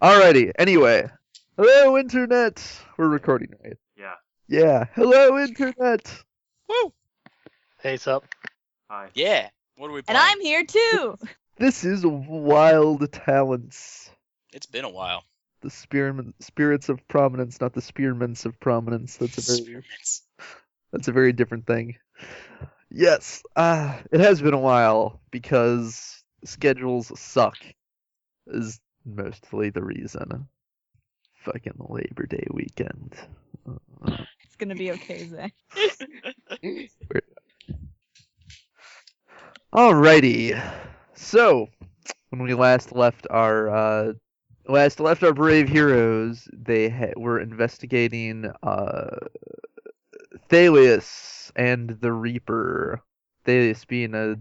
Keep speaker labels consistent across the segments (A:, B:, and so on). A: Alrighty. Anyway, hello internet. We're recording, right?
B: Yeah.
A: Yeah. Hello internet.
C: Woo!
D: Hey, sup?
B: Hi.
C: Yeah. What are we
E: And
C: playing?
E: I'm here too.
A: This is Wild Talents.
C: It's been a while.
A: The spearmen, spirits of prominence, not the spearmints of prominence. That's a very,
C: Experiments.
A: that's a very different thing. Yes. Ah, it has been a while because schedules suck. Is mostly the reason. Fucking Labor Day weekend. Uh,
E: It's gonna be okay, Zach.
A: Alrighty. So, when we last left our uh, last left our brave heroes, they ha- were investigating uh, Thalius and the Reaper. Thalius being a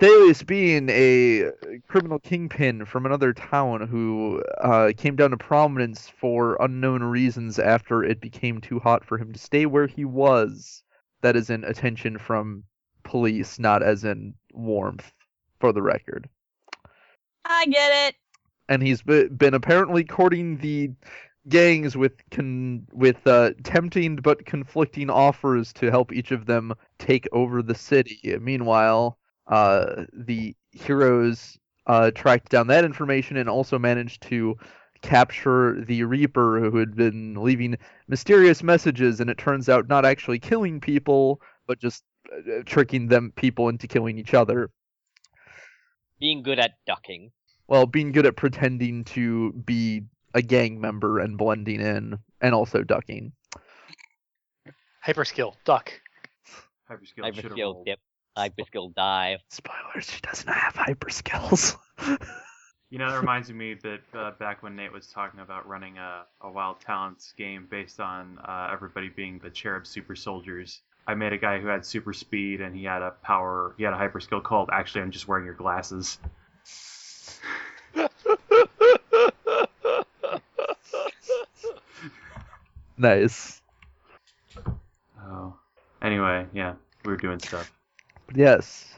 A: Thalius being a criminal kingpin from another town who uh, came down to prominence for unknown reasons after it became too hot for him to stay where he was. That is in attention from police, not as in warmth, for the record.
E: I get it.
A: And he's be- been apparently courting the gangs with con- with uh, tempting but conflicting offers to help each of them take over the city. Meanwhile, uh, the heroes uh, tracked down that information and also managed to capture the Reaper who had been leaving mysterious messages and it turns out not actually killing people but just uh, tricking them people into killing each other
F: being good at ducking.
A: well being good at pretending to be a gang member and blending in and also ducking
D: Hyper skill, duck.
B: Hyperskill.
F: Hyper
B: should've
F: skill
B: rolled.
F: dip, hyper skill dive.
A: spoilers she doesn't have hyper skills
B: You know, that reminds me that uh, back when Nate was talking about running a, a Wild Talents game based on uh, everybody being the Cherub Super Soldiers, I made a guy who had super speed and he had a power, he had a hyper skill called Actually, I'm Just Wearing Your Glasses.
A: nice
B: Oh. Anyway, yeah, we were doing stuff.
A: yes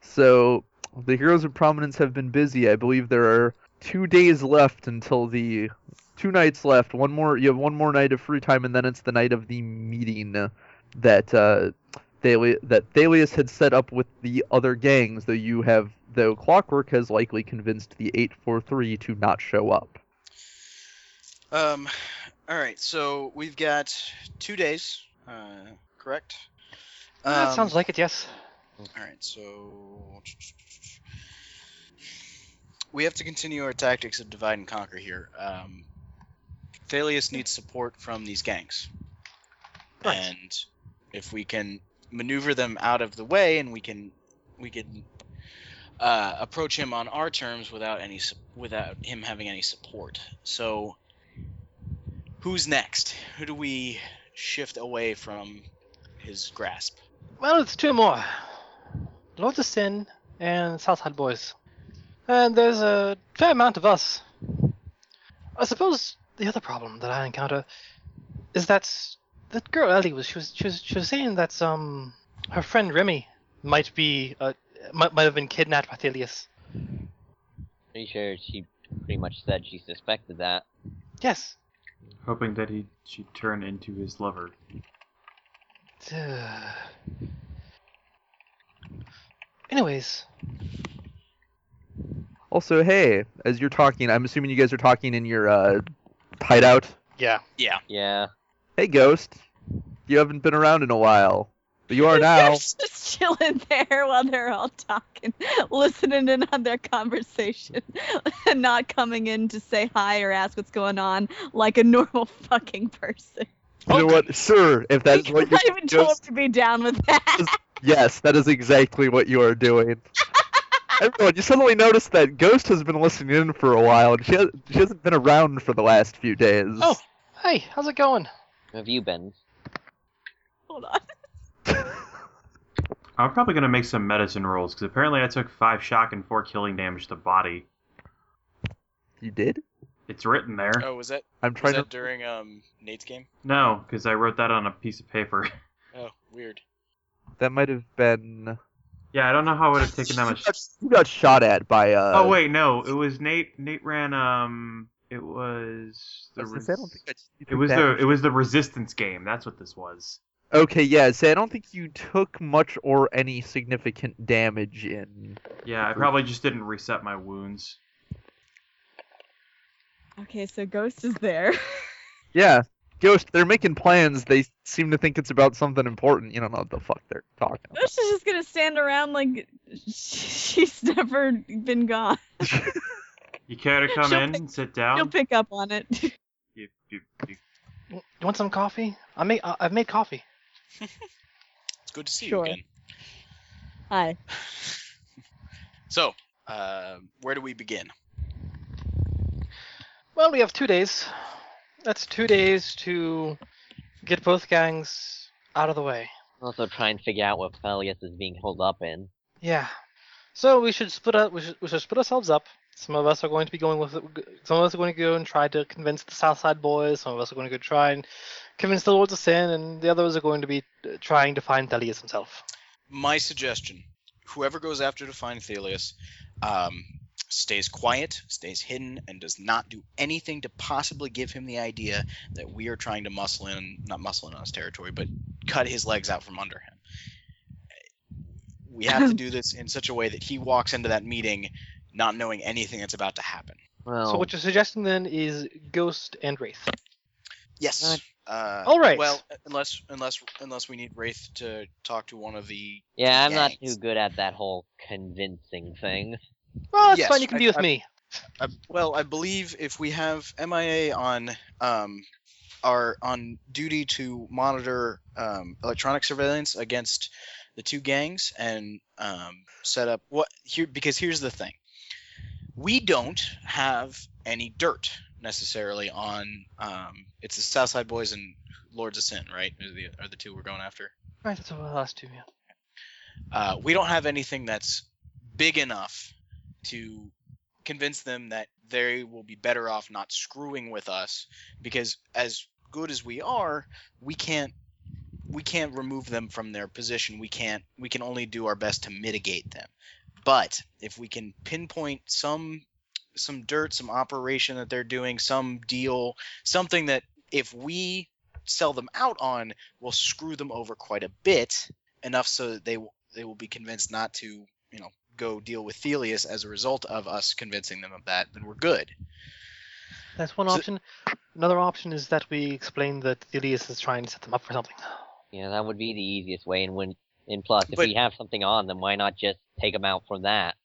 A: so the heroes of prominence have been busy i believe there are two days left until the two nights left one more you have one more night of free time and then it's the night of the meeting that uh Thali- that Thalius had set up with the other gangs, though you have though Clockwork has likely convinced the 843 to not show up.
C: Um, all right. So we've got two days. Uh, correct.
D: that
C: Um,
D: sounds like it, yes.
C: All right. So we have to continue our tactics of divide and conquer here. Um, Thalius needs support from these gangs,
D: Right.
C: and if we can maneuver them out of the way, and we can we can uh, approach him on our terms without any sup- without him having any support. So who's next? Who do we shift away from his grasp?
D: Well, it's two more Lord of Sin and Southside Boys. And there's a fair amount of us. I suppose the other problem that I encounter is that that girl Ellie was she was she was, she was saying that um her friend Remy might be uh, might, might have been kidnapped by Thelius.
F: Pretty sure she pretty much said she suspected that.
D: Yes.
B: Hoping that he she'd turn into his lover.
D: Duh. Anyways,
A: Also, hey, as you're talking, I'm assuming you guys are talking in your uh, hideout.
D: yeah.
C: Yeah.
F: Yeah.
A: Hey, Ghost, you haven't been around in a while, but you are now.
E: They're just chilling there while they're all talking, listening in on their conversation, and not coming in to say hi or ask what's going on like a normal fucking person.
A: You know what? Sure, if that's what you're
E: not even told
A: Ghost-
E: to be down with that.
A: Yes, that is exactly what you are doing. Everyone, you suddenly notice that Ghost has been listening in for a while, and she, has, she hasn't been around for the last few days.
D: Oh. Hey, how's it going?
F: Where have you been?
E: Hold on.
B: I'm probably going to make some medicine rolls because apparently I took five shock and four killing damage to body.
A: You did?
B: It's written there.
C: Oh, was that
A: I'm
C: was
A: trying to.
C: that during um Nate's game?
B: No, because I wrote that on a piece of paper.
C: Oh, weird.
A: That might have been.
B: Yeah, I don't know how it would have taken that much.
A: You got shot at by uh.
B: Oh wait, no, it was Nate. Nate ran. Um, it was
A: I was gonna
B: the. res-
A: say, I don't think I did
B: it was
A: that
B: the
A: much
B: it was the resistance game. That's what this was.
A: Okay, yeah. Say, I don't think you took much or any significant damage in.
B: Yeah, I probably just didn't reset my wounds.
E: Okay, so Ghost is there.
A: Yeah, Ghost. They're making plans. They seem to think it's about something important. You don't know what the fuck they're talking. About.
E: Ghost is just gonna stand around like she, she's never been gone.
B: You care to come
E: She'll
B: in
E: pick-
B: and sit
E: She'll
B: down?
E: pick up on it.
B: You- you- you-
D: You want some coffee? I make. I- I've made coffee.
C: It's good to see
E: Sure.
C: you again.
E: Hi.
C: So, uh, where do we begin?
D: Well, we have two days. That's two days to get both gangs out of the way.
F: Also, try and figure out what Pelias is being holed up in.
D: Yeah. So we should split up. We should, we should split ourselves up. Some of us are going to be going with. Some of us are going to go and try to convince the Southside boys. Some of us are going to go try and convince the Lords of Sin, and the others are going to be uh, trying to find Thelius himself.
C: My suggestion: whoever goes after to find Thelius, um, stays quiet, stays hidden, and does not do anything to possibly give him the idea that we are trying to muscle in—not muscle in on his territory, but cut his legs out from under him. We have to do this in such a way that he walks into that meeting not knowing anything that's about to happen.
F: Well,
C: Oh.
D: So what you're suggesting then is Ghost and Wraith.
C: Yes.
F: Not-
C: Uh,
D: All right.
C: Well, unless unless unless we need Wraith to talk to one of the
F: yeah, I'm not
C: Yanks.
F: too good at that whole convincing thing.
D: Well, that's
C: yes,
D: fine. You can
C: I-
D: be with
C: I-
D: me.
C: I, well, I believe if we have MIA on um, are on duty to monitor um, electronic surveillance against the two gangs and um, set up what here because here's the thing, we don't have any dirt necessarily on um, it's the Southside Boys and Lords of Sin, right? Are the are the two we're going after?
D: Right. That's the last two. Yeah.
C: uh, we don't have anything that's big enough to convince them that they will be better off not screwing with us because as good as we are we can't we can't remove them from their position we can't we can only do our best to mitigate them but if we can pinpoint some some dirt some operation that they're doing some deal something that if we sell them out on will screw them over quite a bit enough so that they will they will be convinced not to, you know, go deal with Thelius as a result of us convincing them of that, then we're good.
D: That's one
C: So-
D: option. Another option is that we explain that Thelius is trying to set them up for something.
F: Yeah, that would be the easiest way. And when, and plus, if
C: But-
F: we have something on them, why not just take them out from that?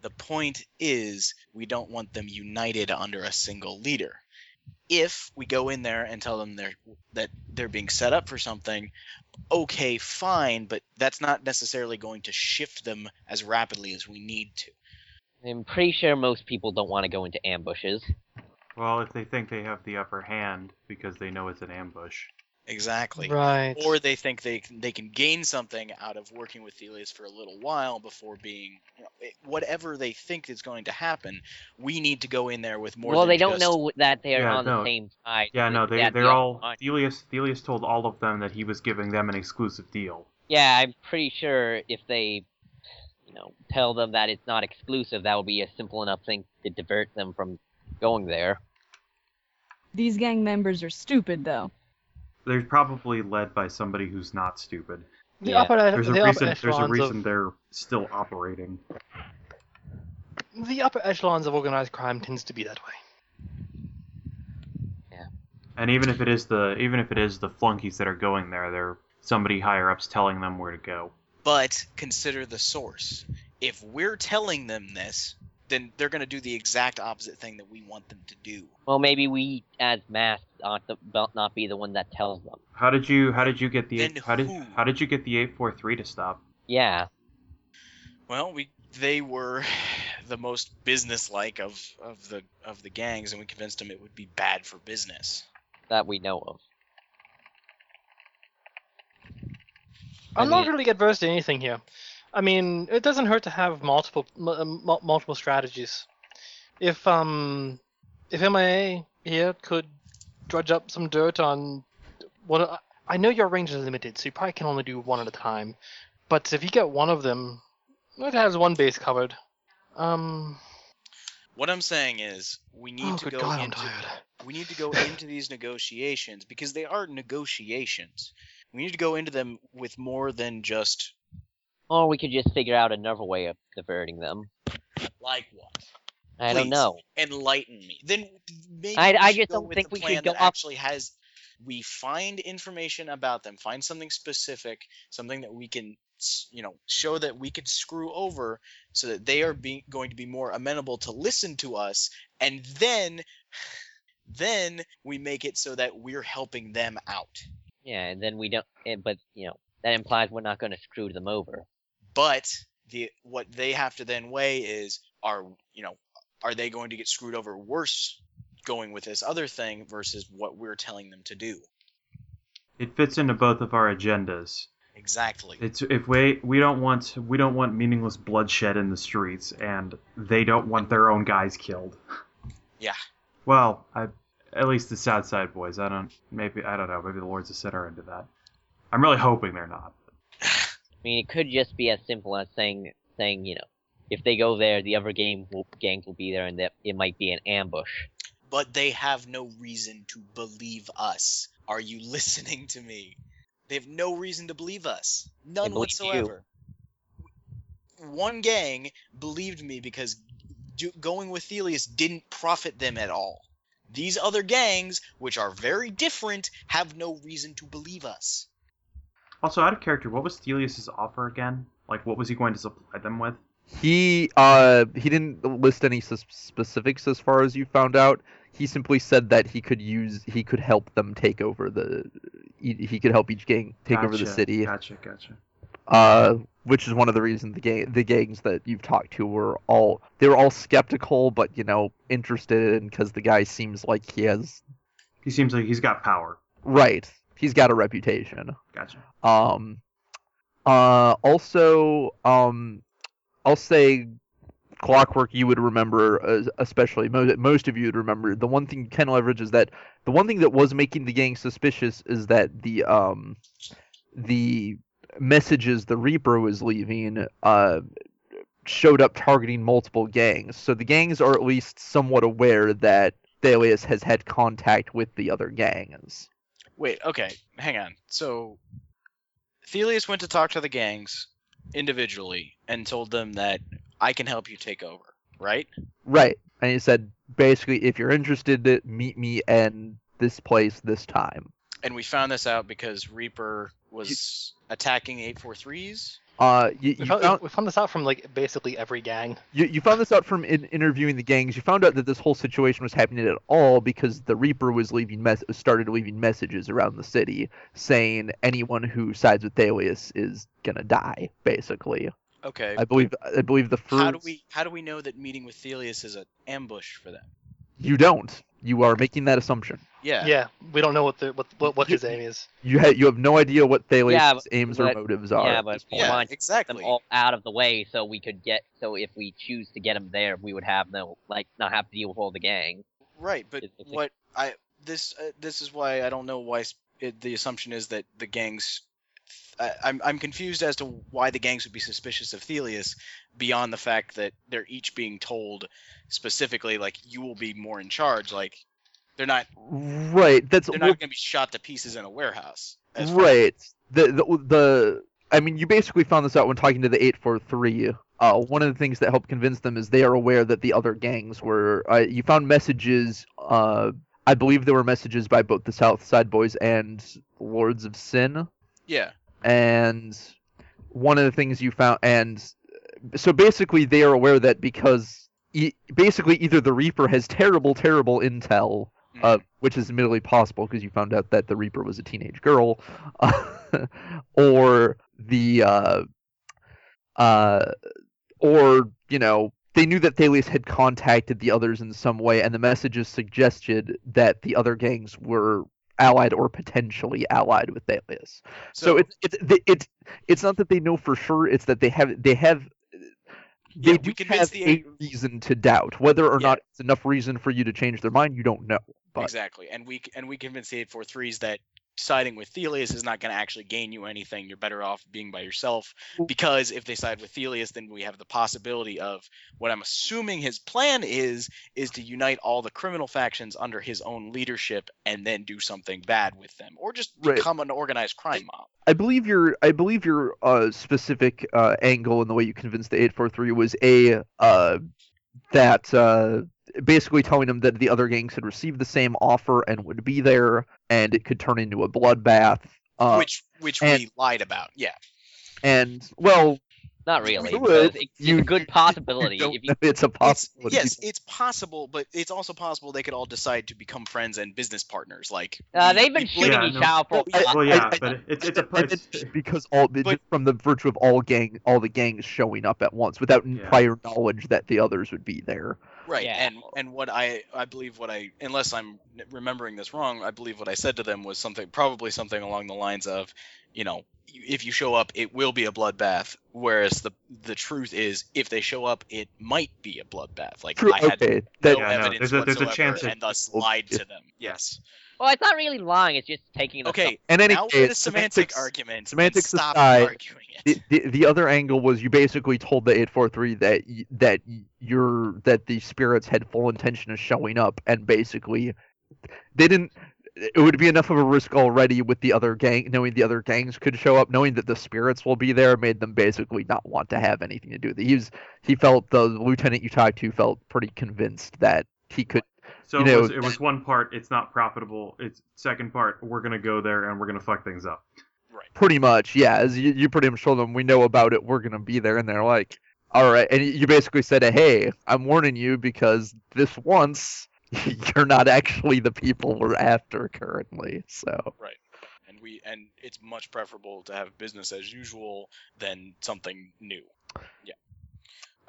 C: The point is we don't want them united under a single leader. If we go in there and tell them they're that they're being set up for something, okay, fine, but that's not necessarily going to shift them as rapidly as we need to.
F: I'm pretty sure most people don't want to go into ambushes.
B: Well, if they think they have the upper hand because they know it's an ambush.
C: Exactly.
D: Right.
C: or they think they can, they can gain something out of working with Thelius for a little while before being you know, it- whatever they think is going to happen. We need to go in there with more.
F: well,
C: than
F: they don't
C: just-
F: know that they're
B: Yeah,
F: on
B: no.
F: the same side.
B: Yeah, no, they
F: that
B: they're
F: the-
B: all Thelius. Thelius told all of them that he was giving them an exclusive deal.
F: Yeah, I'm pretty sure if they, you know, tell them that it's not exclusive, that would be a simple enough thing to divert them from going there.
E: These gang members are stupid though.
B: They're probably led by somebody who's not stupid.
D: The
F: Yeah.
D: upper,
B: There's a
D: the upper
B: reason. There's a
D: echelons
B: reason they're still operating.
D: Of, the upper echelons of organized crime tends to be that way.
B: And even if it is the even if it is the flunkies that are going there, they're somebody higher up's telling them where to go.
C: But consider the source. If we're telling them this, then they're going to do the exact opposite thing that we want them to do.
F: Well, maybe we, as masks, ought to ought not be the one that tells them.
B: How did you how did you get the
C: Then
B: how did
C: who?
B: how did you get the eight four three to stop?
F: Yeah,
C: Well, we they were the most businesslike of of the of the gangs, and we convinced them it would be bad for business.
F: that we know of.
D: I'm not
F: mean-
D: really adverse to anything here. I mean, it doesn't hurt to have multiple mu- uh, mul- multiple strategies. If um, if MIA here could drudge up some dirt on what I know your range is limited, so you probably can only do one at a time. But if you get one of them It has one base covered. Um.
C: What I'm saying is, we need
D: oh,
C: to
D: good
C: go
D: God, I'm
C: into
D: tired.
C: we need to go into these negotiations because they are negotiations. We need to go into them with more than just
F: Or we could just figure out another way of diverting them.
C: like what.
F: I don't
C: Please.
F: know.
C: Enlighten me. Then maybe
F: I-
C: we
F: I
C: should
F: just
C: go
F: don't
C: with
F: think
C: the
F: we should
C: plan
F: go
C: that
F: off-
C: Actually, has we find information about them, find something specific, something that we can, s- you know, show that we could screw over, so that they are being going to be more amenable to listen to us, and then, then we make it so that we're helping them out.
F: Yeah, and then we don't. eh, But you know, that implies we're not going to screw them over.
C: but the what they have to then weigh is are you know are they going to get screwed over worse going with this other thing versus what we're telling them to do
B: It fits into both of our agendas.
C: exactly
B: It's if we we don't want we don't want meaningless bloodshed in the streets, and they don't want their own guys killed.
C: Yeah.
B: Well, I at least the South Side boys. I don't maybe I don't know. Maybe the Lords of Sin are into that. I'm really hoping they're not.
F: I mean, it could just be as simple as saying saying you know, if they go there, the other game will, gangs will be there, and that it might be an ambush.
C: but they have no reason to believe us are you listening to me they have no reason to believe us
F: believe
C: none
F: you.
C: whatsoever one gang believed me because do, going with Thelius didn't profit them at all. These other gangs, which are very different, have no reason to believe us.
B: Also, out of character, what was Thelius's offer again? Like, what was he going to supply them with?
A: He uh he didn't list any s- specifics as far as you found out. He simply said that he could use he could help them take over the e, he, he could help each gang take over the
B: Gotcha,
A: city.
B: Gotcha, gotcha.
A: Uh which is one of the reasons the gang the gangs that you've talked to were all they were all skeptical but you know interested in cuz the guy seems like he has
B: He seems like he's got power.
A: right. He's got a reputation.
B: Gotcha.
A: Um, uh, also, um, I'll say clockwork you would remember uh, especially most, most of you would remember the one thing you can leverage is that the one thing that was making the gang suspicious is that the um the messages the reaper was leaving uh showed up targeting multiple gangs so the gangs are at least somewhat aware that Thalias has had contact with the other gangs
C: Wait, okay, hang on. So, Thelius went to talk to the gangs individually and told them that I can help you take over, right?
A: Right. And he said, basically, if you're interested, meet me and this place this time.
C: And we found this out because Reaper was attacking 843s.
A: Uh, you,
D: We
A: you,
D: found,
A: found,
D: we found this out from like basically every gang.
A: you, you found this out from in, interviewing the gangs. You found out that this whole situation was happening at all because the Reaper was leaving mess started leaving messages around the city saying anyone who sides with Thalias is gonna die. Basically,
C: Okay.
A: I believe I believe the first
C: how do we how do we know that meeting with Thelius is an ambush for them?
A: you don't you are making that assumption.
C: Yeah.
D: Yeah. we don't know what the what what, what his aim is.
A: You ha- you have no idea what Thalias'
F: Yeah, but-
A: aims
F: but-
A: or motives are.
F: yeah,
A: at
F: but
A: this
F: we
A: point.
F: want Get
C: exactly.
F: Them all out of the way, so we could get. So if we choose to get them there, we would have no like not have to deal with all the gang.
C: Right, but
F: It's- it's a-
C: what I this uh, this is why I don't know why s- it, the assumption is that the gangs. I, I'm I'm confused as to why the gangs would be suspicious of Thelius, beyond the fact that they're each being told specifically like you will be more in charge. Like they're not
A: Right. That's
C: they're
A: well,
C: not going to be shot to pieces in a warehouse. as far-
A: Right. The, the the I mean, you basically found this out when talking to the eight four three. Uh, one of the things that helped convince them is they are aware that the other gangs were. Uh, you found messages. Uh, I believe there were messages by both the South Side Boys and Lords of Sin.
C: Yeah.
A: And one of the things you found, and so basically they are aware that because e- basically either the Reaper has terrible, terrible intel
C: mhm.
A: uh, which is admittedly possible because you found out that the Reaper was a teenage girl, or the uh, uh, or you know they knew that Thales had contacted the others in some way, and the messages suggested that the other gangs were allied or potentially allied with Thales. So, it's it's it's it's it's not that they know for sure; it's that they have they have. They
C: Yeah,
A: do
C: we convinced
A: have
C: the-
A: a reason to doubt whether or
C: Yeah.
A: not it's enough reason for you to change their mind. You don't know. but-
C: Exactly, and we and we convince the eight four threes that siding with Thelius is not going to actually gain you anything. You're better off being by yourself because if they side with Thelius, then we have the possibility of what I'm assuming his plan is is to unite all the criminal factions under his own leadership and then do something bad with them, or just
A: Right.
C: become an organized crime mob.
A: I believe your I believe your uh, specific uh, angle and the way you convinced the eight four three was a uh, that uh, basically telling them that the other gangs had received the same offer and would be there, and it could turn into a bloodbath. Uh,
C: which which we
A: and-
C: lied about. Yeah.
A: and well,
F: Not really.
A: would,
F: because it's, it's
A: you-
F: a good possibility.
A: don't
F: If you,
A: know it's a
C: It's-
A: possibility.
C: yes, it's possible, but it's also possible they could all decide to become friends and business partners. Like
F: uh,
C: we-
F: they've been
C: we
F: shooting
C: blatantly-
B: Yeah,
F: each
B: no.
F: other for.
A: I-
B: Well, yeah,
A: I-
B: but it's it's a
A: And then
B: place.
A: just because all just
C: But-
A: from the virtue of all gang all the gangs showing up at once without
B: Yeah.
A: prior knowledge that the others would be there.
C: right
F: Yeah.
C: and and what i i believe what i unless i'm remembering this wrong i believe what i said to them was something probably something along the lines of you know if you show up it will be a bloodbath whereas the the truth is if they show up it might be a bloodbath like
A: True.
C: i had
A: Okay. uh,
C: no
A: That,
B: Yeah, no,
C: evidence
B: there's a- there's a
C: whatsoever
B: chance it-
C: and thus lied to them yes
F: Well, it's not really lying. It's just taking. the
C: okay
A: in any
C: now
A: case,
C: we're at a semantic
A: semantics-
C: argument and
A: semantics
C: stop
A: aside,
C: arguing it
A: the, the, the other angle was you basically told the 843 that y- that y- your that the spirits had full intention of showing up and basically they didn't it would be enough of a risk already with the other gang knowing the other gangs could show up knowing that the spirits will be there made them basically not want to have anything to do with it he was he felt the lieutenant you talked to felt pretty convinced that he could
B: So
A: you
B: it,
A: know,
B: was, it was one part. It's not profitable. It's second part. We're gonna go there and we're gonna fuck things up.
A: pretty much yeah as you, you pretty much told them we know about it we're gonna be there and they're like all right and you basically said hey i'm warning you because this once you're not actually the people we're after currently so
C: and we and it's much preferable to have business as usual than something new. Yeah.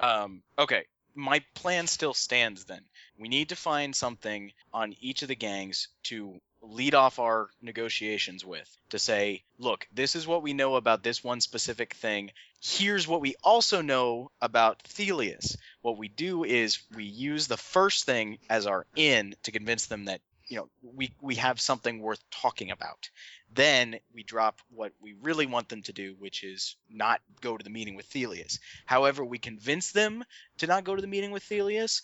C: Um, okay. My plan still stands then. We need to find something on each of the gangs to lead off our negotiations with to say, look, this is what we know about this one specific thing. Here's what we also know about Thelius. What we do is we use the first thing as our in to convince them that, you know, we, we have something worth talking about then we drop what we really want them to do, which is not go to the meeting with Thelius. However, we convince them to not go to the meeting with Thelius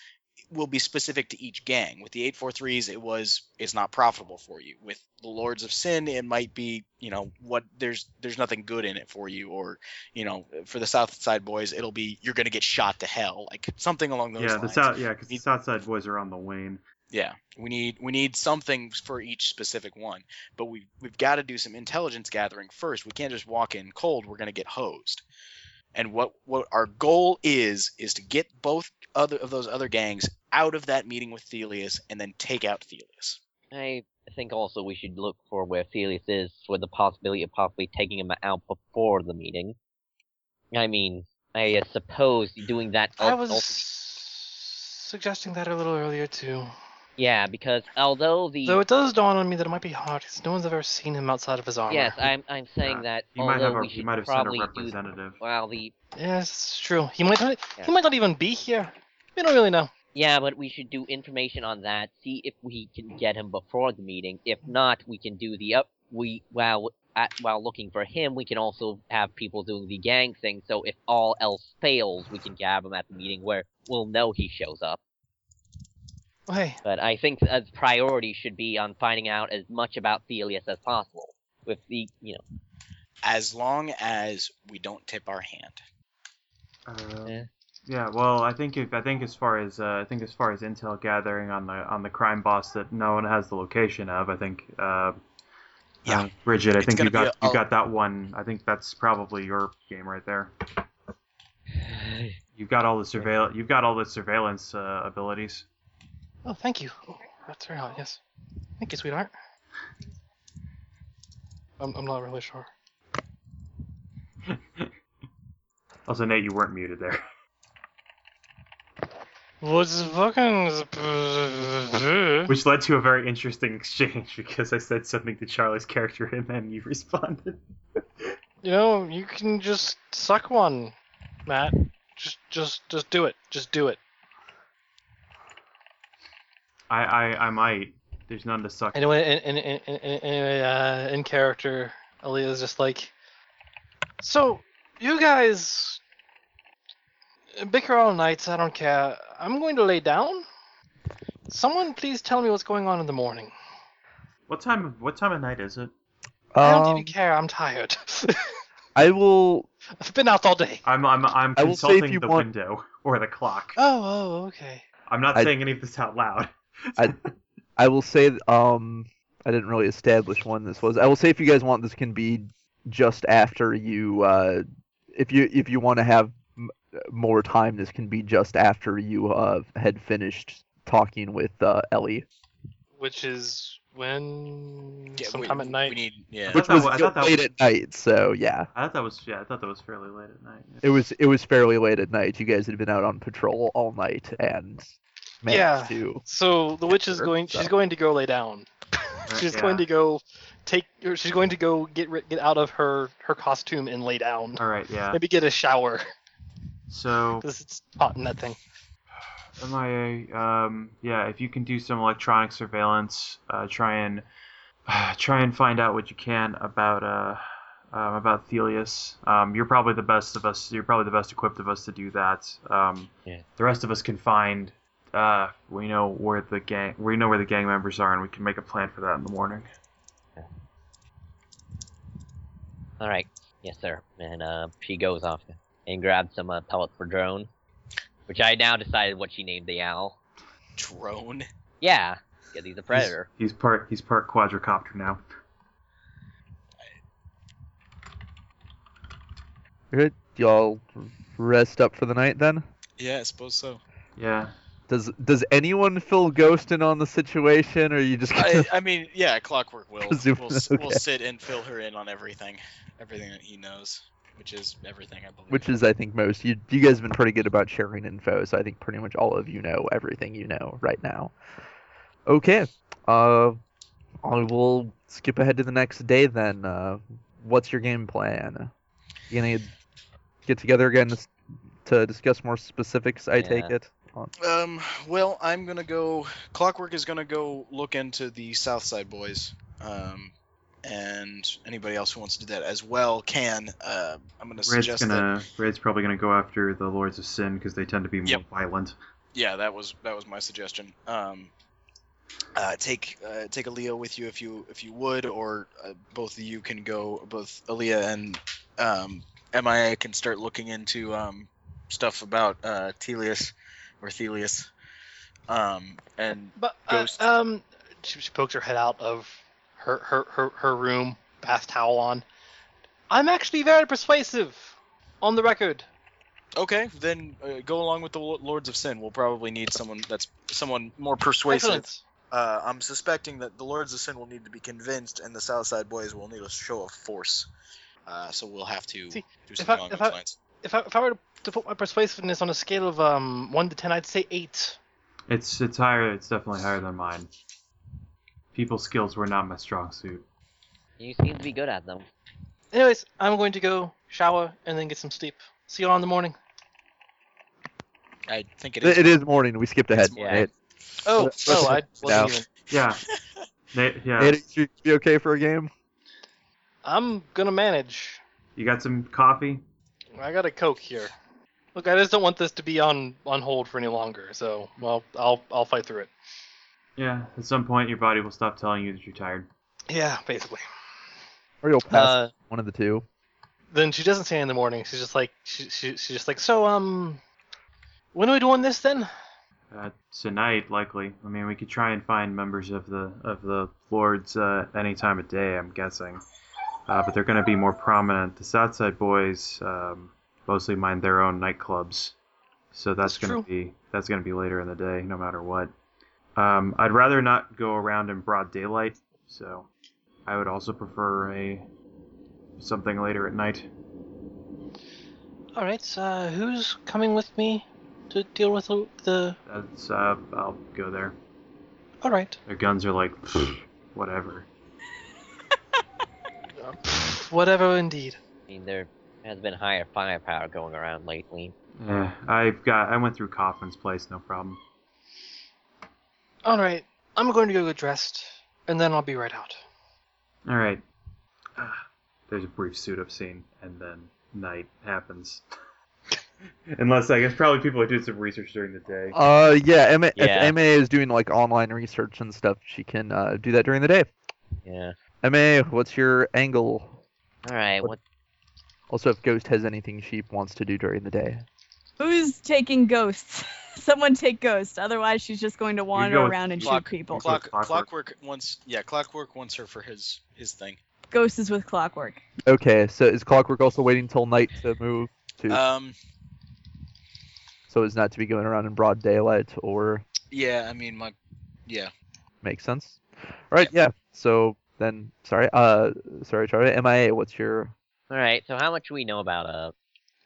C: will be specific to each gang. With the 843s, it was it's not profitable for you. With the Lords of Sin, it might be, you know, what there's there's nothing good in it for you or, you know, for the South Side boys, it'll be you're going to get shot to hell, like something along those
B: yeah,
C: lines.
B: the south. Yeah, because the south side boys are on the wane.
C: Yeah, we need we need something for each specific one, but we we've got to do some intelligence gathering first. We can't just walk in cold. We're gonna get hosed. And what what our goal is is to get both other of those other gangs out of that meeting with Thelius and then take out Thelius.
F: I think also we should look for where Felix is, with the possibility of possibly taking him out before the meeting. I mean, I uh, suppose doing that.
D: I
F: al-
D: was
F: also-
D: suggesting that a little earlier too.
F: yeah, because although the
D: Though it does dawn on me that it might be hard, because no one's ever seen him outside of his armor.
F: yes, I'm I'm saying that
B: You might
F: although
B: have a,
F: Oh, we
B: you
F: should
B: might have sent a
F: probably do
B: representative.
F: well the
D: Yes, it's true. He might not, e,
F: Yeah.
D: he might not even be here. We don't really know.
F: yeah, but we should do information on that. See if we can get him before the meeting. If not, we can do the up. We while at, while looking for him, we can also have people doing the gang thing. So if all else fails, we can grab him at the meeting where we'll know he shows up.
D: Oh, hey,
F: But I think the priority should be on finding out as much about Thelius as possible. With the you know
C: As long as we don't tip our hand.
B: Uh,
F: Yeah.
B: yeah. Well, I think if, I think as far as uh, I think as far as intel gathering on the on the crime boss that no one has the location of, I think. Uh,
C: Yeah.
B: uh, Bridget, I
C: It's
B: think you
C: gonna be
B: got
C: a-
B: you got that one. I think that's probably your game right there. You've got all the surveil. You've got all the surveillance uh, abilities.
D: oh, thank you. Oh, that's very hot. Yes, thank you, sweetheart. I'm, I'm not really sure.
B: Also, Nate, you weren't muted there.
D: What's fucking?
B: Which led to a very interesting exchange because I said something to Charlie's character and then you responded.
D: You know, you can just suck one, Matt. Just, just, just do it. Just do it.
B: I, I, I might. There's none to suck.
D: Anyway, in, in, in, in, in, uh, in character, Aaliyah's just like, So, you guys bicker all night, I don't care. I'm going to lay down. Someone please tell me what's going on in the morning.
B: What time? What time of night is it?
D: I don't even
A: Um,
D: care, I'm tired.
A: I will.
D: I've been out all day.
B: I'm I'm I'm
A: I will say if
B: consulting
A: you
B: the
A: want-
B: window or the clock.
D: Oh, oh, okay.
B: I'm not
A: I-
B: saying any of this out loud.
A: I will say. Um, I didn't really establish when this was. I will say if you guys want, this can be just after you. Uh, if you if you want to have m- more time, this can be just after you uh had finished talking with uh Ellie.
D: Which is when?
C: Yeah,
D: Sometime
C: we,
D: at night.
C: We need, yeah.
B: Which-
A: It
B: thought
A: was
B: wa- I thought that
A: late
B: was-
A: at night, so yeah.
B: I thought that was yeah. I thought that was fairly late at night.
A: It was it was fairly late at night. You guys had been out on patrol all night and
D: Yeah.
A: managed to
D: So the witch is
A: Sure,
D: going. She's
A: so-
D: going to go lay down.
B: Uh,
D: she's going to go take. Or she's going to go get ri- get out of her her costume and lay down.
B: All right. Uh, Yeah.
D: Maybe get a shower
B: So
D: because it's hot in that thing.
B: MIA, um, yeah, if you can do some electronic surveillance, uh, try and try and find out what you can about uh, um, about Thelius. Um, you're probably the best of us. You're probably the best equipped of us to do that. Um,
F: Yeah.
B: The rest of us can find. Uh, we know where the gang. We know where the gang members are, and we can make a plan for that in the morning.
F: All right. Yes, sir. And uh, she goes off and grabs some uh, pellets for drone, which I now decided what she named the owl.
C: Drone.
F: Yeah, because he's a predator.
B: He's part. He's part quadricopter now.
A: Good. Y'all rest up for the night then?
C: Yeah, I suppose so.
B: Yeah.
A: Does does anyone feel ghosting on the situation or are you just
C: I,
A: gonna...
C: I mean, yeah, Clockwork will.
A: Zoom-
C: We'll, s- we'll
A: okay.
C: sit and fill her in on everything, everything that he knows, which is everything I believe.
A: which is I think most you you guys have been pretty good about sharing info, so I think pretty much all of you know everything you know right now. Okay. Uh I will skip ahead to the next day then. Uh what's your game plan? You gonna get together again to, s- to discuss more specifics, I take
F: Yeah.
A: it.
C: Um, well, I'm gonna go. Clockwork is gonna go look into the Southside Boys. Um, and anybody else who wants to do that as well can. Uh, I'm gonna
B: Red's
C: suggest that.
B: gonna. Red's probably gonna go after the Lords of Sin because they tend to be more
C: Yep.
B: violent.
C: yeah, that was that was my suggestion. Um, uh, take uh, take Aaliyah with you if you if you would, or uh, both of you can go. Both Aaliyah and um, Mia can start looking into um, stuff about uh, Telius or Thelius. Um, and
D: But uh,
C: Ghost.
D: um, she, she pokes her head out of her her her, her room, bath towel on. I'm actually very persuasive, on the record.
C: okay, then uh, go along with the Lo- Lords of Sin. We'll probably need someone that's someone more persuasive.
D: Excellent.
C: Uh, I'm suspecting that the Lords of Sin will need to be convinced, and the Southside Boys will need a show of force. Uh, so we'll have to
D: See,
C: do
D: if I-
C: something along
D: if
C: those
D: I-
C: lines.
D: If I, if I were to put my persuasiveness on a scale of um one to ten, I'd say eight.
B: It's it's higher. It's definitely higher than mine. People skills were not my strong suit.
F: You seem to be good at them.
D: Anyways, I'm going to go shower and then get some sleep. See you all in the morning.
C: I think it
A: It-
C: is.
A: it is morning. We skipped ahead.
F: morning.
A: Nate.
D: Oh,
A: Listen,
D: oh, I
A: now.
D: wasn't even.
B: Yeah. Nate, yeah.
A: Nate, you be okay for a game?
D: I'm gonna manage.
B: You got some coffee?
D: I got a coke here. Look, I just don't want this to be on on hold for any longer. So, well, I'll I'll fight through it.
B: Yeah. At some point, your body will stop telling you that you're tired.
D: Yeah, basically.
A: Or you'll pass
F: Uh,
A: one of the two.
D: Then she doesn't say in the morning. She's just like she, she she's just like so um. When are we doing this then?
B: Uh, tonight, likely. I mean, we could try and find members of the of the lords uh, any time of day. I'm guessing, uh, but they're going to be more prominent. The Southside boys um, mostly mind their own nightclubs, so that's,
D: That's
B: going to be that's going to be later in the day, no matter what. Um, I'd rather not go around in broad daylight, so I would also prefer a something later at night.
D: All right. Uh, who's coming with me to deal with the? the...
B: That's uh, I'll go there.
D: All right.
B: Their guns are like whatever.
D: Uh, pff, whatever, indeed.
F: I mean, there has been higher firepower going around lately.
B: Eh, Yeah, I've got. I went through Coffin's place, no problem.
D: All right. I'm going to go get dressed, and then I'll be right out.
B: All right. Ah, There's a brief suit up scene, and then night happens. Unless I guess probably people who did some research during the day.
A: Uh, yeah, MA,
F: Yeah.
A: if MA is doing like online research and stuff, she can uh, do that during the day.
F: Yeah.
A: MA, what's your angle?
F: All right.
A: What-
F: What?
A: Also, if Ghost has anything she wants to do during the day.
E: Who's taking ghosts? Someone take ghosts. Otherwise, she's just going to wander
B: go with
E: around and
C: Clock-
E: shoot people.
B: Clock-
C: Clock,
B: Clockwork.
C: clockwork. wants yeah, clockwork wants her for his his thing.
E: Ghost is with clockwork.
A: Okay, so is Clockwork also waiting till night to move to,
C: Um,
A: so as not to be going around in broad daylight, or
C: yeah, I mean my yeah.
A: makes sense? All right, yeah. So then, sorry, uh, sorry, Charlie. MIA, what's your?
F: All right. So how much do we know about uh?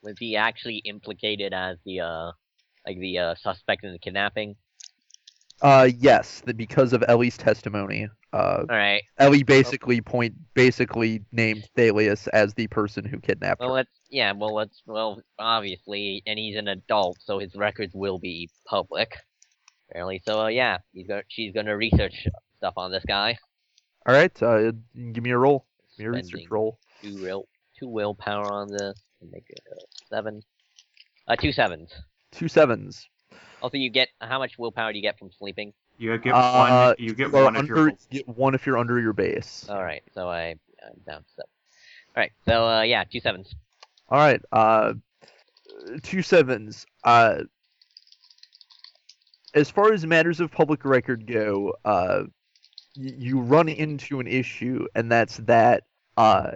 F: Was he actually implicated as the uh, like the uh, suspect in the kidnapping?
A: Uh, yes, the, because of Ellie's testimony. Uh,
F: All right.
A: Ellie basically point basically named Thalius as the person who kidnapped
F: Well,
A: her.
F: let's yeah. Well, let's well obviously, and he's an adult, so his records will be public. Apparently, so uh, yeah, he's gonna, she's gonna research stuff on this guy.
A: All right, uh, give me a roll. Give me a research
F: Spending
A: roll.
F: Two will two willpower on this and make it uh, seven. Uh, two sevens.
A: Two sevens.
F: Also, you get how much willpower do you get from sleeping?
B: You get
A: Uh,
B: one. You get
A: Or
B: one if
A: under,
B: you're.
A: get one if you're under your base.
F: All right, so I I'm down to seven. All right, so uh, yeah, two sevens.
A: All right. Uh, two sevens. Uh, as far as matters of public record go, uh, y- you run into an issue, and that's that uh,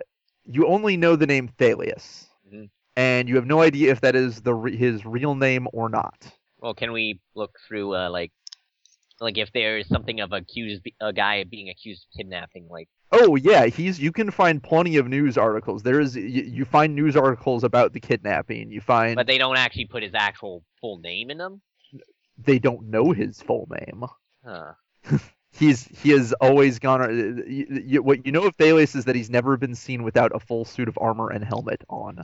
A: you only know the name Thalius,
F: Mhm.
A: and you have no idea if that is the re- his real name or not.
F: Well, can we look through uh, like like if there is something of accused a guy being accused of kidnapping, like.
A: Oh yeah, he's. You can find plenty of news articles. There is. You, you find news articles about the kidnapping. You find
F: But they don't actually put his actual full name in them?
A: they don't know his full name.
F: Huh.
A: he's he has always gone. y- y- y- What you know of Thales is that he's never been seen without a full suit of armor and helmet on,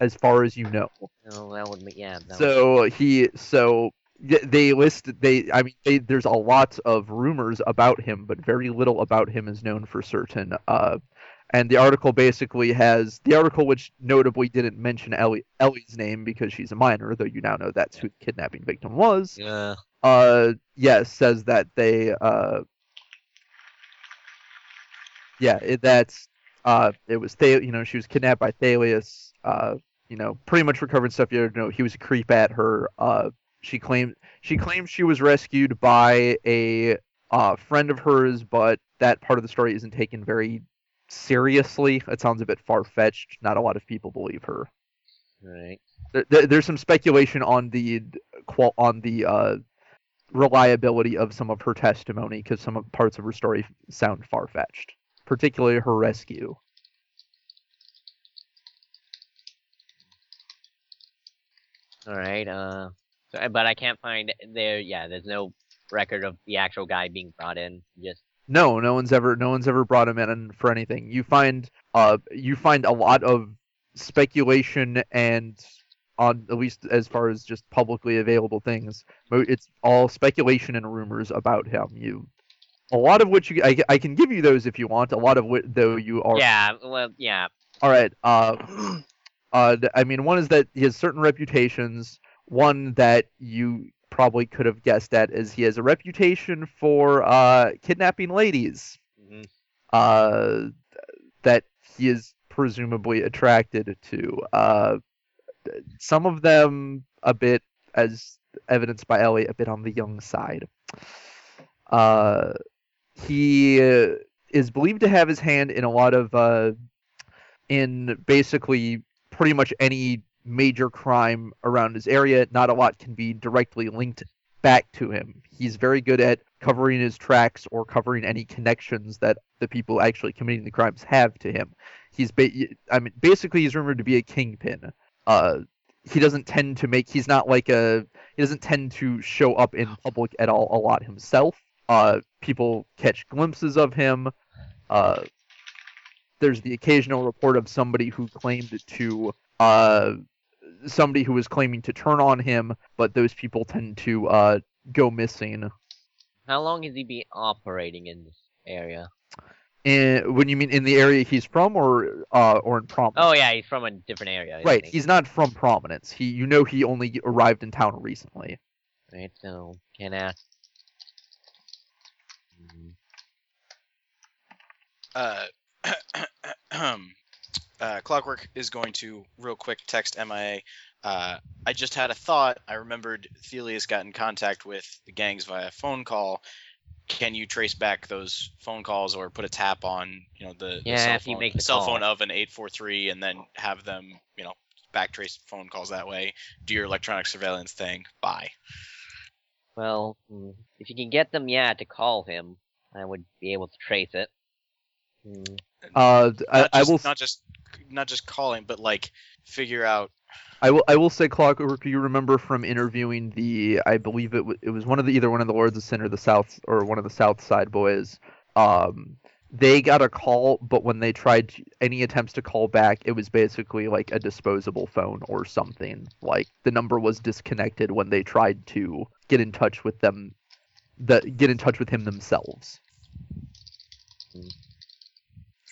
A: as far as you know.
F: Oh, that would make yeah. That would,
A: So he so y- they list they I mean they, there's a lot of rumors about him, but very little about him is known for certain. Uh, and the article basically has the article which notably didn't mention Ellie, Ellie's name because she's a minor, though you now know that's who the kidnapping victim was
F: uh,
A: uh yeah says that they uh yeah it, that's uh it was Thal- you know she was kidnapped by Thalius uh you know pretty much recovered stuff you know he was a creep at her uh she claimed she claimed she was rescued by a uh friend of hers but that part of the story isn't taken very seriously it sounds a bit far fetched not a lot of people believe her
F: right.
A: there, there- there's some speculation on the qual- on the uh, reliability of some of her testimony because some of parts of her story sound far fetched, particularly her rescue.
F: All right. Uh, so, but I can't find there. Yeah, there's no record of the actual guy being brought in. Just
A: No, no one's ever no one's ever brought him in for anything. You find uh you find a lot of speculation and on at least as far as just publicly available things, mo- it's all speculation and rumors about him. You a lot of which you, I, I can give you those if you want. A lot of which though you are
F: yeah. Well, yeah.
A: All right. Uh, uh, th- I mean, one is that he has certain reputations. One that you probably could have guessed at is he has a reputation for uh, kidnapping ladies.
F: hmm
A: Uh, th- that he is presumably attracted to. Uh, th- some of them a bit, as evidenced by Ellie, a bit on the young side. Uh, he uh, is believed to have his hand in a lot of uh, in basically pretty much any major crime around his area. Not a lot can be directly linked back to him. He's very good at covering his tracks or covering any connections that the people actually committing the crimes have to him. He's ba- I mean basically he's rumored to be a kingpin. Uh he doesn't tend to make he's not like a he doesn't tend to show up in public at all a lot himself. Uh people catch glimpses of him. Uh there's the occasional report of somebody who claimed to uh somebody who was claiming to turn on him, but those people tend to uh go missing
F: How long has he been operating in this area?
A: And when you mean in the area he's from, or uh, or in prominence?
F: Oh yeah, he's from a different area. isn't
A: right.
F: he?
A: He's not from prominence. He, you know, he only arrived in town recently.
F: Right, so can ask. Mm,
C: Uh, uh, Clockwork is going to real quick text MIA. Uh, I just had a thought. I remembered Thelius got in contact with the gangs via phone call. Can you trace back those phone calls or put a tap on you know the, the
F: Yeah,
C: cell,
F: if you
C: phone,
F: make the
C: cell
F: call.
C: phone of an eight four three and then have them you know backtrace phone calls that way? Do your electronic surveillance thing. Bye.
F: Well, mm, if you can get them, yeah, to call him, I would be able to trace it. Mm,
A: Uh, d- I,
C: not
A: I
C: just,
A: will,
C: not just not just calling, but like figure out.
A: I will, I will say, Clockwork. You remember from interviewing the, I believe it, w- it was one of the either one of the Lords of Sin or the South or one of the South Side boys. Um, they got a call, but when they tried to- any attempts to call back, it was basically like a disposable phone or something. Like the number was disconnected when they tried to get in touch with them, that get in touch with him themselves.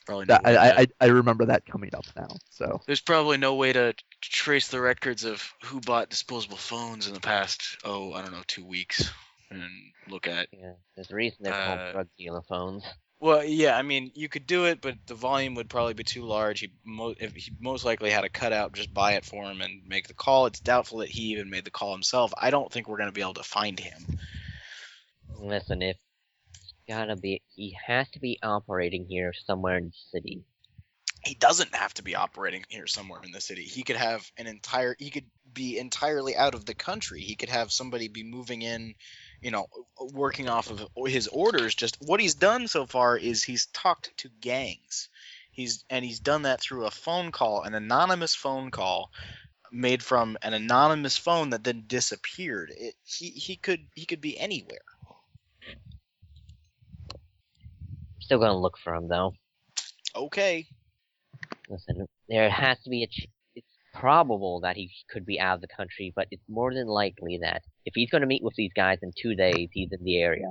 C: Probably
A: That, I, I, I- I remember that coming up now. So
C: There's probably no way to trace the records of who bought disposable phones in the past, oh, I don't know, two weeks and look at.
F: yeah, there's a reason they're
C: Uh,
F: called drug dealer phones.
C: Well, yeah, I mean, you could do it, but the volume would probably be too large. He, mo- if he most likely had a cutout, just buy it for him and make the call. It's doubtful that he even made the call himself. I don't think we're going to be able to find him.
F: Listen, if it's gotta be, he has to be operating here somewhere in the city.
C: He doesn't have to be operating here somewhere in the city. He could have an entire, he could be entirely out of the country. He could have somebody be moving in, you know, working off of his orders. Just what he's done so far is he's talked to gangs. He's and he's done that through a phone call, an anonymous phone call made from an anonymous phone that then disappeared. It, he he could he could be anywhere.
F: I'm still gonna look for him though.
C: Okay.
F: Listen, there has to be a. Ch- it's probable that he could be out of the country, but it's more than likely that if he's going to meet with these guys in two days, he's in the area.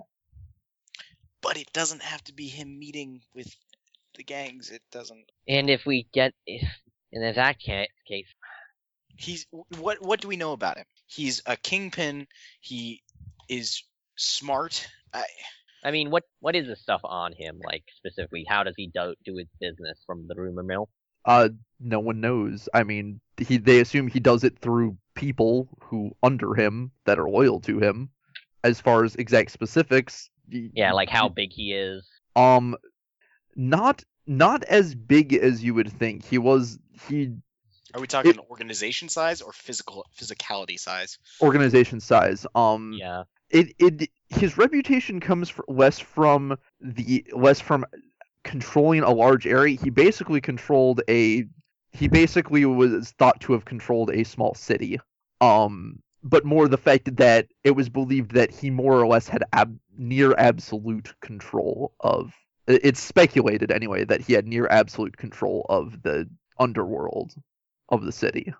C: But it doesn't have to be him meeting with the gangs. It doesn't
F: And if we get, if and in that ca- case,
C: He's what? What do we know about him? He's a kingpin. He is smart. I,
F: I mean, what what is the stuff on him like specifically? How does he do do his business from the rumor mill?
A: Uh, no one knows. I mean, he they assume he does it through people who under him that are loyal to him. As far as exact specifics, y-
F: Yeah, like how big he is.
A: um, not not as big as you would think. He was he
C: are we talking organization size or physical physicality size?
A: organization size. Um,
F: Yeah,
A: it it his reputation comes fr less from the less from controlling a large area. He basically controlled a he basically was thought to have controlled a small city. Um but more the fact that it was believed that he more or less had ab- near absolute control of i- it's speculated anyway that he had near absolute control of the underworld of the city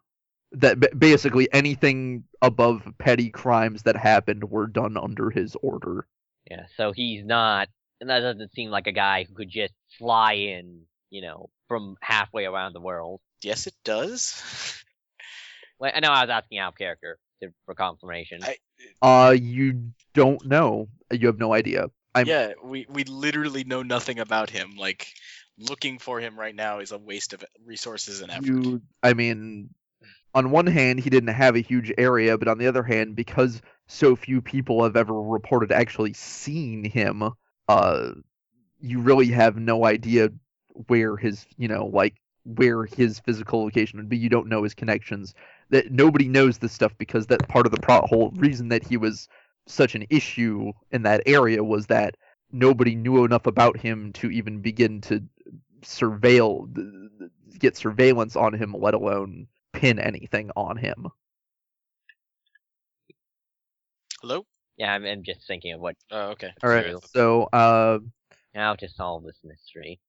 A: that b- basically anything above petty crimes that happened were done under his order.
F: yeah. So he's not, and that doesn't seem like a guy who could just fly in, you know, from halfway around the world.
C: Yes, it does.
F: Wait, I know I was asking out of character to, for confirmation.
C: I-
A: Uh, you don't know. You have no idea. I'm-
C: Yeah, we we literally know nothing about him. Like looking for him right now is a waste of resources and effort.
A: You, I mean, on one hand, he didn't have a huge area, but on the other hand, because so few people have ever reported actually seeing him, uh, you really have no idea where his, you know, like where his physical location would be. You don't know his connections. That nobody knows this stuff because that part of the pro- whole reason that he was such an issue in that area was that nobody knew enough about him to even begin to surveil th- th- get surveillance on him let alone pin anything on him
C: Hello.
F: yeah, I'm, I'm just thinking of what
C: Oh, okay.
A: all right
F: True.
A: so uh
F: how to solve this mystery.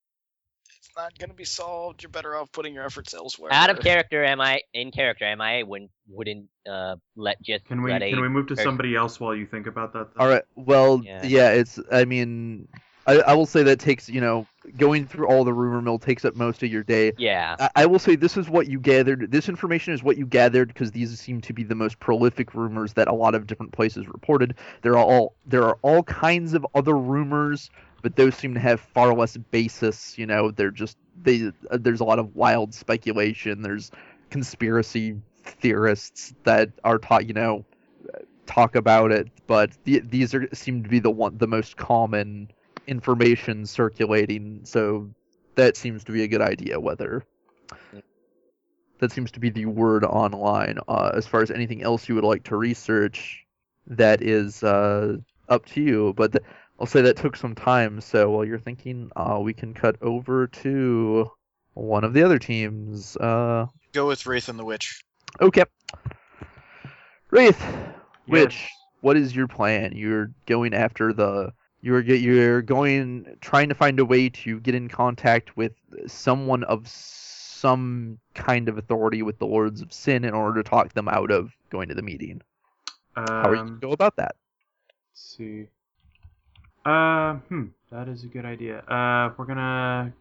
C: It's not going to be solved. You're better off putting your efforts elsewhere.
F: Out of character, am I? In character, MIA wouldn't wouldn't uh let just
B: Can we
F: let a
B: can we move to
F: person-
B: somebody else while you think about that? though?
A: All right. Well,
F: Yeah.
A: yeah. it's. I mean, I, I will say that takes. You know, going through all the rumor mill takes up most of your day.
F: yeah.
A: I, I will say this is what you gathered. This information is what you gathered because these seem to be the most prolific rumors that a lot of different places reported. There are all there are all kinds of other rumors, but those seem to have far less basis. You know, they're just they. uh, There's a lot of wild speculation. There's conspiracy theorists that are taught. You know, talk about it, but the, these are seem to be the one the most common information circulating. So that seems to be a good idea. Whether that seems to be the word online. Uh, as far as anything else you would like to research, that is uh, up to you. But th- I'll say that took some time. So while you're thinking, uh, we can cut over to one of the other teams. Uh,
C: Go with Wraith and the Witch.
A: okay, Wraith,
B: Yes.
A: which what is your plan? You're going after the you're ge- you're going trying to find a way to get in contact with someone of some kind of authority with the Lords of Sin in order to talk them out of going to the meeting. How are you
B: Um,
A: going to go about that?
B: Let's see. Uh, hmm, that is a good idea. Uh, we're gonna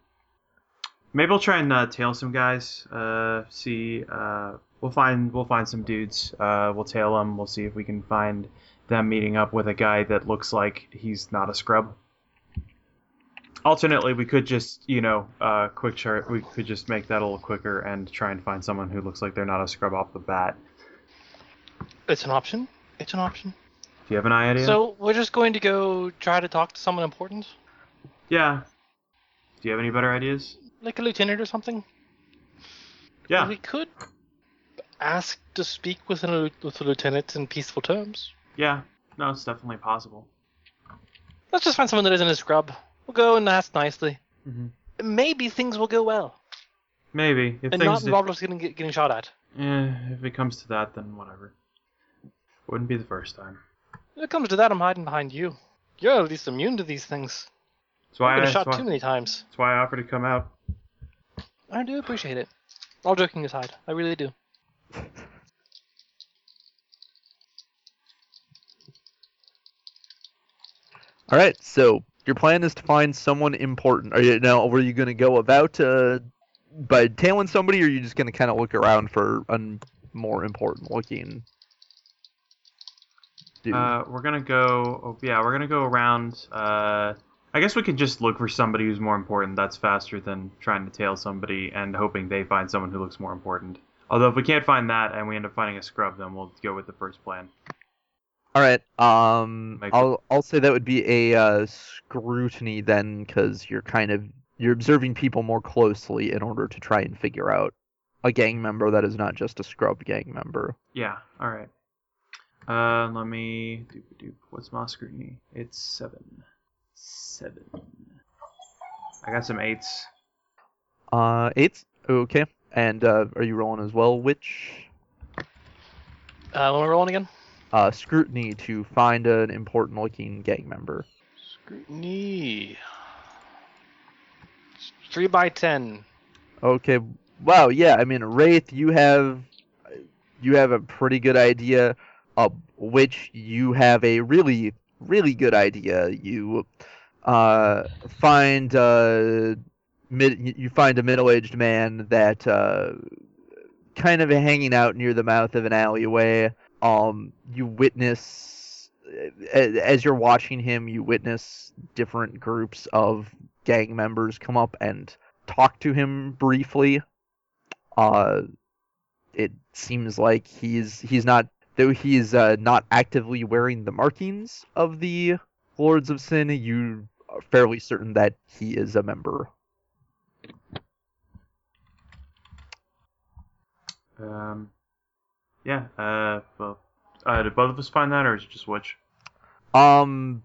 B: maybe we'll try and uh, tail some guys. Uh, see. Uh, we'll find we'll find some dudes. Uh, we'll tail them. We'll see if we can find them meeting up with a guy that looks like he's not a scrub. Alternately, we could just you know uh, quick chart. We could just make that a little quicker and try and find someone who looks like they're not a scrub off the bat.
D: It's an option. It's an option.
B: Do you have an idea?
D: So we're just going to go try to talk to someone important,
B: yeah. Do you have any better ideas?
D: like a lieutenant or something.
B: Yeah.
D: We could ask to speak with an lieu- with the lieutenant in peaceful terms.
B: Yeah, no, it's definitely possible.
D: Let's just find someone that isn't a scrub. We'll go and ask nicely.
B: Mm-hmm.
D: Maybe things will go well,
B: Maybe if
D: and
B: things
D: not
B: did-
D: involve us getting getting shot at.
B: eh, if it comes to that, then whatever. Wouldn't be the first time.
D: When it comes to that, I'm hiding behind you. You're at least immune to these things.
B: That's why,
D: I've
B: I,
D: been
B: that's,
D: shot
B: why,
D: too many times.
B: that's why I offered to come out.
D: I do appreciate it. All joking aside, I really do.
A: All right. So your plan is to find someone important. Are you now? Were you going to go about uh, by tailing somebody, or are you just going to kind of look around for a more important looking? Dude.
B: Uh, we're gonna go. Oh, yeah, we're gonna go around. Uh, I guess we could just look for somebody who's more important. That's faster than trying to tail somebody and hoping they find someone who looks more important. Although if we can't find that and we end up finding a scrub, then we'll go with the first plan.
A: All right. Um,
B: Make it-
A: I'll I'll say that would be a uh, scrutiny then, because you're kind of you're observing people more closely in order to try and figure out a gang member that is not just a scrub gang member.
B: Yeah. All right. Uh, let me. Doop, doop. What's my scrutiny? It's seven. Seven. I got some eights.
A: Uh, eight. Okay. And uh, are you rolling as well? Which
D: Uh, when we're rolling again.
A: uh, scrutiny to find an important looking gang member.
D: Scrutiny. Three by ten.
A: Okay. Wow. Yeah. I mean, Wraith, you have you have a pretty good idea, of which you have a really really good idea. You uh, find uh, mid, you find a middle aged man that uh, kind of hanging out near the mouth of an alleyway. Um, you witness a- as you're watching him, you witness different groups of gang members come up and talk to him briefly. Uh, it seems like he's he's not though he's uh, not actively wearing the markings of the Lords of Sin. You are fairly certain that he is a member.
B: Um, yeah. Uh, well, uh, did both of us find that, or is it just which?
A: Um,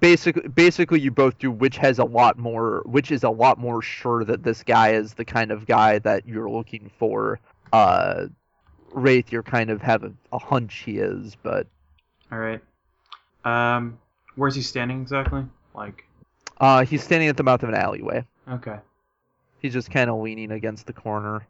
A: basically, basically, you both do which has a lot more, which is a lot more sure that this guy is the kind of guy that you're looking for. Uh, Wraith, you're kind of have a, a hunch he is, but
B: All right. Um, where's he standing exactly? Like,
A: uh, he's standing at the mouth of an alleyway.
B: okay.
A: He's just kind of leaning against the corner.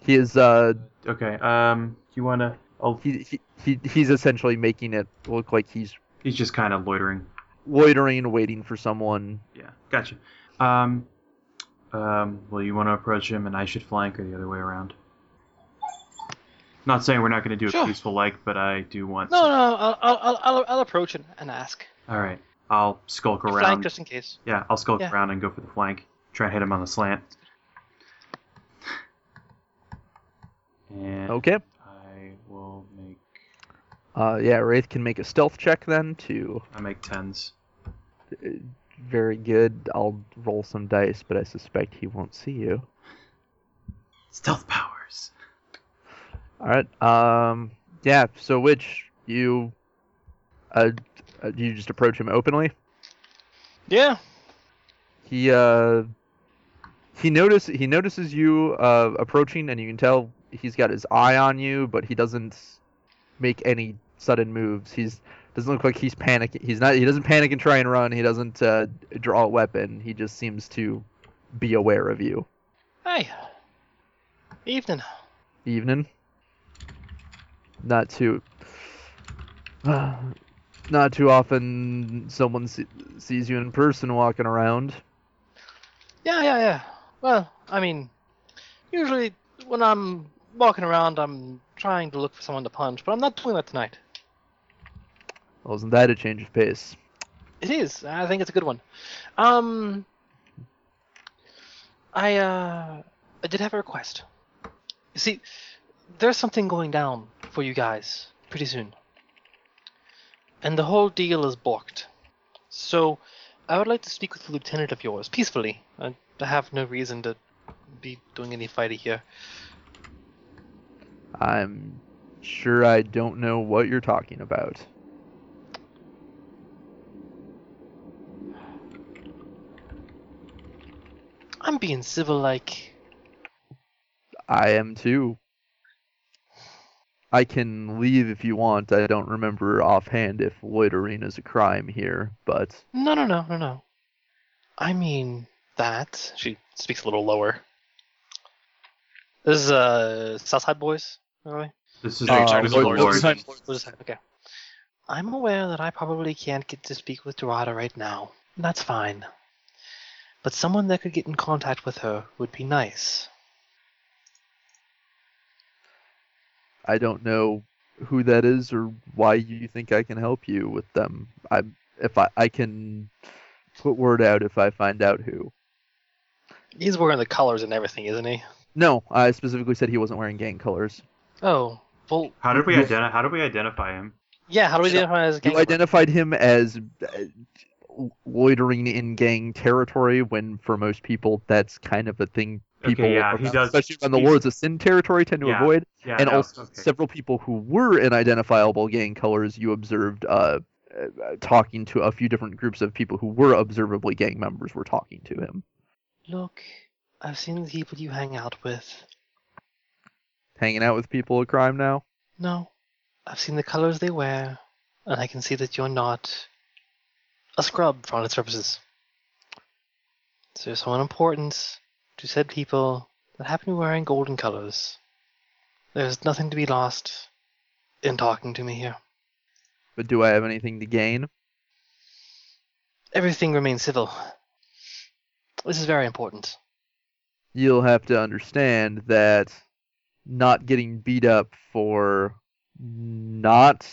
A: He is uh
B: Okay. Um, you wanna? Oh,
A: he, he, he he's essentially making it look like he's
B: he's just kind of loitering.
A: loitering, waiting for someone.
B: Yeah, gotcha. Um, um, well, you want to approach him, and I should flank, or the other way around. Not saying we're not going to do
D: Sure.
B: a peaceful like, but I do want.
D: No, no, I'll, I'll, I'll, I'll, I'll approach and, and ask.
B: All right, I'll skulk around.
D: Flank just in case.
B: Yeah, I'll skulk
D: Yeah.
B: around and go for the flank. Try and hit him on the slant. And
A: Okay.
B: I will make
A: Uh, yeah, Wraith can make a stealth check then to
B: I make tens.
A: very good. I'll roll some dice, but I suspect he won't see you.
B: Stealth powers.
A: All right. Um. Yeah. So, which you, uh, uh, you just approach him openly.
D: Yeah.
A: He uh, he notice he notices you uh approaching, and you can tell he's got his eye on you, but he doesn't make any sudden moves. He's doesn't look like he's panicking. He's not. He doesn't panic and try and run. He doesn't uh, draw a weapon. He just seems to be aware of you.
D: Hey. Evening.
A: evening. Not too. not too often someone se- sees you in person walking around.
D: Yeah, yeah, yeah. Well, I mean, usually when I'm walking around, I'm trying to look for someone to punch, but I'm not doing that tonight.
A: Well, isn't that a change of pace?
D: It is. I think it's a good one. Um, I uh, I did have a request. You see, there's something going down for you guys pretty soon, and the whole deal is balked. So, I would like to speak with the lieutenant of yours peacefully. I I have no reason to be doing any fighting here.
A: I'm sure I don't know what you're talking about.
D: I'm being civil, like.
A: I am too. I can leave if you want. I don't remember offhand if loitering is a crime here, but
D: No, no, no, no, no. I mean that. She speaks a little lower. This is uh Southside Boys, by the way.
B: This is
A: No,
B: uh,
A: you're talking
B: this
A: about
B: lord.
A: Lord.
D: Southside Boys, Southside, Okay. I'm aware that I probably can't get to speak with Dorada right now. and That's fine. But someone that could get in contact with her would be nice.
A: I don't know who that is or why you think I can help you with them. I if I I can put word out if I find out who.
D: He's wearing the colors and everything, isn't he?
A: No, I specifically said he wasn't wearing gang colors.
D: Oh, well,
B: How did we
A: You-
B: identi- How did we identify him?
D: yeah. How do we
A: So,
D: identify as a gang?
A: You identified him as uh, loitering in gang territory when for most people that's kind of a thing
B: Okay,
A: people
B: yeah, he does-
A: especially on the
B: he's-
A: Lords of Sin territory tend to
B: Yeah.
A: avoid.
B: Yeah,
A: and
B: no,
A: also
B: okay.
A: several people who were in identifiable gang colors you observed uh, uh, uh, talking to a few different groups of people who were observably gang members were talking to him
D: Look, I've seen the people you hang out with.
A: hanging out with people a crime now
D: No, I've seen the colors they wear, and I can see that you're not a scrub for all its purposes. So there's someone important to said people that happen to be wearing golden colors. There's nothing to be lost in talking to me here.
A: but do i have anything to gain
D: Everything remains civil. This is very important.
A: you'll have to understand that not getting beat up for not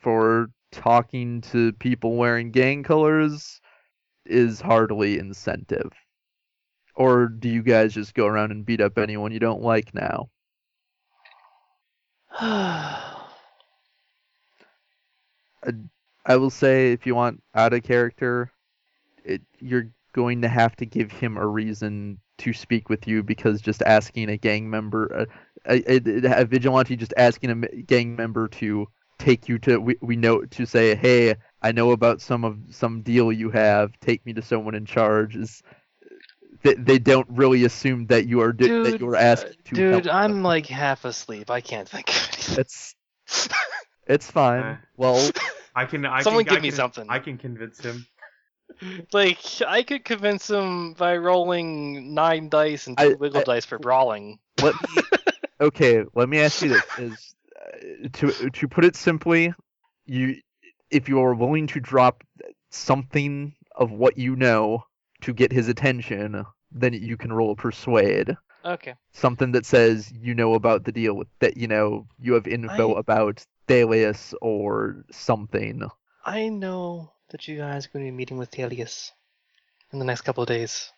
A: for talking to people wearing gang colors is hardly incentive. Or do you guys just go around and beat up anyone you don't like now?
D: I
A: I will say if you want out of character, it, you're going to have to give him a reason to speak with you because just asking a gang member, a, a, a, a vigilante, just asking a m- gang member to take you to we, we know to say, hey, I know about some of some deal you have. Take me to someone in charge. Is they, they don't really assume that you are do, that
D: Dude,
A: you're asking to help
D: Dude,
A: them.
D: I'm like half asleep. I can't think of anything.
A: It's it's fine.
B: Okay.
A: Well,
B: I can. I
D: Someone
B: can,
D: give
B: I
D: me
B: can-
D: something.
B: I can convince him.
D: Like I could convince him by rolling nine dice and
A: I-
D: two wiggle
A: I-
D: dice for brawling.
A: Let me, okay, let me ask you this: is uh, to to put it simply, you if you are willing to drop something of what you know to get his attention, then you can roll a persuade.
D: Okay.
A: Something that says you know about the deal with that you know you have info
D: I-
A: about Thalius or something.
D: I know that you guys are going to be meeting with Thelius in the next couple of days.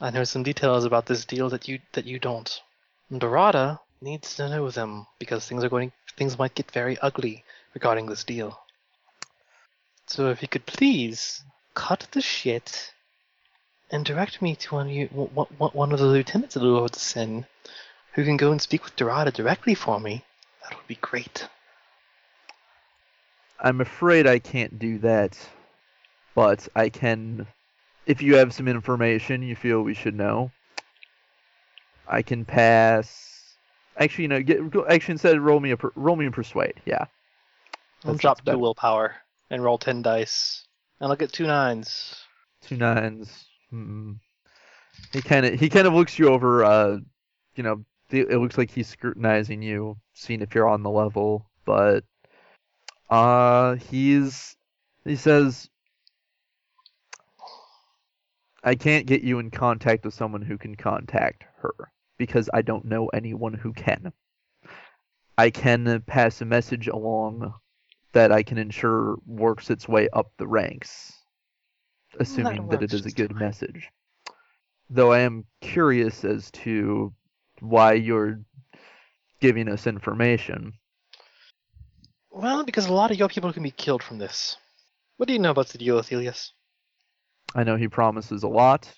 D: I know some details about this deal that you that you don't. And Dorada needs to know them because things are going things might get very ugly regarding this deal. So if you could please cut the shit and direct me to one of you, one, one- one of the lieutenants of the Lord of Sin, who can go and speak with Dorada directly for me, that would be great.
A: I'm afraid I can't do that, but I can. If you have some information you feel we should know, I can pass. Actually, you know, get, go- actually instead roll me a per, roll me a persuade. Yeah,
D: I'll
A: That's
D: drop
A: what's
D: two
A: better.
D: willpower and roll ten dice. And I'll get two nines.
A: two nines. Hmm. He kind of he kind of looks you over. Uh, you know, it it looks like he's scrutinizing you, seeing if you're on the level. But uh, he's he says, I can't get you in contact with someone who can contact her because I don't know anyone who can. I can pass a message along that I can ensure works its way up the ranks, assuming that
D: works
A: it is a
D: just
A: good
D: fine.
A: message. Though I am curious as to why you're giving us information.
D: Well, because a lot of your people can be killed from this. What do you know about the deal, Athelius?
A: I know he promises a lot.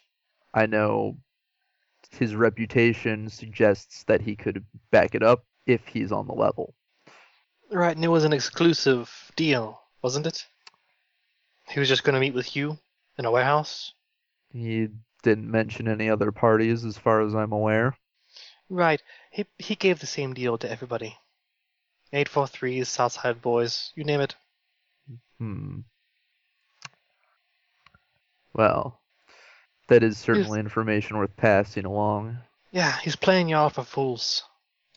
A: I know his reputation suggests that he could back it up if he's on the level.
D: Right, and it was an exclusive deal, wasn't it? He was just going to meet with you in a warehouse?
A: He didn't mention any other parties as far as I'm aware.
D: Right, he, he gave the same deal to everybody. 843s, Southside Boys, you name it.
A: Hmm. Well, that is certainly information worth passing along.
D: Yeah, he's playing you off for fools.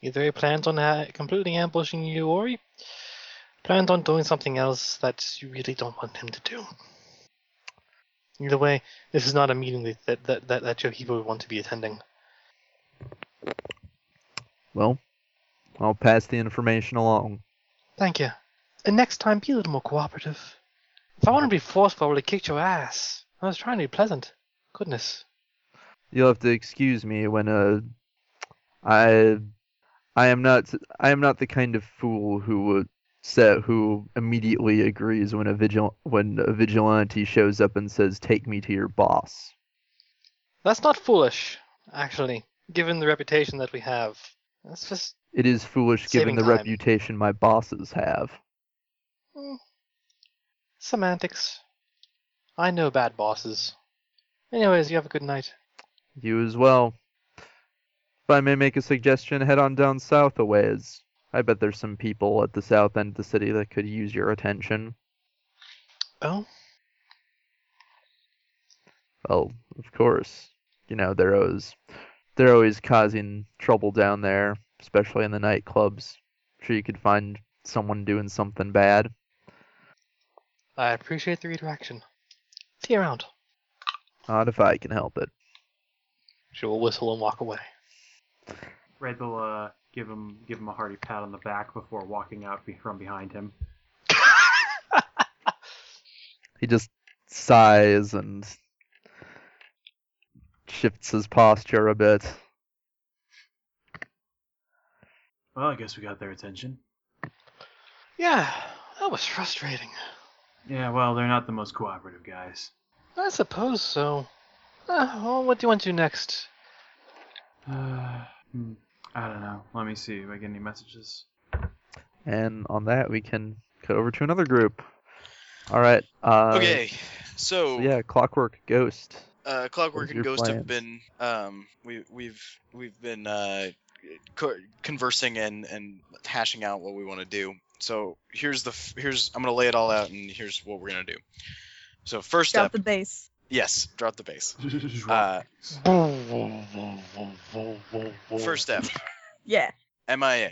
D: Either he plans on uh, completely ambushing you, or he plans on doing something else that you really don't want him to do. Either way, this is not a meeting that that that, that, that your people would want to be attending.
A: Well, I'll pass the information along.
D: Thank you. And next time, be a little more cooperative. If I wanted to be forceful, I would have kicked your ass. I was trying to be pleasant. Goodness.
A: You'll have to excuse me when uh, I, I am not, I am not the kind of fool who would set who immediately agrees when a vigil when a vigilante shows up and says, "Take me to your boss."
D: That's not foolish, actually, given the reputation that we have. That's just
A: It is foolish given
D: Saving
A: the
D: time.
A: reputation my bosses have.
D: Semantics. I know bad bosses. Anyways, you have a good night.
A: You as well. If I may make a suggestion, head on down south a ways. I bet there's some people at the south end of the city that could use your attention.
D: Oh,
A: Well, Oh, of course. You know, they're always they're always causing trouble down there, especially in the nightclubs. Sure you could find someone doing something bad.
D: I appreciate the redirection. See you around.
A: Not if I can help it.
D: She will whistle and walk away.
B: Red will uh, give him give him a hearty pat on the back before walking out be- from behind him.
A: He just sighs and shifts his posture a bit.
B: Well, I guess we got their attention.
D: Yeah, that was frustrating.
B: Yeah, well, they're not the most cooperative guys.
D: I suppose so. Uh, well, what do you want to do next?
B: Uh, hmm, I don't know. Let me see. Do I get any messages?
A: And on that, we can cut over to another group. All right. Uh,
C: okay, so
A: Yeah, Clockwork Ghost.
C: uh, Clockwork
A: What's
C: and
A: your
C: Ghost have been
A: plans?
C: um, we we've we've been uh, co- conversing and and hashing out what we want to do. So here's the f- here's I'm gonna lay it all out and here's what we're gonna do. So first
E: Drop
C: up,
E: the bass.
C: yes, drop the bass. Uh, first step,
E: Yeah.
C: MIA.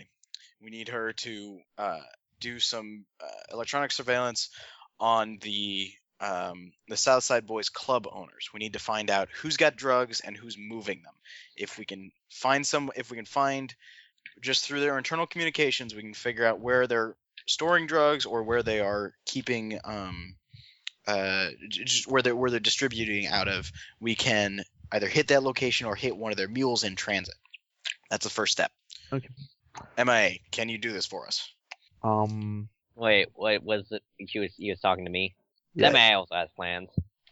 C: We need her to uh, do some uh, electronic surveillance on the um, the Southside Boys club owners. We need to find out who's got drugs and who's moving them. If we can find some, if we can find just through their internal communications, we can figure out where they're storing drugs or where they are keeping, um, uh, j- just where they're where they're distributing out of. We can either hit that location or hit one of their mules in transit. That's the first step.
A: Okay.
C: MIA, can you do this for us?
A: Um.
F: Wait, wait, was it? She was, he was talking to me.
A: yeah.
F: Them owls has plans.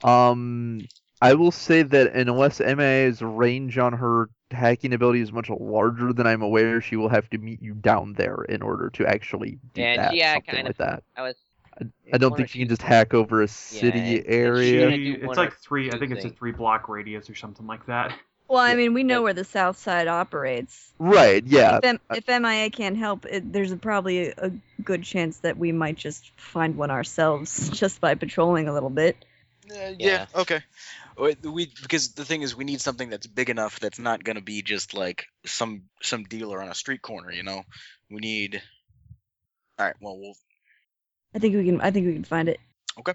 A: Um, I will say that unless MA's range on her hacking ability is much larger than I'm aware, she will have to meet you down there in order to actually do
F: And
A: that.
F: yeah, I
A: something
F: kind
A: like that.
F: I was.
A: I don't
F: wanna
A: think she can
F: shoot-
A: just hack over a city
F: it's- it's
A: area.
F: shooting. do
B: it's
F: one
B: like
F: or
B: three. I
F: two
B: think it's a
F: things.
B: three block radius or something like that.
E: Well, I
F: Yeah.
E: mean, we know
F: Yeah.
E: where the South Side operates.
A: Right? Yeah.
E: If, M-
A: I-
E: if MIA can't help, it, there's probably a, a good chance that we might just find one ourselves just by patrolling a little bit.
C: Uh, yeah,
F: Yeah.
C: okay. We we- because the thing is, we need something that's big enough that's not gonna be just like some some dealer on a street corner. You know, we need. All right. Well, we'll
E: I think we can. I think we can find it.
C: okay.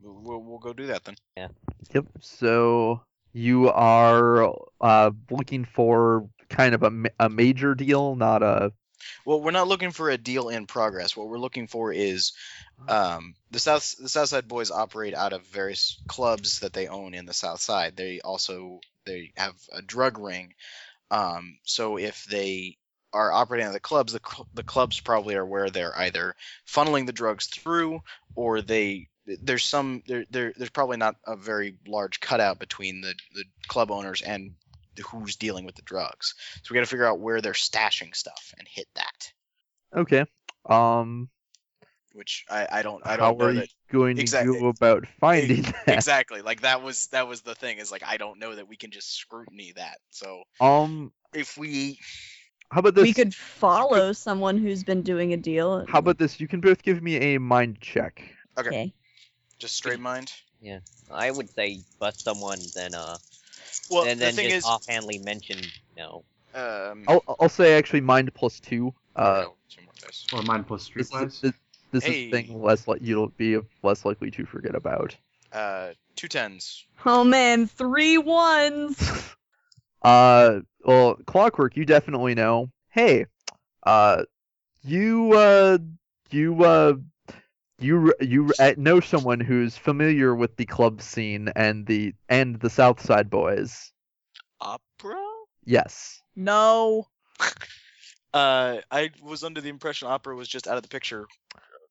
C: We'll we'll, we'll go do that then.
A: Yep. So you are uh looking for kind of a, ma- a major deal, not a
C: Well, we're not looking for a deal in progress. What we're looking for is um, the South the Southside Boys operate out of various clubs that they own in the South Side. They also they have a drug ring. Um, so if they are operating out of the clubs, the cl- the clubs probably are where they're either funneling the drugs through, or they there's some there, there there's probably not a very large cutout between the the club owners and who's dealing with the drugs. So we got to figure out where they're stashing stuff and hit that.
A: okay. Um,
C: Which I, I don't I
A: how
C: don't know
A: are you
C: that
A: going
C: Exactly.
A: to go about finding that?
C: exactly. Like that was that was the thing is like I don't know that we can just scrutiny that. So
A: Um,
C: if we
A: how about this?
E: we could follow someone who's been doing a deal.
A: How about this? You can both give me a mind check.
C: okay.
E: Okay.
C: just straight mind.
F: I would say bust someone, then uh,
C: Well,
F: and
C: the
F: then
C: thing
F: just
C: is,
F: offhandly mention no.
C: um,
A: I'll, I'll say actually mind plus two. Oh, Uh,
C: oh, two more dice.
B: Or mine plus
A: this
B: streetwise.
A: is, this, this is
C: Hey.
A: a thing less li- you'll be less likely to forget about.
C: Uh, two tens.
E: Oh man, three ones.
A: Uh, well, clockwork, you definitely know. Hey, uh, you uh, you uh, you you uh, know someone who's familiar with the club scene and the and the South Side Boys.
C: Opera.
A: Yes.
E: No.
C: Uh, I was under the impression opera was just out of the picture.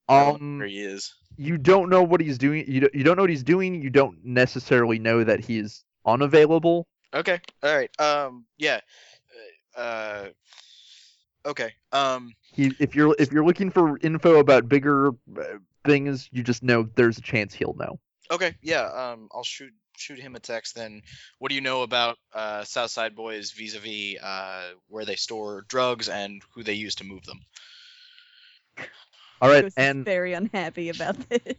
C: I don't know
A: Um.
C: where he is.
A: you don't know what he's doing. You don't, you don't know what he's doing. You don't necessarily know that he's unavailable.
C: Okay. All right. Um. Yeah. Uh. Okay. Um.
A: He, if you're if you're looking for info about bigger uh, things, you just know there's a chance he'll know.
C: Okay, yeah. Um, I'll shoot shoot him a text then. What do you know about uh, Southside Boys vis-a-vis uh, where they store drugs and who they use to move them?
A: All right,
E: Ghost is
A: and
E: very unhappy about this.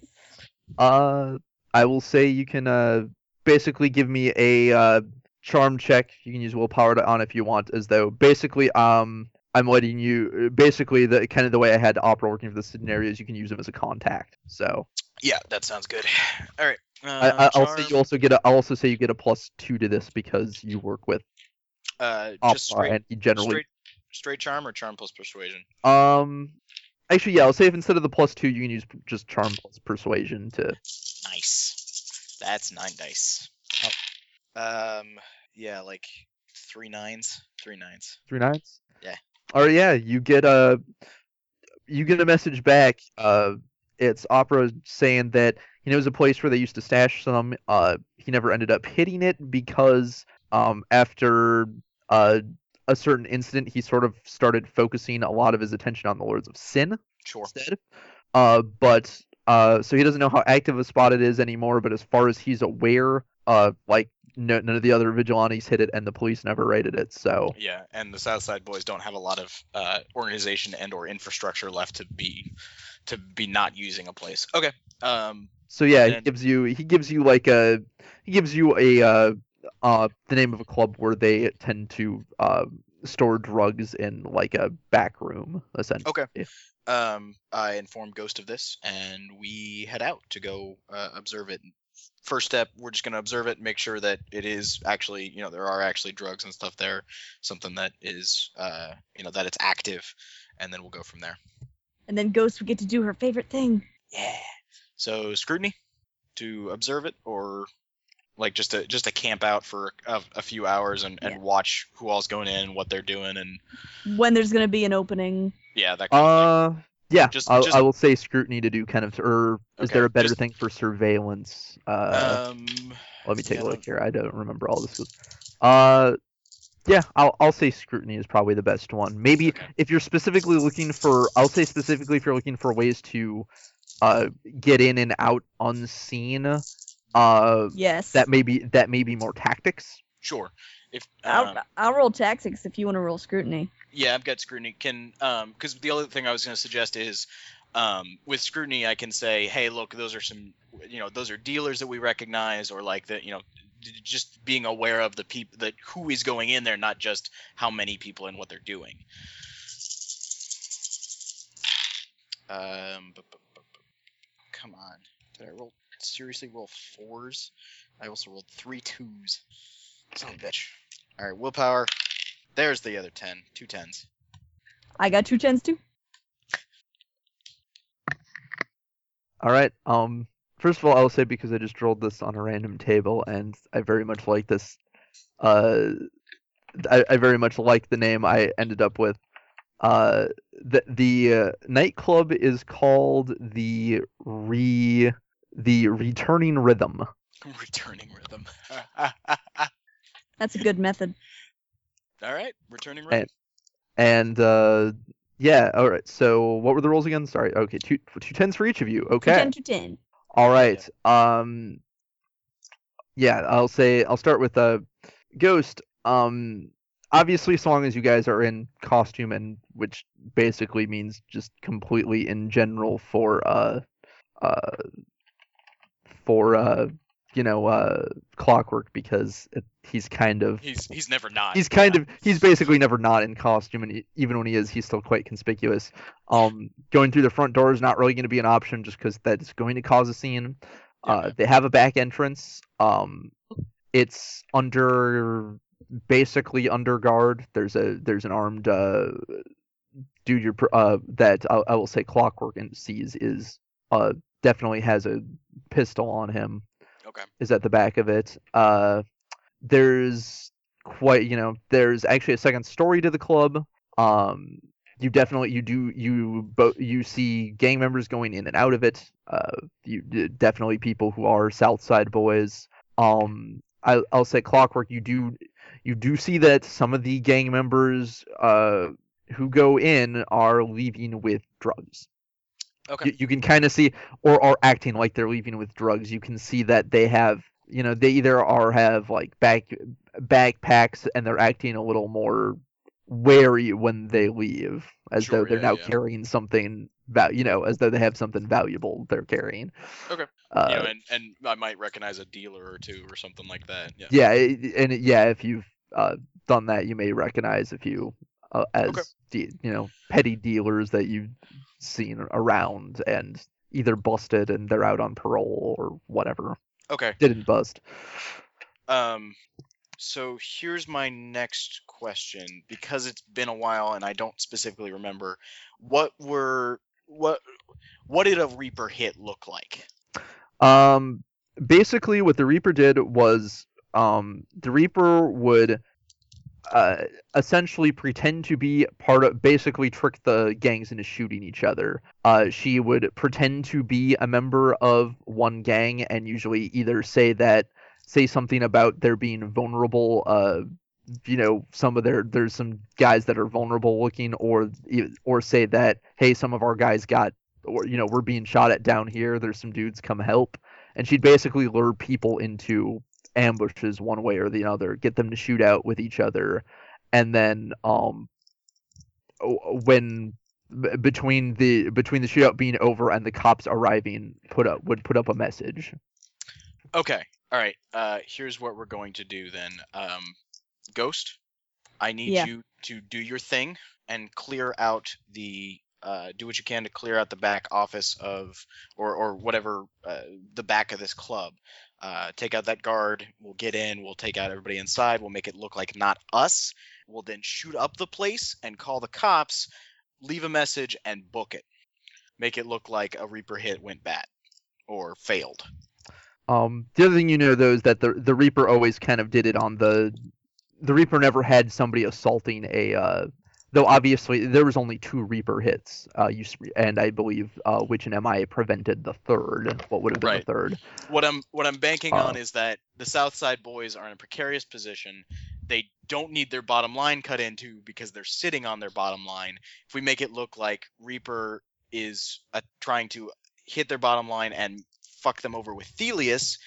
A: uh, I will say you can uh basically give me a uh charm check. You can use willpower to on if you want, as though basically um I'm letting you uh, basically the kind of the way I had to opera working for the scenario is you can use him as a contact. So.
C: Yeah, that sounds good. All right. Uh,
A: I, I, I'll say
C: charm,
A: you also get a. I'll also say you get a plus two to this because you work with
C: uh, just
A: Opera,
C: straight,
A: and he generally.
C: straight, straight charm or charm plus persuasion.
A: Um, actually, yeah, I'll say if instead of the plus two, you can use p- just charm plus persuasion to.
C: Nice. That's nine dice.
A: Oh.
C: Um, yeah, like three nines, three nines.
A: Three nines.
C: Yeah.
A: Or yeah, you get a. You get a message back. Uh, it's Opera saying that he knows a place where they used to stash some. Uh, he never ended up hitting it because um after uh a certain incident, he sort of started focusing a lot of his attention on the Lords of Sin.
C: Sure.
A: instead. Uh, but uh, so he doesn't know how active a spot it is anymore. But as far as he's aware, uh, like no, none of the other vigilantes hit it, and the police never raided it. So
C: Yeah, and the Southside Boys don't have a lot of uh, organization and or infrastructure left to be to be not using a place. Okay. Um,
A: So yeah, he
C: then-
A: gives you he gives you like a he gives you a uh uh the name of a club where they tend to uh store drugs in like a back room essentially.
C: Okay. um, I inform Ghost of this, and we head out to go uh, observe it. First step, we're just gonna observe it, make sure that it is actually, you know, there are actually drugs and stuff there, something that is, uh, you know, that it's active, and then we'll go from there.
E: And then Ghost would get to do her favorite thing.
C: Yeah. So scrutiny to observe it, or like just a just a camp out for a, a few hours and, and
E: Yeah.
C: watch who all's going in, what they're doing, and
E: When there's gonna be an opening.
C: yeah, that. Kind of
A: Uh yeah,
C: Just-
A: I'll, I
C: just-
A: will say scrutiny to do kind of, or is
C: Okay,
A: there a better
C: just-
A: thing for surveillance? Uh,
C: thing. um,
A: let me take
C: yeah,
A: a
C: no.
A: look here. I don't remember all this. Was, uh, yeah, I'll I'll say scrutiny is probably the best one. Maybe
C: Okay.
A: if you're specifically looking for, I'll say specifically if you're looking for ways to, uh, get in and out unseen. Uh,
E: Yes.
A: that may be that may be more tactics.
C: sure. If um,
E: I'll, I'll roll tactics if you want to roll scrutiny.
C: Yeah, I've got scrutiny. Can um, because the other thing I was gonna suggest is, um, with scrutiny I can say, hey, look, those are some, you know, those are dealers that we recognize, or like that, you know, d- d- just being aware of the people that who is going in there, not just how many people and what they're doing. Um, bu- bu- bu- bu- come on, did I roll seriously roll fours? I also rolled three twos. Son of a bitch. All right, willpower. There's the other ten. Two tens.
E: I got two tens too.
A: All right. Um, first of all, I'll say because I just rolled this on a random table, and I very much like this. Uh, I, I very much like the name I ended up with. Uh, the the uh, nightclub is called the re the returning rhythm.
C: Returning rhythm.
E: That's a good method.
C: All right, returning
A: Hey.
C: rhythm.
A: And uh, yeah. All right. So what were the rolls again? Sorry. Okay. Two two tens for each of you. Okay.
E: Two ten, two ten.
A: All right. Um yeah, I'll say I'll start with uh Ghost. Um obviously so long as you guys are in costume and which basically means just completely in general for uh uh for uh you know uh clockwork because it, he's kind of
C: He's he's never not.
A: he's kind of he's basically never not in costume and e- even when he is he's still quite conspicuous um going through the front door is not really going to be an option just because that's going to cause a scene uh
C: Yeah.
A: they have a back entrance um it's under basically under guard there's a there's an armed uh dude your pr- uh that I, I will say clockwork and sees is uh definitely has a pistol on him
C: Okay.
A: is at the back of it. Uh, there's quite, you know, there's actually a second story to the club. Um, you definitely, you do, you both, you see gang members going in and out of it. Uh, you d- definitely people who are South Side boys. Um, I, I'll say Clockwork. You do, you do see that some of the gang members, uh, who go in are leaving with drugs
C: Okay.
A: you, you can kind of see or are acting like they're leaving with drugs you can see that they have you know they either are have like back backpacks and they're acting a little more wary when they leave as
C: Sure,
A: though they're
C: yeah,
A: now
C: yeah.
A: carrying something val- you know as though they have something valuable they're carrying
C: Okay.
A: uh,
C: you know, and, and I might recognize a dealer or two or something like that. Yeah.
A: yeah it- and it- yeah if you've uh, done that you may recognize a few uh, as de- you know petty dealers that you've seen around and either busted and they're out on parole or whatever
C: Okay.
A: didn't bust
C: Um, so here's my next question because it's been a while and I don't specifically remember what were what what did a Reaper hit look like?
A: um basically what the reaper did was um the reaper would uh, essentially pretend to be part of basically trick the gangs into shooting each other uh, she would pretend to be a member of one gang and usually either say that say something about their being vulnerable uh you know some of their there's some guys that are vulnerable looking or or say that hey some of our guys got or you know we're being shot at down here there's some dudes come help and she'd basically lure people into ambushes one way or the other get them to shoot out with each other and then um w- when b- between the between the shootout being over and the cops arriving put up would put up a message.
C: Okay. All right. Uh, here's what we're going to do then. Um, Ghost, I need
E: Yeah.
C: you to do your thing and clear out the. Uh, do what you can to clear out the back office of, or or whatever, uh, the back of this club. Uh, take out that guard. We'll get in. We'll take out everybody inside. We'll make it look like not us. We'll then shoot up the place and call the cops. Leave a message and book it. Make it look like a Reaper hit went bad or failed.
A: Um, the other thing you know though is that the the Reaper always kind of did it on the the Reaper never had somebody assaulting a uh, though obviously there was only two Reaper hits. Uh, you s- and I believe uh, Witch and MI prevented the third. What would have been
C: Right.
A: the third?
C: What I'm what I'm banking
A: Uh,
C: on is that the South Side boys are in a precarious position. They don't need their bottom line cut into because they're sitting on their bottom line. If we make it look like Reaper is uh, trying to hit their bottom line and fuck them over with Thelius,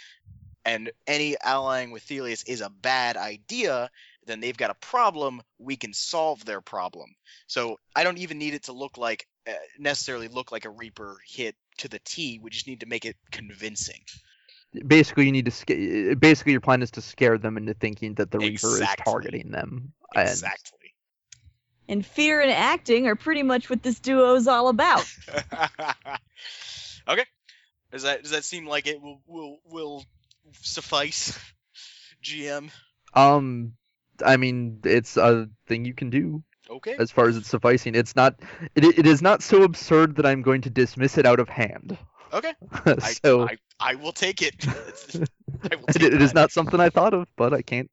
C: and any allying with Thelius is a bad idea, then they've got a problem. We can solve their problem. So I don't even need it to look like uh, necessarily look like a Reaper hit to the T. We just need to make it convincing.
A: Basically, you need to sca- basically your plan is to scare them into thinking that the Reaper is
C: Exactly.
A: targeting them. and-
C: Exactly.
E: And fear and acting are pretty much what this duo is all about.
C: okay. Does that does that seem like it will will will suffice, GM?
A: Um, I mean, it's a thing you can do
C: Okay.
A: as far as it's sufficing. It's not, it, it is not so absurd that I'm going to dismiss it out of hand.
C: Okay. I,
A: so
C: I I will take it. I will
A: it-
C: take
A: it is
C: that.
A: not something I thought of, but I can't.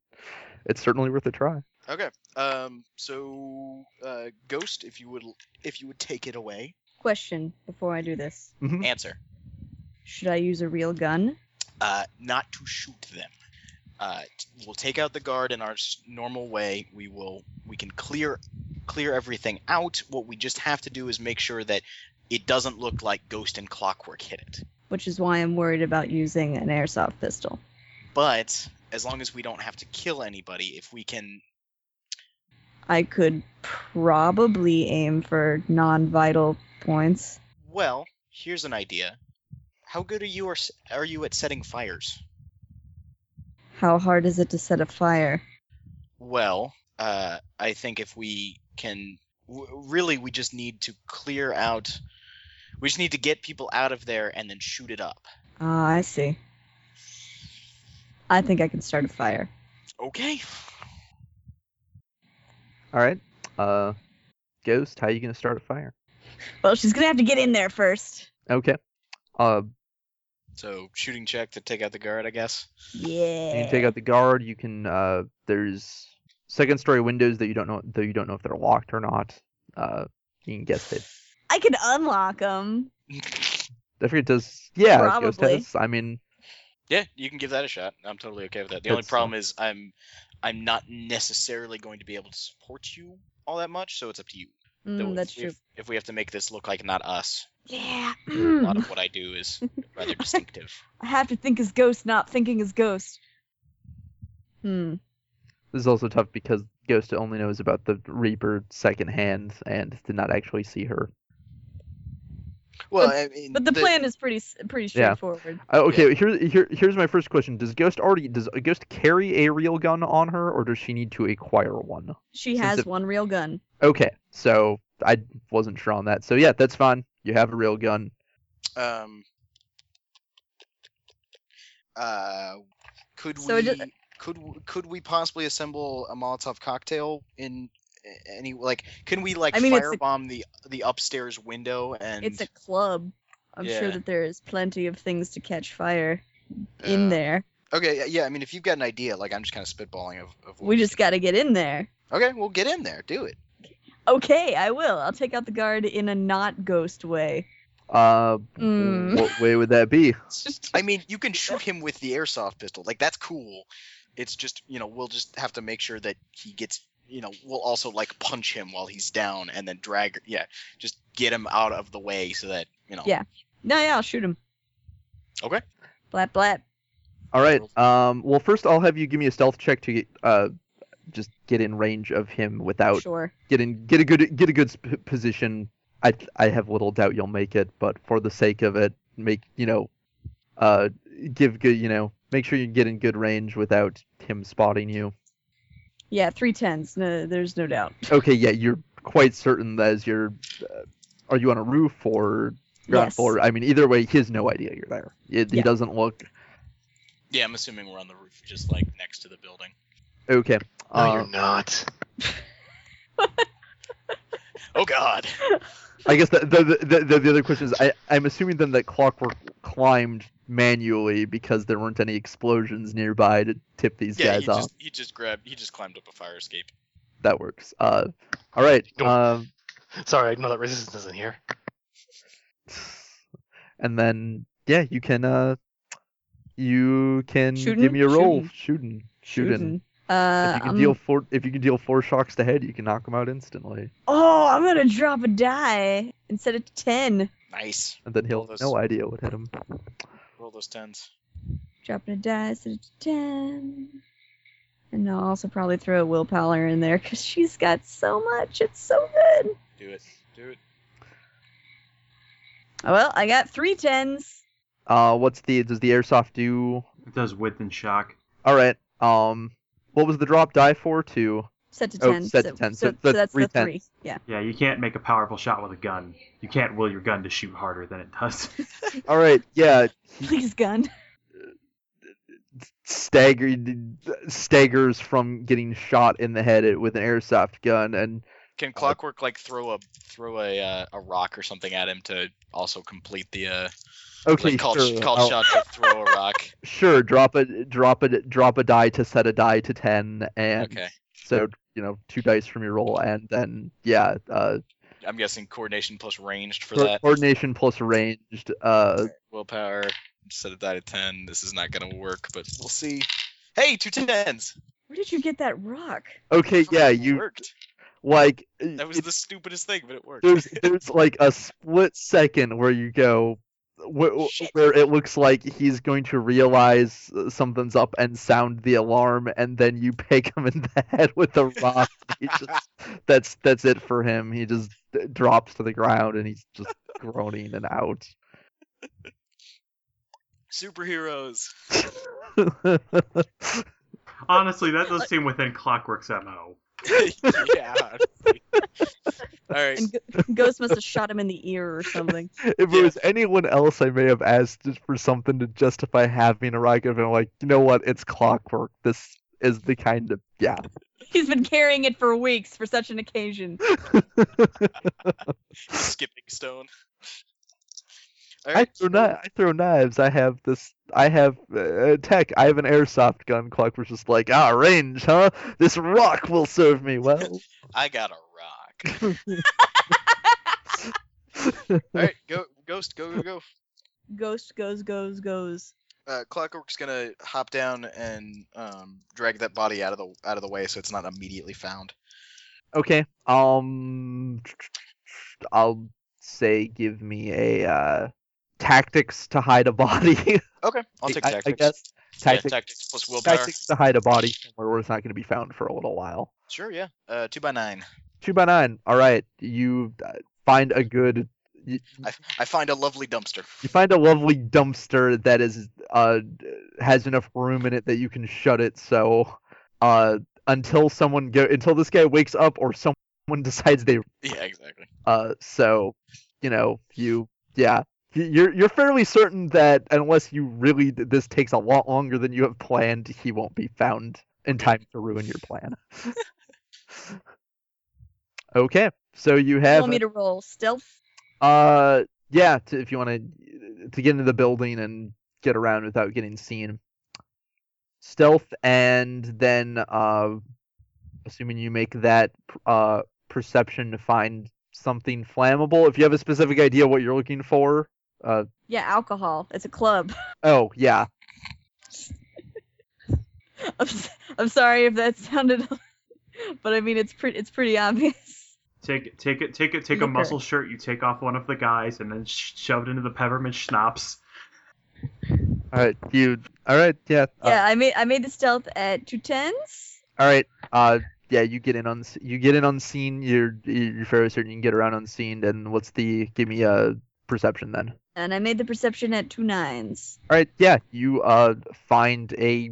A: It's certainly worth a try.
C: Okay. Um. So, uh, Ghost, if you would if you would take it away,
E: Question before I do this
C: answer.
E: Should I use a real gun?
C: uh, not to shoot them. Uh, t- we'll take out the guard in our s- normal way. We will we can clear clear everything out. What we just have to do is make sure that it doesn't look like Ghost and Clockwork hit it.
E: Which is why I'm worried about using an airsoft pistol.
C: But as long as we don't have to kill anybody, if we can,
E: I could probably aim for non vital points.
C: well, here's an idea. How good are you are, s- are you at setting fires?
E: How hard is it to set a fire?
C: Well, uh, I think if we can, w- really, we just need to clear out. We just need to get people out of there and then shoot it up.
E: Ah, I see. I think I can start a fire.
C: Okay.
A: All right. Uh, Ghost, how you gonna start a fire?
E: Well, she's gonna have to get in there first.
A: Okay. Uh,
C: So shooting check to take out the guard, I guess.
E: Yeah.
A: you can take out the guard. You can. Uh, there's second story windows that you don't know though you don't know if they're locked or not. Uh, you can guess it.
E: I could unlock them.
A: I forget does yeah ghost
E: Probably.
A: has. I mean,
C: yeah, you can give that a shot. I'm totally okay with that. The only
A: That's-
C: problem is I'm I'm not necessarily going to be able to support you all that much, so it's up to you. Though
E: Mm,
C: if-
E: that's
C: if,
E: true.
C: If we have to make this look like not us,
E: Yeah.
C: a lot
E: mm.
C: of what I do is rather distinctive.
E: I have to think as ghost, not thinking as ghost. Hmm.
A: this is also tough because Ghost only knows about the Reaper secondhand and did not actually see her.
C: Well, I mean,
E: But the, plan is pretty s- pretty
A: Yeah.
E: straightforward.
A: Uh, okay, here, here here's my first question: Does Ghost already does Ghost carry a real gun on her, or does she need to acquire one?
E: She
A: Since
E: has
A: it-
E: one real gun.
A: Okay, so I wasn't sure on that. So yeah, that's fine. You have a real gun.
C: um uh could
E: So
C: we
E: it ju-
C: could w- could we possibly assemble a Molotov cocktail in a- any like can we like
E: I mean, it's a-
C: firebomb the the upstairs window and
E: It's a club. I'm
C: Yeah.
E: sure that there is plenty of things to catch fire in
C: uh,
E: there.
C: Okay, yeah, yeah, I mean if you've got an idea, like I'm just kind of spitballing of, of what
E: We just
C: can-
E: got to get in there.
C: Okay, well get in there, do it.
E: Okay, I will. I'll take out the guard in a not ghost way.
A: Uh,
E: Mm.
A: what way would that be?
C: I mean, you can shoot him with the airsoft pistol. Like that's cool. It's just, you know, we'll just have to make sure that he gets, you know, we'll also like punch him while he's down and then drag yeah, just get him out of the way so that, you know.
E: Yeah. No, yeah, I'll shoot him.
C: Okay.
E: Blap blap.
A: All right. Um. Well, first I'll have you give me a stealth check to get uh, just get in range of him without
E: Sure.
A: get in get a good get a good sp- position I I have little doubt you'll make it, but for the sake of it, make you know, uh, give good you know, make sure you get in good range without him spotting you.
E: Yeah, three tens. No, there's no doubt.
A: Okay, yeah, you're quite certain that as you're, uh, are you on a roof or ground
E: Yes.
A: floor? I mean, either way, he has no idea you're there. He, he
E: Yeah.
A: doesn't look
C: Yeah, I'm assuming we're on the roof, just like next to the building.
A: okay.
D: No,
A: uh,
D: you're not.
C: Oh God.
A: I guess the the, the the the other question is I I'm assuming then that clockwork climbed manually because there weren't any explosions nearby to tip these
C: Yeah,
A: guys
C: he
A: off.
C: just he just grabbed he just climbed up a fire escape.
A: That works. Uh, all right.
D: Don't-
A: Um,
D: Sorry, I know that resistance isn't here.
A: and then yeah, you can uh, you can give
E: Shootin'?
A: me a roll. Shooting, shooting. um,
E: Uh,
A: If you can
E: I'm-
A: deal four, if you can deal four shocks to head, you can knock them out instantly,
E: Oh, I'm gonna drop a die instead of ten.
C: Nice.
A: and then he'll
C: All
A: have
C: those-
A: no idea what hit him.
C: Roll those tens.
E: Dropping a die instead of ten. And I'll also probably throw a willpower in there because she's got so much. It's so good.
C: Do it. Do it.
E: Oh, Well, I got three tens.
A: Uh, what's the does the airsoft do?
B: It does width and shock.
A: All right. Um, what was the drop die for? Two.
E: Set to
A: Oh,
E: ten.
A: set
E: so,
A: to 10,
E: So,
A: so the
E: that's
A: three
E: the three. Yeah.
B: Yeah, you can't make a powerful shot with a gun. You can't will your gun to shoot harder than it does.
A: All right. Yeah.
E: Please, gun.
A: Staggered, staggers from getting shot in the head with an airsoft gun, and
C: Can Clockwork like throw a throw a uh, a rock or something at him to also complete the uh
A: okay,
C: like, call,
A: sure.
C: call
A: I'll-
C: shot to throw a rock?
A: Sure, drop a drop a drop a die to set a die to ten, and
C: Okay.
A: so you know two dice from your roll, and then yeah, uh,
C: I'm guessing coordination plus ranged for
A: co-
C: that.
A: coordination plus ranged. Uh,
C: Willpower. Set it die to ten. This is not gonna work, but we'll see. Hey, two tens.
E: Where did you get that rock?
A: okay, yeah, you
C: worked.
A: like
C: That was the stupidest thing, but it worked.
A: there's there's like a split second where you go where,
C: Shit.
A: where it looks like he's going to realize uh, something's up and sound the alarm and then you peg him in the head with a rock he just, that's that's it for him he just d- drops to the ground and he's just groaning and out
C: Superheroes.
B: Honestly, that does seem within Clockwork's MO.
C: yeah. honestly. All right.
E: And Go- Ghost must have shot him in the ear or something.
A: if
C: Yeah.
A: it was anyone else i may have asked just for something to justify having a rocket and I'm like you know what it's clockwork this is the kind of yeah
E: He's been carrying it for weeks for such an occasion.
C: Skipping stone. All
A: I
C: right.
A: throw kni- I throw knives. I have this. I have uh, tech. I have an airsoft gun. Clock was just like, ah, range, huh? This rock will serve me well.
C: I got a rock. All right, go, Ghost, go, go, go.
E: Ghost goes, goes, goes.
C: Uh, Clockwork's gonna hop down and um, drag that body out of the out of the way so it's not immediately found.
A: okay. Um, I'll say, give me a uh, tactics to hide a body.
C: Okay, I'll take
A: I- I
C: tactics.
A: guess
C: Yeah,
A: tactics.
C: tactics plus willpower.
A: tactics to hide a body somewhere where it's not going to be found for a little while.
C: Sure, yeah. Uh, two by nine.
A: Two by nine. All right. You uh, find a good. You,
C: I, I find a lovely dumpster.
A: You find a lovely dumpster that is uh has enough room in it that you can shut it. So uh until someone go until this guy wakes up or someone decides they
C: Yeah, exactly.
A: uh so you know you yeah Y- you're you're fairly certain that unless you really this takes a lot longer than you have planned, he won't be found in time to ruin your plan. okay, so you
E: You
A: have
E: want me to roll stealth?
A: uh, yeah. To, if you want to to get into the building and get around without getting seen, stealth, and then uh, assuming you make that uh perception to find something flammable. If you have a specific idea what you're looking for, uh,
E: Yeah, alcohol. It's a club.
A: oh yeah,
E: I'm, s- I'm sorry if that sounded, but I mean it's pretty. It's pretty obvious.
B: Take take it take it take a
E: Liquor.
B: muscle shirt. You take off one of the guys and then sh- shove it into the peppermint schnapps.
A: all right, you, all right, yeah, uh,
E: yeah, I made I made the stealth at two tens.
A: all right, uh, yeah, you get in uns you get in unseen. You're you're fairly certain you can get around unseen. And what's the give me a perception then?
E: And I made the perception at two nines.
A: All right, yeah, you uh find a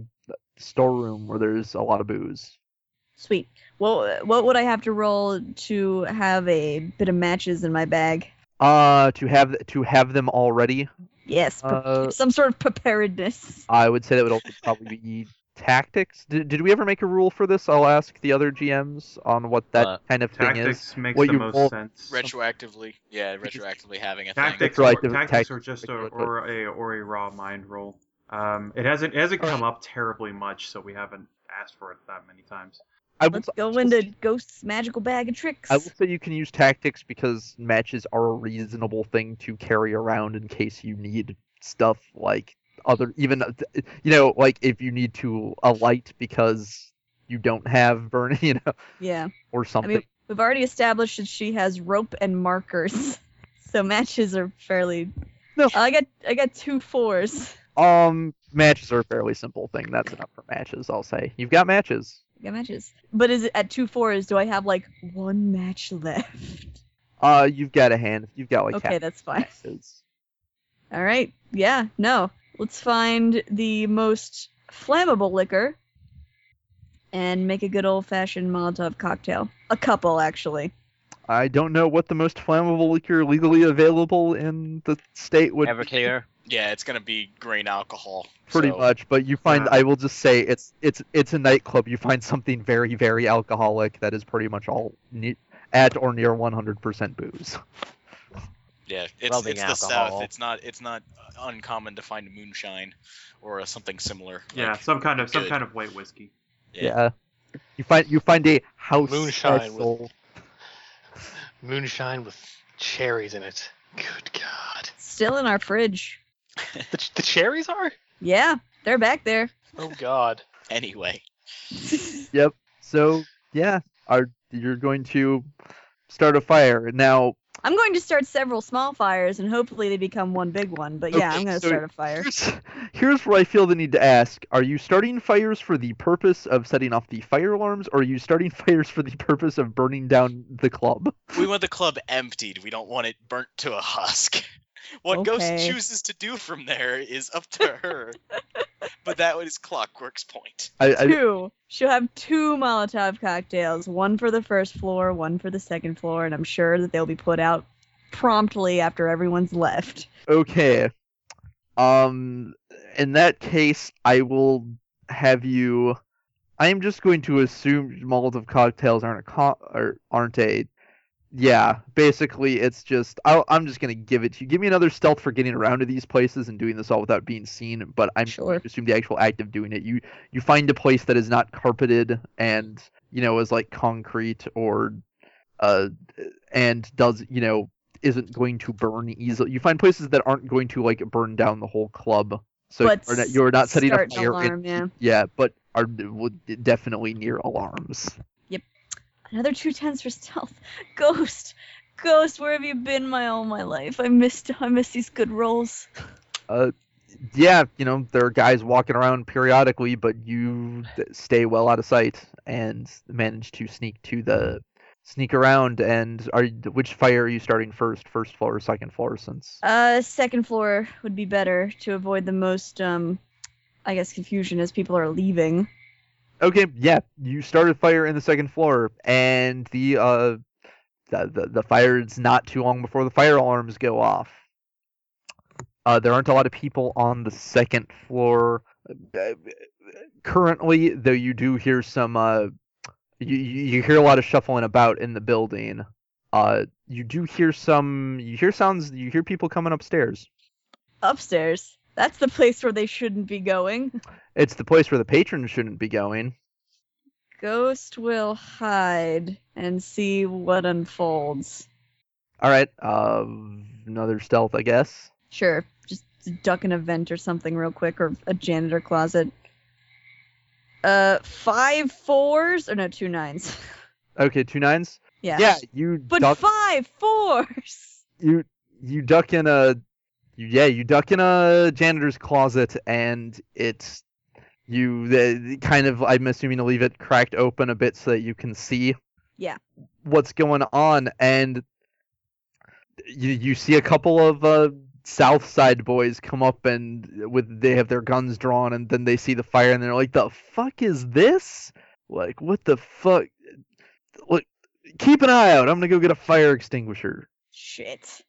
A: storeroom where there's a lot of booze.
E: Sweet. Well, what would I have to roll to have a bit of matches in my bag?
A: Uh, to have to have them already,
E: Yes, pre-
A: uh,
E: some sort of preparedness.
A: I would say that would also probably be tactics. Did, did we ever make a rule for this? I'll ask the other GMs on what that
F: Uh,
A: kind of thing is.
B: Tactics makes
A: what
B: the
A: you
B: most
A: roll-
B: sense.
C: Retroactively, yeah, retroactively having a thing.
B: Tactics,
A: Retroactive
B: or, tactics,
A: tactics.
B: or just a or a or a raw mind roll. Um, it hasn't it hasn't come up terribly much, so we haven't asked for it that many times.
A: I will
E: Let's go into Ghost's magical bag of tricks.
A: I will say you can use tactics because matches are a reasonable thing to carry around in case you need stuff like other even uh, th- you know like if you need to alight because you don't have burn you know
E: Yeah,
A: or
E: I
A: something.
E: mean we've already established that she has rope and markers, so matches are fairly.
A: No.
E: I got I got two fours.
A: um, matches are a fairly simple thing. That's enough for matches. I'll say you've got matches.
E: I got matches. But is it at two fours? Do I have like one match left?
A: Uh, you've got a hand. You've got like
E: Okay,
A: half
E: that's fine.
A: matches.
E: All right. Yeah. No. Let's find the most flammable liquor and make a good old-fashioned Molotov cocktail. A couple, actually.
A: I don't know what the most flammable liquor legally available in the state would be.
F: Everclear.
C: Yeah, it's gonna be grain alcohol.
A: pretty
C: so- uh,
A: much but you find
B: Yeah.
A: i will just say it's it's it's a nightclub you find something very very alcoholic that is pretty much all ne- at or near 100% booze
C: Yeah, it's,
F: Rubbing
C: it's the
F: alcohol.
C: South. It's not it's not uncommon to find moonshine or something similar.
B: yeah,
C: like-
B: some kind of some
C: good.
B: kind of white whiskey.
C: Yeah.
A: you find you find a house
D: Moonshine with-
A: special.
D: Moonshine with cherries in it. Good God.
E: Still in our fridge.
D: The, ch- the cherries are?
E: Yeah, they're back there.
D: Oh God.
C: Anyway,
A: so yeah are you're going to start a fire now
E: I'm going to start several small fires and hopefully they become one big one. But yeah,
A: Okay,
E: I'm going to
A: so-
E: start a fire.
A: here's, here's where i feel the need to ask are you starting fires for the purpose of setting off the fire alarms or are you starting fires for the purpose of burning down the club
C: we want the club emptied. We don't want it burnt to a husk. What Ghost
E: Okay.
C: chooses to do from there is up to her. but that was Clockwork's point.
A: I, I,
E: Two. She'll have two Molotov cocktails, one for the first floor, one for the second floor, and I'm sure that they'll be put out promptly after everyone's left.
A: Okay. Um in that case I will have you I am just going to assume Molotov cocktails aren't a co- or aren't a yeah, basically it's just I I'm just going to give it to you. Give me another stealth for getting around to these places and doing this all without being seen, but I'm
E: Sure.
A: going to assume the actual act of doing it. You you find a place that is not carpeted and you know is like concrete or uh and does, you know, isn't going to burn easily. You find places that aren't going to like burn down the whole club. So
E: But
A: you're not, you're not setting a
E: start an
A: fire. in-
E: alarm, yeah.
A: but are would definitely near alarms.
E: Another two tens for stealth. Ghost, ghost, where have you been my all my life? I missed, I miss these good rolls.
A: Yeah, you know there are guys walking around periodically, but you d- stay well out of sight and manage to sneak to the sneak around. And are you- which fire are you starting first? First floor or second floor? Since
E: Uh, second floor would be better to avoid the most, um, I guess confusion as people are leaving.
A: Okay, yeah, you started fire in the second floor, and the uh, the the, the fire is not too long before the fire alarms go off. Uh, there aren't a lot of people on the second floor uh, currently, though. You do hear some. Uh, you you you hear a lot of shuffling about in the building. Uh, you do hear some. You hear sounds. You hear people coming upstairs.
E: Upstairs. That's the place where they shouldn't be going.
A: It's the place where the patrons shouldn't be going.
E: Ghost will hide and see what unfolds.
A: All right, uh, another stealth, I guess.
E: Sure, just duck in a vent or something real quick, or a janitor closet. Uh, five fours or no, two nines.
A: Okay, two nines.
E: Yeah.
A: Yeah, you
E: But
A: duck.
E: five fours.
A: you you duck in a. You, yeah, you duck in a janitor's closet, and it's you the, kind of i'm assuming to leave it cracked open a bit so that you can see
E: Yeah.
A: what's going on and you you see a couple of uh south side boys come up and with they have their guns drawn and then they see the fire and they're like the fuck is this like what the fuck Look, keep an eye out i'm gonna go get a fire extinguisher
E: Shit.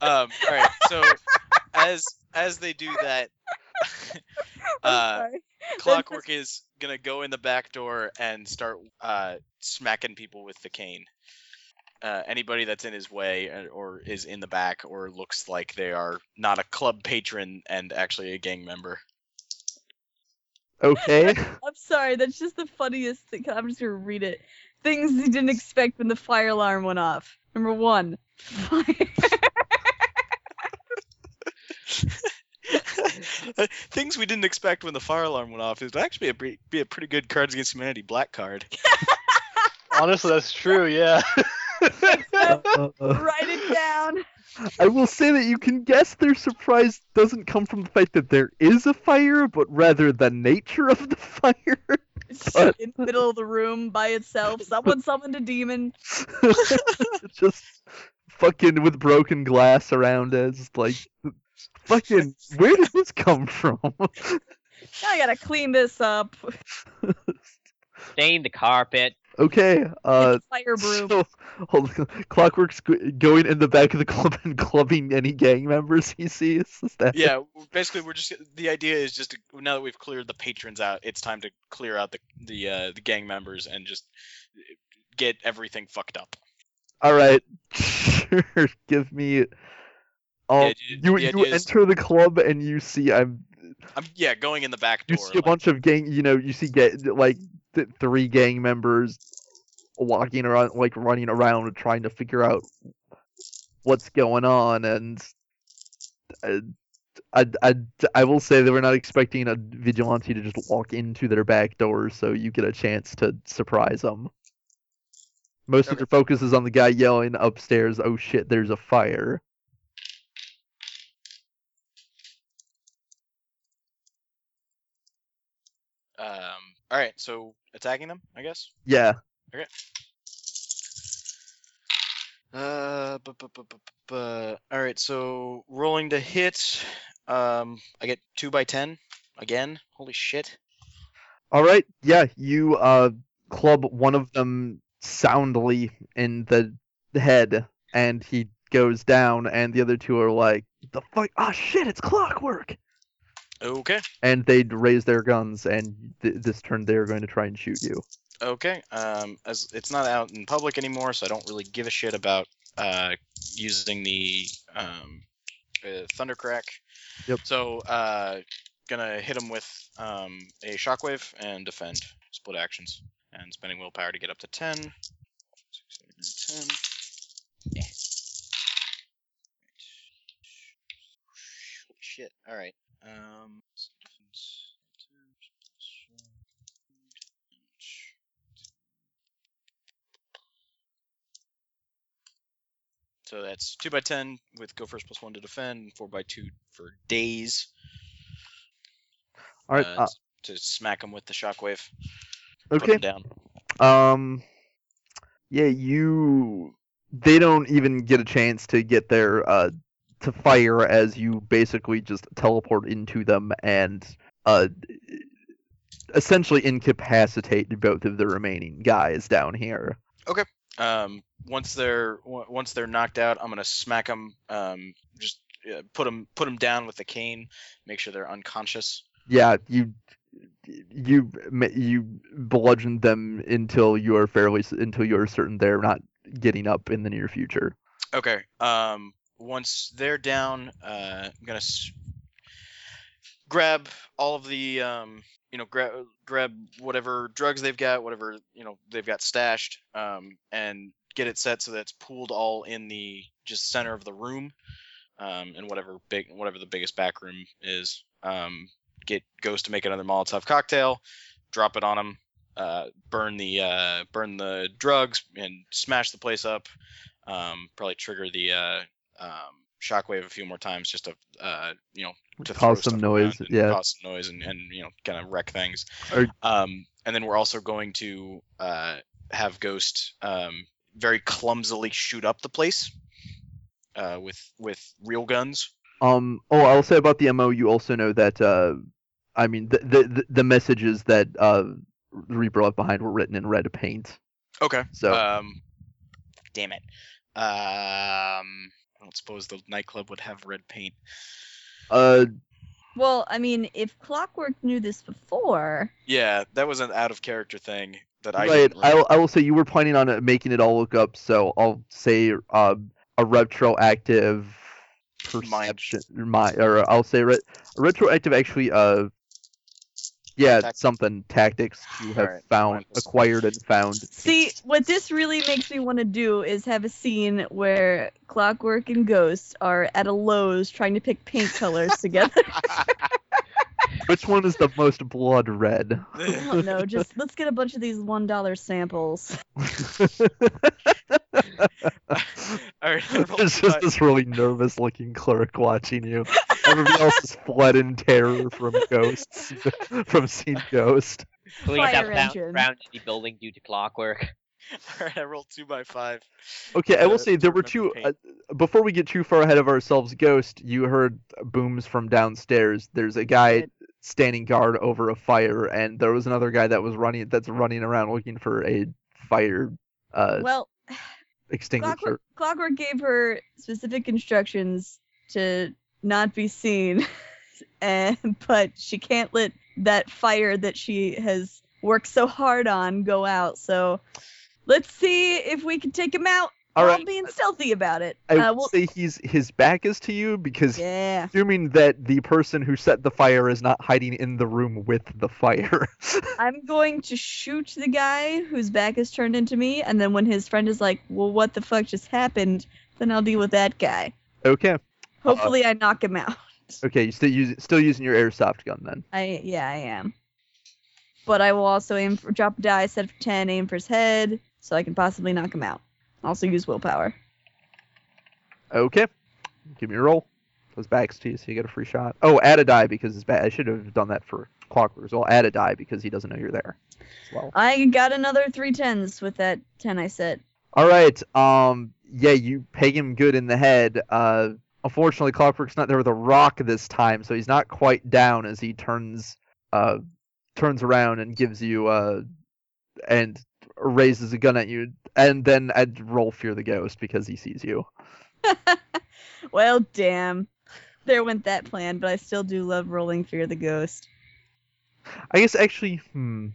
C: Um, all right. So as as they do that,
E: I'm
C: uh,
E: sorry.
C: Clockwork is gonna go in the back door and start uh, smacking people with the cane. Uh, anybody that's in his way or- or is in the back or looks like they are not a club patron and actually a gang member.
A: okay
E: I'm sorry. That's just the funniest thing. I'm just gonna read it. Things he didn't expect when the fire alarm went off. Number one, fire.
C: Things we didn't expect when the fire alarm went off is actually a pre- be a pretty good Cards Against Humanity black card.
D: Honestly, that's true. Yeah.
A: Uh,
E: Write it down.
A: I will say that you can guess their surprise doesn't come from the fact that there is a fire, but rather the nature of the fire.
E: It's just in the middle of the room by itself. Someone summoned a demon.
A: just fucking with broken glass around us, like fucking where did this come from?
E: Now I gotta clean this up.
F: Stain the carpet.
A: okay, uh
E: fire broom.
A: so, hold on. Clockwork's g- going in the back of the club and clubbing any gang members he sees. Is that
C: yeah, basically we're just the idea is just to, now that we've cleared the patrons out, it's time to clear out the the uh, the gang members and just get everything fucked up.
A: All right, sure. Give me. Oh,
C: The idea-
A: you
C: the
A: you
C: idea is-
A: enter the club and you see I'm
C: I'm yeah, going in the back
A: you
C: door.
A: see a
C: like-
A: bunch of gang you know you see get like th- three gang members walking around like running around trying to figure out what's going on and uh, I, I, I will say they were not expecting a vigilante to just walk into their back door so you get a chance to surprise them most of
C: Okay.
A: their focus is on the guy yelling upstairs oh shit there's a fire
C: Um. All right, so attacking them, I guess.
A: yeah
C: Uh. Bu- bu- bu- bu- bu- bu- all right, so rolling to hit. Um. I get two by ten again. Holy shit.
A: All right. Yeah, you uh club one of them soundly in the head, and he goes down, and the other two are like, "The fuck! Ah, shit! It's clockwork!"
C: Okay.
A: And they raise their guns, and th- this turn they are going to try and shoot you.
C: Okay. Um. As it's not out in public anymore, so I don't really give a shit about uh using the um uh, thundercrack.
A: Yep.
C: So uh, gonna hit him with um a shockwave and defend split actions and spending willpower to get up to ten. Six, seven, eight, 10. Holy shit. All right. Um. so defense, attacks, plus one, damage. So that's two by ten with go first plus one to defend, four by two for days.
A: All right.
C: uh, to smack him with the shockwave.
A: uh,
C: Put him
A: okay.
C: down.
A: Um. Yeah, you. They don't even get a chance to get their uh to fire as you basically just teleport into them and uh essentially incapacitate both of the remaining guys down here.
C: Um, once they're on- once they're knocked out, I'm gonna smack them. Um, just uh, put them put them down with the cane. Make sure they're unconscious.
A: Yeah, you you ma- you bludgeon them until you are fairly s- until you are certain they're not getting up in the near future.
C: Okay. Um, once they're down, uh, I'm gonna s- grab all of the um, you know, grab grab whatever drugs they've got, whatever you know they've got stashed, um, and get it set so that's pooled all in the just center of the room, um, and whatever big whatever the biggest back room is. Um, get goes to make another Molotov cocktail, drop it on them, uh, burn the uh, burn the drugs and smash the place up Um, probably trigger the uh, um, shockwave a few more times just to uh, you know to throw
A: Cause some
C: stuff
A: noise,
C: around and
A: yeah.
C: cause some noise and, and you know kind of wreck things.
A: Or-
C: Um, and then we're also going to uh, have Ghost um, very clumsily shoot up the place uh, with with real guns.
A: Um. Oh, I'll say about the MO. You also know that. Uh, I mean, the the the messages that uh Reaper left behind were written in red paint.
C: Okay.
A: So
C: Um, damn it. Um, I don't suppose the nightclub would have red paint.
A: uh,
E: Well, I mean, if Clockwork knew this before,
C: Yeah, that was an out of character thing that I.
A: right.
C: didn't
A: I
C: read.
A: will, I will say you were planning on uh, making it all look up. So I'll say uh, a retroactive
C: Mind.
A: perception. My or I'll say re- retroactive actually. Uh. Yeah,
C: Tactics.
A: something tactics you have
C: Alright,
A: found,
C: mine was-
A: acquired, and found.
E: see what this really makes me want to do is have a scene where Clockwork and Ghost are at a Lowe's trying to pick paint colors together.
A: Which one is the most blood red?
E: I don't know. Just let's get a bunch of these one dollar samples.
C: All right. I rolled,
A: There's just
C: uh,
A: this really nervous looking clerk watching you. Everybody else has fled in terror from ghosts, from seeing ghost.
F: Police have
E: Fire engine.
F: found, found the building due to clockwork.
C: all right, I rolled two by five.
A: Okay, I
C: Uh,
A: will say there were
C: remember
A: two.
C: paint.
A: Uh, before we get too far ahead of ourselves, ghost, you heard booms from downstairs. There's a guy standing guard over a fire, and there was another guy that was running that's running around looking for a fire uh,
E: Well,
A: extinguisher.
E: Clockwork, Clockwork gave her specific instructions to not be seen, and but she can't let that fire that she has worked so hard on go out. So let's see if we can take him out.
A: All
E: while
A: right,
E: being stealthy about it.
A: I
E: uh,
A: would
E: well,
A: say he's his back is to you because
E: yeah.
A: assuming that the person who set the fire is not hiding in the room with the fire.
E: I'm going to shoot the guy whose back is turned into me, and then when his friend is like, "Well, what the fuck just happened?" Then I'll deal with that guy.
A: okay.
E: Hopefully, I knock him out.
A: Okay, you still use still using your airsoft gun then.
E: I yeah, I am. But I will also aim for drop a die, set for ten, aim for his head, so I can possibly knock him out. Also use willpower.
A: Okay. Give me a roll. Those backs to you, so you get a free shot. Oh, add a die because it's bad. I should have done that for Clockwork as well. Add a die because he doesn't know you're there. as well.
E: I got another three tens with that ten I set.
A: All right. Um. Yeah, you peg him good in the head. Uh. Unfortunately, Clockwork's not there with a rock this time, so he's not quite down as he turns. Uh. Turns around and gives you. Uh. And raises a gun at you, and then I'd roll fear the ghost because he sees you.
E: Well, damn. There went that plan, but I still do love rolling fear the ghost.
A: I guess actually, hmm.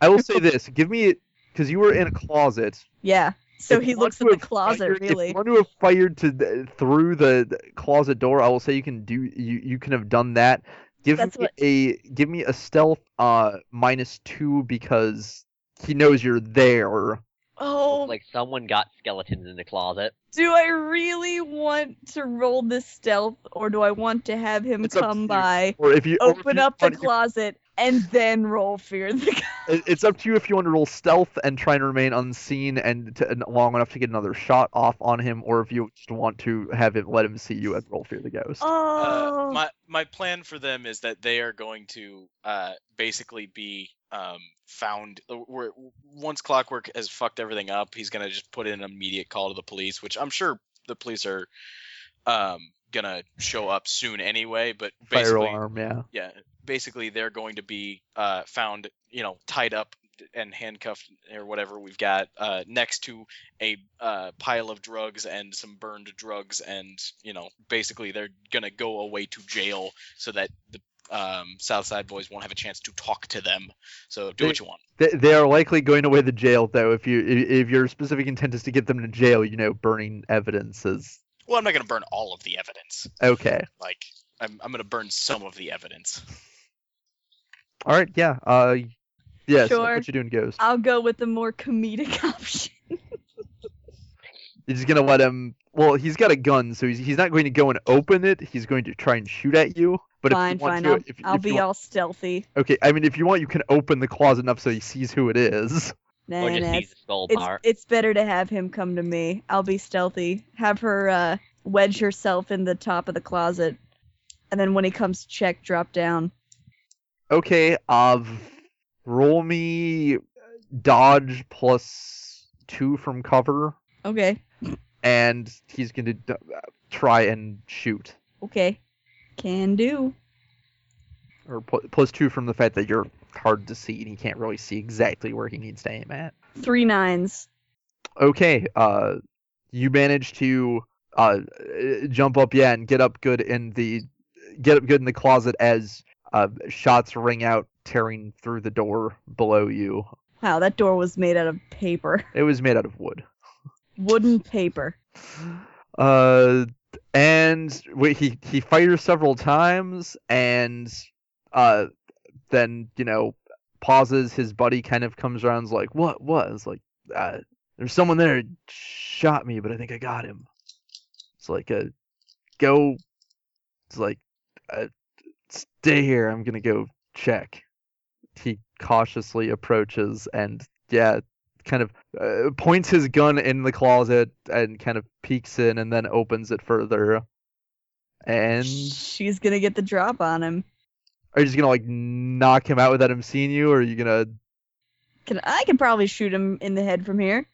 A: I will say this: give me because you were in a closet.
E: Yeah. So
A: If
E: he
A: you
E: looks in
A: want
E: the
A: to have
E: closet,
A: fired- If
E: really.
A: you want to have fired to the, through the the closet door, I will say you can do. You you can have done that. Give
E: That's
A: me
E: what-
A: a give me a stealth uh minus two because he knows you're there.
E: Oh,
F: Looks like someone got skeletons in the closet.
E: do I really want to roll this stealth, or do I want to have him
A: It's up to
E: come
A: you.
E: by,
A: Or if you or if
E: open
A: you
E: up the
A: want-
E: closet, and then roll fear the ghost?
A: it- It's up to you if you want to roll stealth and try and remain unseen and, to, and long enough to get another shot off on him, or if you just want to have him let him see you and roll fear the ghost.
E: Oh.
C: Uh, my my plan for them is that they are going to uh, basically be um, found. Where once Clockwork has fucked everything up, he's gonna just put in an immediate call to the police, which I'm sure the police are um, gonna show up soon anyway. But
A: Fire
C: basically,
A: alarm, yeah.
C: yeah, basically they're going to be uh, found, you know, tied up and handcuffed or whatever we've got uh, next to a uh, pile of drugs and some burned drugs, and you know, basically they're gonna go away to jail so that the um, Southside boys won't have a chance to talk to them. So do what you want.
A: They, they are likely going away to jail, though. If you i- if your specific intent is to get them to jail, you know, burning evidence is
C: Well, I'm not gonna burn all of the evidence.
A: okay.
C: Like I'm, I'm gonna burn some of the evidence.
A: All right, yeah. Uh, yes.
E: Sure.
A: What you doing, Ghost?
E: I'll go with the more comedic option.
A: You're just gonna let him. Well, he's got a gun, so he's he's not going to go and open it. He's going to try and shoot at you. But
E: fine,
A: if you want
E: fine.
A: to,
E: I'll,
A: if,
E: I'll
A: if you
E: be
A: want-
E: all stealthy.
A: okay. I mean, if you want, you can open the closet up so he sees who it is.
E: Nah,
F: or just
E: nah,
F: use the skull
E: it's,
F: part.
E: it's better to have him come to me. I'll be stealthy. Have her uh, wedge herself in the top of the closet, and then when he comes to check, drop down.
A: Okay, uh, roll me dodge plus two from cover,
E: Okay,
A: and he's going to d- uh, try and shoot,
E: okay, can do.
A: or pl- plus two from the fact that you're hard to see and he can't really see exactly where he needs to aim at.
E: Three nines.
A: Okay, uh, you manage to uh uh, jump up, yeah, and get up good in the get up good in the closet as uh shots ring out, tearing through the door below you.
E: Wow, that door was made out of paper,
A: It was made out of wood.
E: wooden paper.
A: Uh, and wait, he he fires several times, and uh, then you know pauses. His buddy kind of comes around, and's like, "What? What?" It's like, uh, "There's someone there shot me, but I think I got him." It's like a go. It's like, uh, "Stay here. I'm gonna go check." He cautiously approaches, and yeah, kind of uh, points his gun in the closet and kind of peeks in and then opens it further. And
E: She's gonna get the drop on him.
A: are you just gonna like knock him out without him seeing you, or are you gonna?
E: Can I can probably shoot him in the head from here.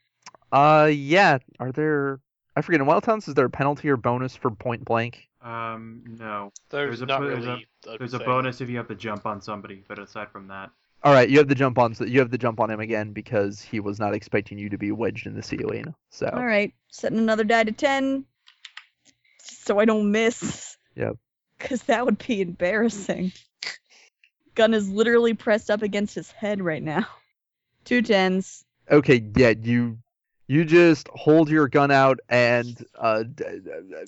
A: Uh, yeah. Are there? I forget. In Wild Towns, is there a penalty or bonus for point blank?
B: Um, no.
G: There's,
B: There's a-
G: not
B: there's a-
G: really. I would
B: There's a
G: say.
B: bonus if you have to jump on somebody, but aside from that,
A: All right, you have the jump on. So you have the jump on him again because he was not expecting you to be wedged in the ceiling. So
E: All right, setting another die to ten, so I don't miss.
A: Yep.
E: Cause that would be embarrassing. Gun is literally pressed up against his head right now. Two tens.
A: okay, yeah, you you just hold your gun out and uh, d- d-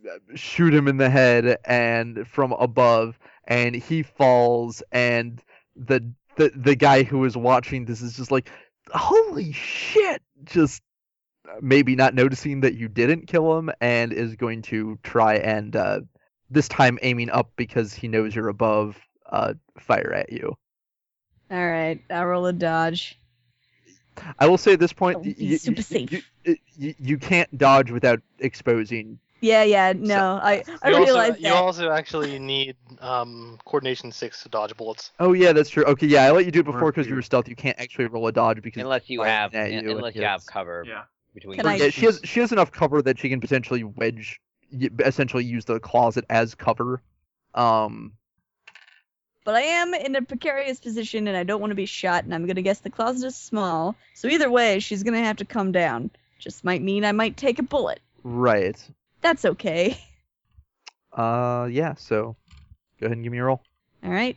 A: d- shoot him in the head and from above, and he falls, and the the the guy who is watching this is just like, holy shit, just uh, maybe not noticing that you didn't kill him, and is going to try and uh, this time aiming up because he knows you're above, uh, fire at you.
E: All right, I roll a dodge.
A: I will say at this point,
E: Oh,
A: y-
E: he's
A: y-
E: super safe.
A: You, y- y- you can't dodge without exposing.
E: Yeah, yeah, no, I I
D: you
E: realize
D: also,
E: that.
D: You also actually need um, coordination six to dodge bullets.
A: Oh yeah, that's true. Okay, yeah, I let you do it before because you
B: fear.
A: were stealth. You can't actually roll a dodge because
F: unless you
A: Right,
F: have
A: yeah,
F: un-
A: you would
F: unless you have
A: guess.
F: cover
B: yeah.
F: between.
E: Can I-
A: yeah, she has she has enough cover that she can potentially wedge, y- essentially use the closet as cover. Um,
E: But I am in a precarious position and I don't want to be shot, and I'm going to guess the closet is small. So either way, she's going to have to come down. Just might mean I might take a bullet.
A: right.
E: That's okay.
A: Uh, yeah. So, go ahead and give me a roll.
E: All right.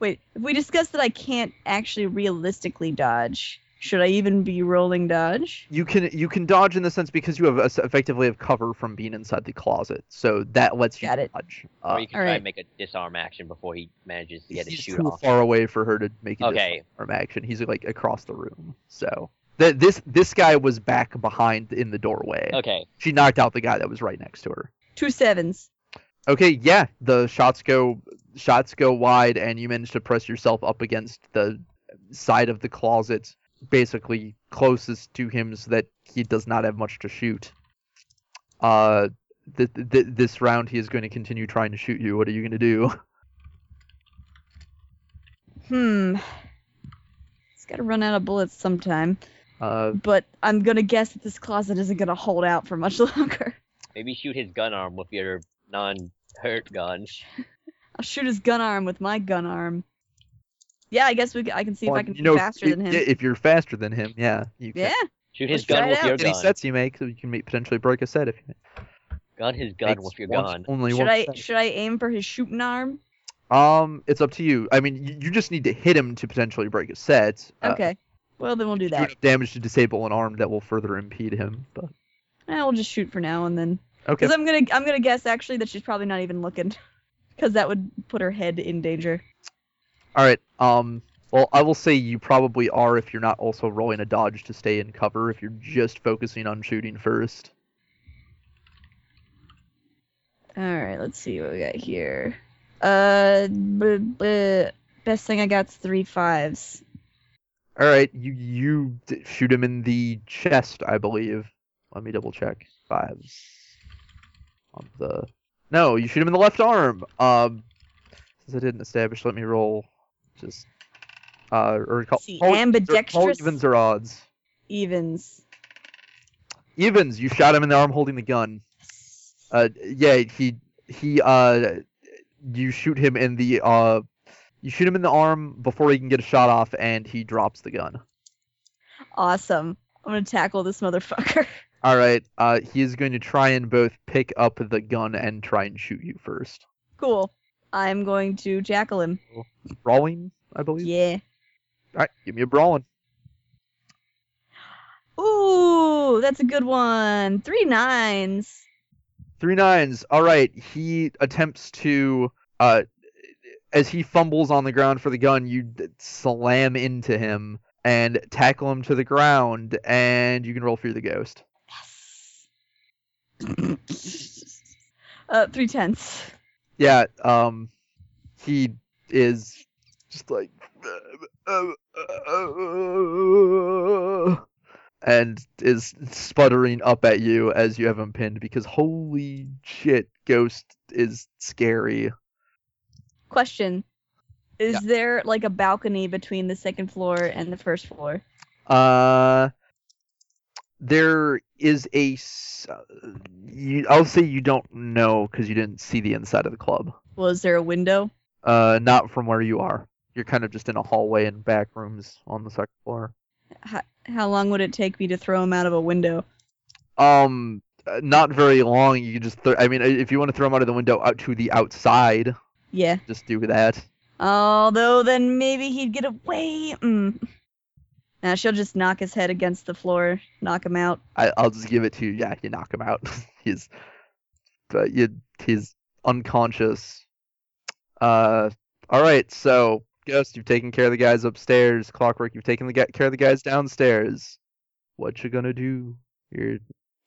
E: Wait, if we discuss that I can't actually realistically dodge, should I even be rolling dodge?
A: You can you can dodge in the sense because you have es- effectively have cover from being inside the closet, so that lets you
E: Got it.
A: dodge. Uh,
F: Or you can try
E: Alright.
F: and make a disarm action before he manages to get his
A: he's
F: shoot
A: too
F: off.
A: far away for her to make a
F: Okay.
A: disarm action. He's like across the room. So that this this guy was back behind in the doorway.
F: Okay.
A: She knocked out the guy that was right next to her.
E: Two sevens.
A: Okay, yeah, the shots go shots go wide, and you manage to press yourself up against the side of the closet, basically closest to him, so that he does not have much to shoot. Uh, th- th- this round he is going to continue trying to shoot you. What are you going to do?
E: Hmm. It's got to run out of bullets sometime.
A: Uh,
E: But I'm going to guess that this closet isn't going to hold out for much longer.
F: Maybe shoot his gun arm with your non-hurt gun.
E: I'll shoot his gun arm with my gun arm. Yeah, I guess we. c- I can see if
A: Well,
E: I can
A: you
E: be
A: know,
E: faster
A: you-
E: than
A: yeah,
E: him.
A: If you're faster than him, yeah, you can.
E: Yeah,
F: Shoot
E: Let's
F: his
E: try
F: gun
E: it
F: with
E: out.
F: your
A: Any
F: gun.
A: sets you make, so you can make, potentially break a set if you
F: Gun his gun
A: makes
F: with your
A: once-
F: gun.
A: Only
E: should
A: one
E: I
A: set.
E: should I aim for his shooting arm?
A: Um, it's up to you. I mean, you, you just need to hit him to potentially break a set. Uh,
E: Okay. Well, then we'll do
A: you do
E: that.
A: enough damage to disable an arm that will further impede him. But
E: Eh, we'll just shoot for now and then.
A: okay,
E: Because I'm gonna I'm gonna guess actually that she's probably not even looking, because that would put her head in danger.
A: all right. Um, well, I will say you probably are if you're not also rolling a dodge to stay in cover. If you're just focusing on shooting first.
E: All right, let's see what we got here. Uh, b- b- best thing I got's three fives.
A: All right, you you d- shoot him in the chest, I believe. Let me double check. Fives on the no, you shoot him in the left arm. Um, since I didn't establish, let me roll. Just uh, or call,
E: See,
A: call it- call it
E: ambidextrous
A: evens or odds.
E: evens.
A: Evans, you shot him in the arm holding the gun. Uh, yeah, he he uh, you shoot him in the uh, you shoot him in the arm before he can get a shot off, and he drops the gun.
E: Awesome. I'm gonna tackle this motherfucker.
A: All right, uh, he is going to try and both pick up the gun and try and shoot you first.
E: cool. I'm going to jackal him.
A: Brawling, I believe.
E: Yeah.
A: All right, give me a brawling.
E: Ooh, that's a good one. Three nines.
A: Three nines. All right, he attempts to uh, as he fumbles on the ground for the gun, you d- slam into him and tackle him to the ground, and you can roll through the ghost.
E: uh, three tenths.
A: yeah um he is just like and is sputtering up at you as you have him pinned because holy shit ghost is scary
E: Question. Is
A: Yeah.
E: there like a balcony between the second floor and the first floor?
A: uh there is a s- you, i'll say you don't know because you didn't see the inside of the club
E: Well, is there a window?
A: uh not from where you are you're kind of just in a hallway and back rooms on the second floor
E: How long would it take me to throw him out of a window?
A: Um, uh, not very long. You just, th- I mean, i- if you want to throw him out of the window out to the outside,
E: Yeah.
A: just do that.
E: Although then maybe he'd get away. Mm. Now she'll just knock his head against the floor, knock him out.
A: I, I'll just give it to you. Yeah, you knock him out. he's, uh, you, he's unconscious. Uh, all right. So, Ghost, you've taken care of the guys upstairs. Clockwork, you've taken the gu- care of the guys downstairs. What you gonna do? You're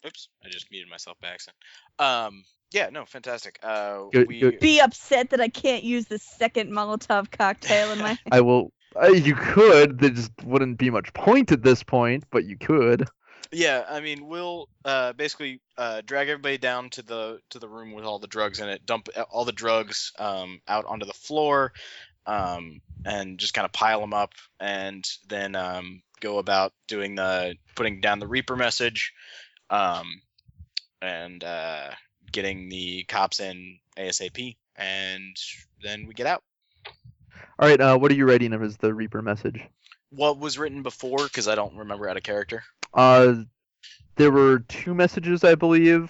C: Oops, I just muted myself by accident. Um, yeah, no, fantastic. Uh,
A: Go-
C: we,
A: go-
E: Be upset that I can't use the second Molotov cocktail in my.
A: I will. Uh, you could. There just wouldn't be much point at this point, but you could.
C: yeah, I mean, we'll uh, basically uh, drag everybody down to the to the room with all the drugs in it, dump uh, all the drugs um, out onto the floor, um, and just kind of pile them up, and then um, go about doing the putting down the Reaper message, um, and uh, getting the cops in ASAP, and then we get out.
A: All right. Uh, what are you writing him as the Reaper message?
C: what was written before because I don't remember out of character.
A: Uh, there were two messages, I believe.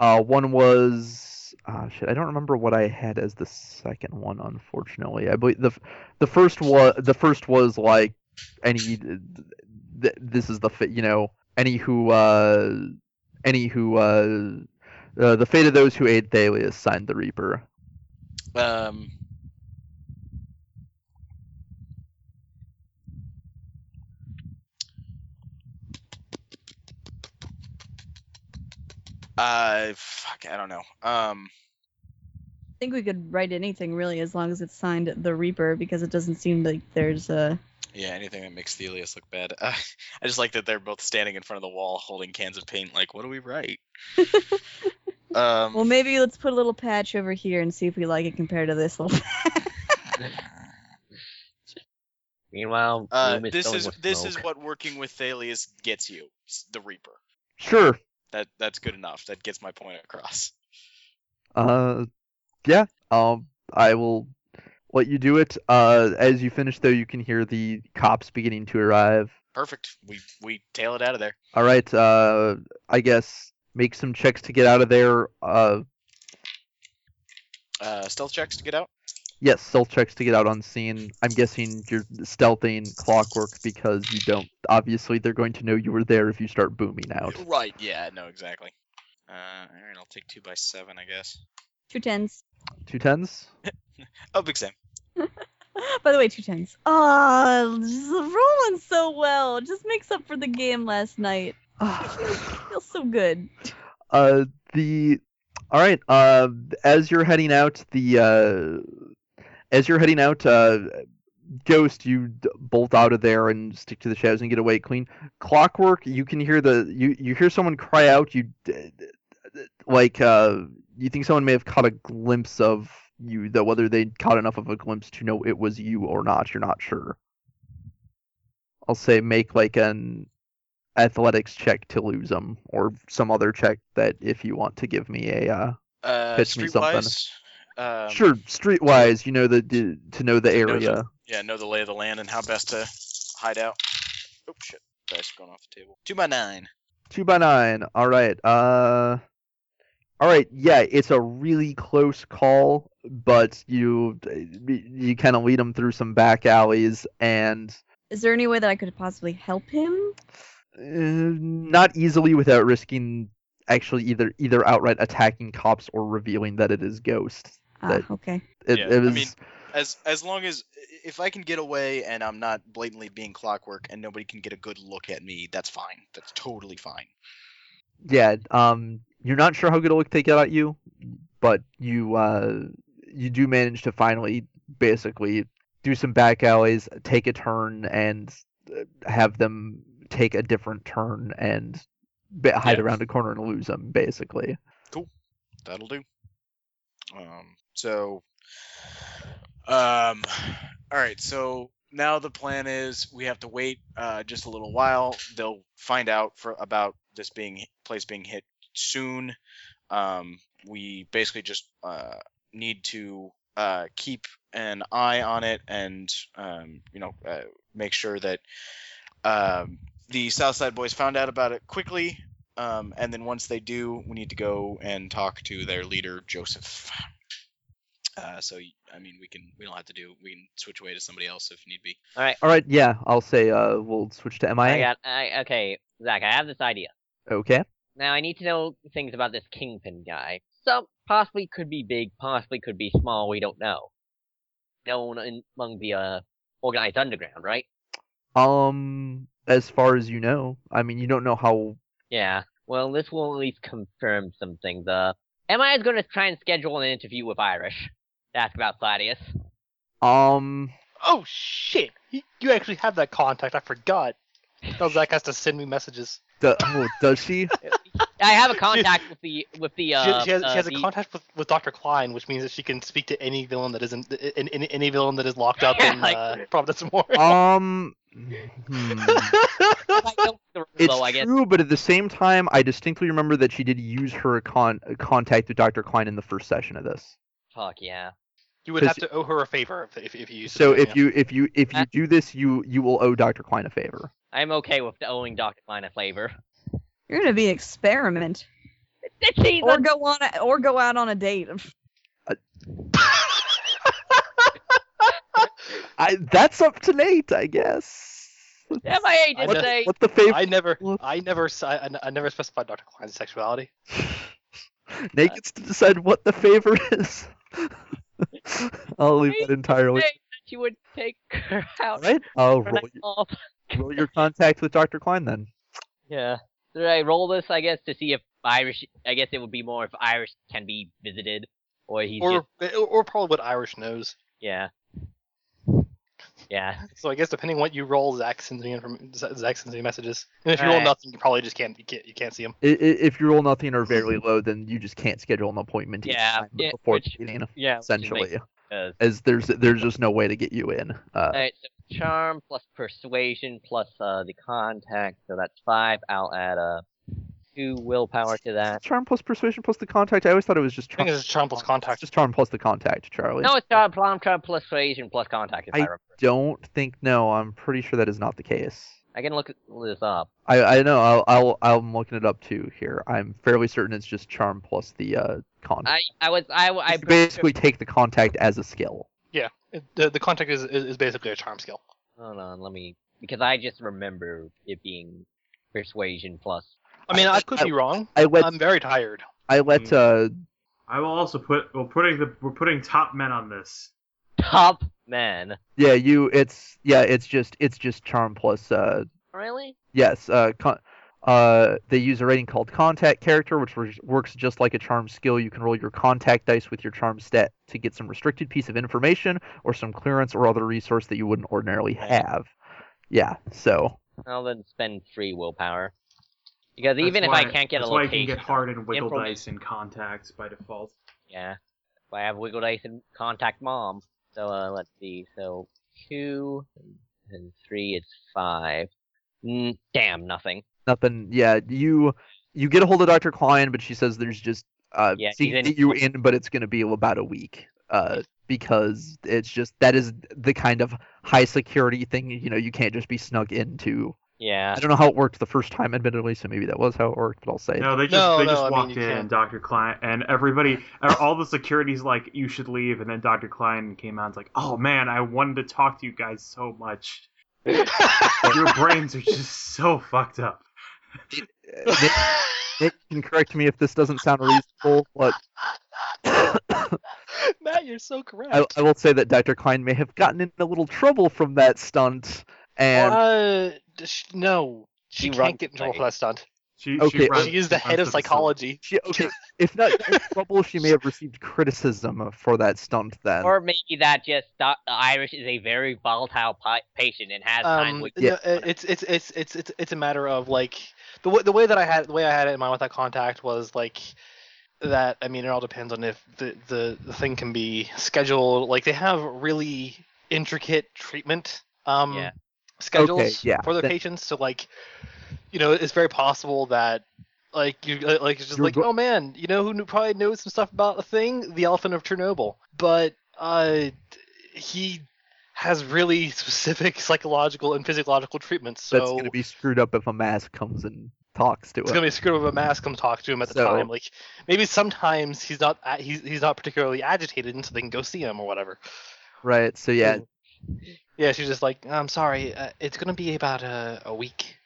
A: Uh, one was ah shit. I don't remember what I had as the second one. Unfortunately, I believe the f- the first was the first was like any th- this is the fa- you know any who uh any who uh, uh the fate of those who aid Thalias signed the Reaper.
C: Um, uh, fuck, I don't know. Um,
E: I think we could write anything really, as long as it's signed the Reaper, because it doesn't seem like there's a.
C: yeah, anything that makes Thelius look bad. Uh, I just like that they're both standing in front of the wall holding cans of paint. Like, what do we write? um,
E: Well, maybe let's put a little patch over here and see if we like it compared to this little.
F: Meanwhile,
C: uh,
F: room is
C: this
F: filling
C: is
F: with
C: this
F: smoke.
C: is what working with Thalias gets you, s- the Reaper.
A: Sure.
C: That that's good enough. That gets my point across.
A: Uh, yeah. Um, I will let you do it. Uh, as you finish, though, you can hear the cops beginning to arrive.
C: Perfect. We we tail it out of there.
A: All right. Uh, I guess make some checks to get out of there. Uh,
C: Uh, stealth checks to get out.
A: yes, stealth checks to get out on scene. I'm guessing you're stealthing clockwork because you don't. Obviously, they're going to know you were there if you start booming out.
C: Right. Yeah. No. Exactly. Uh, all right. I'll take two by seven, I guess.
E: Two tens.
A: Two tens.
C: Oh, big Sam.
E: By the way, two tens. Oh, just rolling so well. It Just makes up for the game last night. Feels so good.
A: Uh, the all right. Uh, as you're heading out, the uh, as you're heading out, uh, Ghost, you d- bolt out of there and stick to the shadows and get away clean. Clockwork, you can hear the you you hear someone cry out. You d- d- d- like uh, you think someone may have caught a glimpse of you, though whether they caught enough of a glimpse to know it was you or not, you're not sure. I'll say make like an athletics check to lose them, or some other check that if you want to give me a uh,
C: Uh,
A: Pitch me something.
C: Streetwise. Um,
A: sure streetwise, you know the d- to know the
C: know the-
A: area.
C: Yeah, know the lay of the land and how best to hide out. Oh shit, dice going off the table. Two by nine.
A: Two by nine. All right. Uh, all right. Yeah, it's a really close call, but you you kind of lead them through some back alleys, and
E: Is there any way that I could possibly help him?
A: uh, not easily without risking actually either either outright attacking cops or revealing that it is Ghost.
E: Ah,
A: That-
E: okay.
A: It,
C: Yeah,
A: it
C: I
A: was.
C: mean- As as long as if I can get away and I'm not blatantly being clockwork and nobody can get a good look at me, that's fine. That's totally fine.
A: yeah um you're not sure how good a look they get at you but you uh you do manage to finally basically do some back alleys take a turn and uh, have them take a different turn and ba- hide
C: Yeah.
A: around a corner and lose them basically
C: That'll do. Um, so, um, all right. So now the plan is we have to wait uh, just a little while. They'll find out for about this being place being hit soon. Um, we basically just uh, need to uh, keep an eye on it and um, you know uh, make sure that um, the Southside boys found out about it quickly um, and then once they do, we need to go and talk to their leader, Joseph. Uh, so y- I mean, we can we don't have to do we can switch away to somebody else if need be.
A: all right yeah i'll say uh we'll switch to mia
F: I got. I, okay, Zach, I have this idea.
A: okay
F: Now I need to know things about this kingpin guy. Some possibly could be big, possibly could be small. We don't know. Known in, among the uh, organized underground, right?
A: um as far as you know i mean you don't know how
F: Yeah. Well, this will at least confirm some things. Uh, MI is going to try and schedule an interview with Irish to ask about Claudius.
A: um
D: Oh shit! You- You actually have that contact. I forgot. Now Zach has to send me messages.
A: do, oh, does she
F: I have a contact with the with the
D: she,
F: uh,
D: she has,
F: uh,
D: she has a
F: the-
D: contact with, with Doctor Klein, which means that she can speak to any villain that isn't in, in, any villain that is locked up in
F: Like-
D: uh, Providence and Warren.
A: um hmm.
F: I don't- the
A: It's
F: Rulo, I guess.
A: true, but at the same time, I distinctly remember that she did use her con- contact with Dr. Klein in the first session of this.
F: Fuck yeah.
D: you would have to owe her a favor if, if, if you.
A: So if
D: yeah.
A: you if you if you
F: Uh,
A: do this, you you will owe Dr. Klein a favor.
F: I'm okay with owing Dr. Klein a flavor.
E: You're gonna be an experiment,
F: She's
E: or
F: a-
E: go on, a, or go out on a date.
A: I that's up to Nate, I guess.
F: MIA
D: I
F: did
D: know-
F: say.
A: What the favor?
D: I never,
A: Look.
D: I never, s- I, I- I never specified Doctor Klein's sexuality.
A: Nate gets to decide what the favor is. I'll leave that entirely.
F: say that She would take her out.
A: Right? I'll
F: for
A: roll,
F: night off.
A: roll your contact with Dr. Klein then.
F: Yeah. Should I roll this, I guess, to see if Irish. I guess it would be more if Irish can be visited. Or he's
D: Or,
F: just.
D: or, or probably what Irish knows.
F: Yeah. Yeah.
D: So I guess depending what you roll, Zach sends me inform- Z- Zach sends me messages. And if you roll
F: Right.
D: nothing, you probably just can't you can't, you can't see him.
A: I- i- If you roll nothing or very low, then you just can't schedule an appointment each
F: Yeah,
A: time
F: yeah,
A: before
F: which-
A: the meeting.
F: Yeah. which is
A: essentially,
F: because-
A: as there's there's just no way to get you in. Uh,
F: Alright, so charm plus persuasion plus uh, the contact, so that's five. I'll add uh, two willpower to that.
A: charm plus persuasion plus the contact. I always thought it was just
D: I think
A: charm.
D: it's Chomple's
A: It's
D: contact.
A: just charm plus the contact, Charlie.
F: No, it's charm, plum, charm plus persuasion plus contact. If I, remember,
A: Don't think no. I'm pretty sure that is not the case.
F: I can look this up.
A: I I know. I'll, I'll I'm looking it up too here. I'm fairly certain it's just charm plus the uh, contact.
F: I I was I I
A: you basically take the contact as a skill.
D: It- the, the contact is, is is basically a charm skill.
F: hold on, let me because I just remember it being persuasion plus.
D: I mean,
A: I-
D: I, could
A: I-
D: be wrong.
A: I let
D: I'm very tired.
A: I let uh
B: I will also put. We're putting the. We're putting top men on this.
F: Top man,
A: yeah you it's yeah it's just it's just charm plus uh
F: really?
A: Yes, uh, con- Uh, they use a rating called Contact Character, which wor- works just like a charm skill. You can roll your contact dice with your charm stat to get some restricted piece of information or some clearance or other resource that you wouldn't ordinarily have. Yeah, so
F: I'll then spend three willpower. Because even
B: That's
F: if I
B: why-
F: can't get a
B: that's
F: location,
B: why you can get hard and wiggle
F: Improvise.
B: dice and contacts by default.
F: yeah, If I have wiggle dice and contact mom. So uh, let's see. So two and three, it's five. Mm, damn, nothing.
A: nothing. Yeah, you you get a hold of Dr. Klein, but she says there's just uh,
F: Yeah,
A: she
F: he's
A: can
F: in-
A: get you in, but it's going to be about a week. Uh, because it's just that is the kind of high security thing. You know, you can't just be snug into.
F: Yeah.
A: I don't know how it worked the first time, admittedly, so maybe that was how it worked. But I'll say
B: No, they just
D: No,
B: they
D: no,
B: just
D: I mean,
B: walked
D: you
B: in,
D: can't.
B: and Dr. Klein and everybody, uh, all the security's like, "You should leave," and then Dr. Klein came out and's like, "Oh man, I wanted to talk to you guys so much. Your brains are just so fucked up."
A: Uh, Nick, Nick can correct me if this doesn't sound reasonable, but
D: Matt, you're so correct.
A: I, I will say that Dr. Klein may have gotten in a little trouble from that stunt. And
D: Uh, d- sh- no,
F: She
D: she
F: runs
D: can't get in trouble
F: away.
D: for that stunt.
B: She, she
A: Okay,
B: runs-
D: she is the
B: runs
D: head
B: to
D: of
B: facility.
D: psychology.
A: she, okay, if not in trouble, she may have received criticism for that stunt then.
F: Or maybe that just the Irish is a very volatile pi- patient and has time.
D: Um,
F: with-
A: Yeah.
D: no, uh, it's it's it's it's it's it's a matter of like the way the way that I had the way I had it in mind with that contact was like that. I mean, it all depends on if the the, the thing can be scheduled. Like they have really intricate treatment um
F: Yeah.
D: schedules
A: yeah,
D: for their
A: that-
D: patients. So like, you know, it's very possible that. Like you, like it's just
A: You're
D: like,
A: go-
D: oh man, you know who knew, probably knows some stuff about the thing, the elephant of Chernobyl. But uh, he has really specific psychological and physiological treatments. So
A: That's going to be screwed up if a mask comes and talks to
D: it's
A: us.
D: gonna be screwed up if a mask come talk to him at the
A: So-
D: time. Like maybe sometimes he's not a- he's he's not particularly agitated, and so they can go see him or whatever.
A: Right, so yeah,
D: Mm. Yeah, she's just like, I'm sorry, uh, it's gonna be about a a week,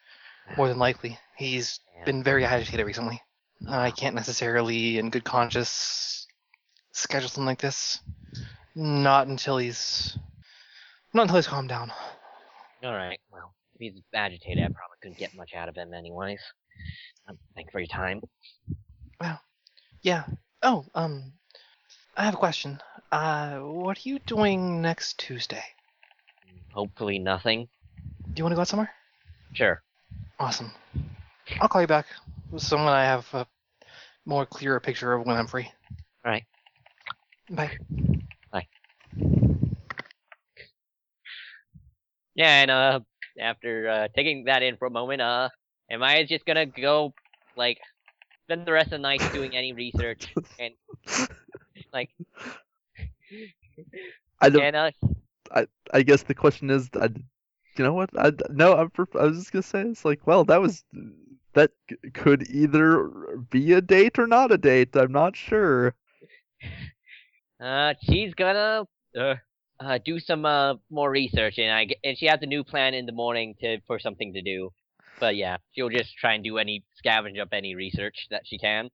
D: more than likely. He's
F: Yeah.
D: been very agitated recently. Uh, I can't necessarily, in good conscience, schedule something like this. Not until he's not until he's calmed down.
F: All right. Well, if he's agitated, I probably couldn't get much out of him, anyways. Um, thanks for your time.
D: Yeah. Oh, um, I have a question. Uh, what are you doing next Tuesday?
F: Hopefully, nothing.
D: Do you want to go out somewhere?
F: Sure.
D: Awesome. I'll call you back. So when I have a more clearer picture of when I'm free.
F: Alright.
D: Bye.
F: Yeah, and uh, after uh, taking that in for a moment, uh, am I just gonna go like spend the rest of the night doing any research and like
A: I don't.
F: and uh,
A: I guess the question is, I, you know what? I no, I'm. per- I was just gonna say it's like, well, that was that c- could either be a date or not a date. I'm not sure.
F: Uh, she's gonna uh, uh do some uh more research, and I g- and she has a new plan in the morning to for something to do. But yeah, she'll just try and do any scavenge up any research that she can.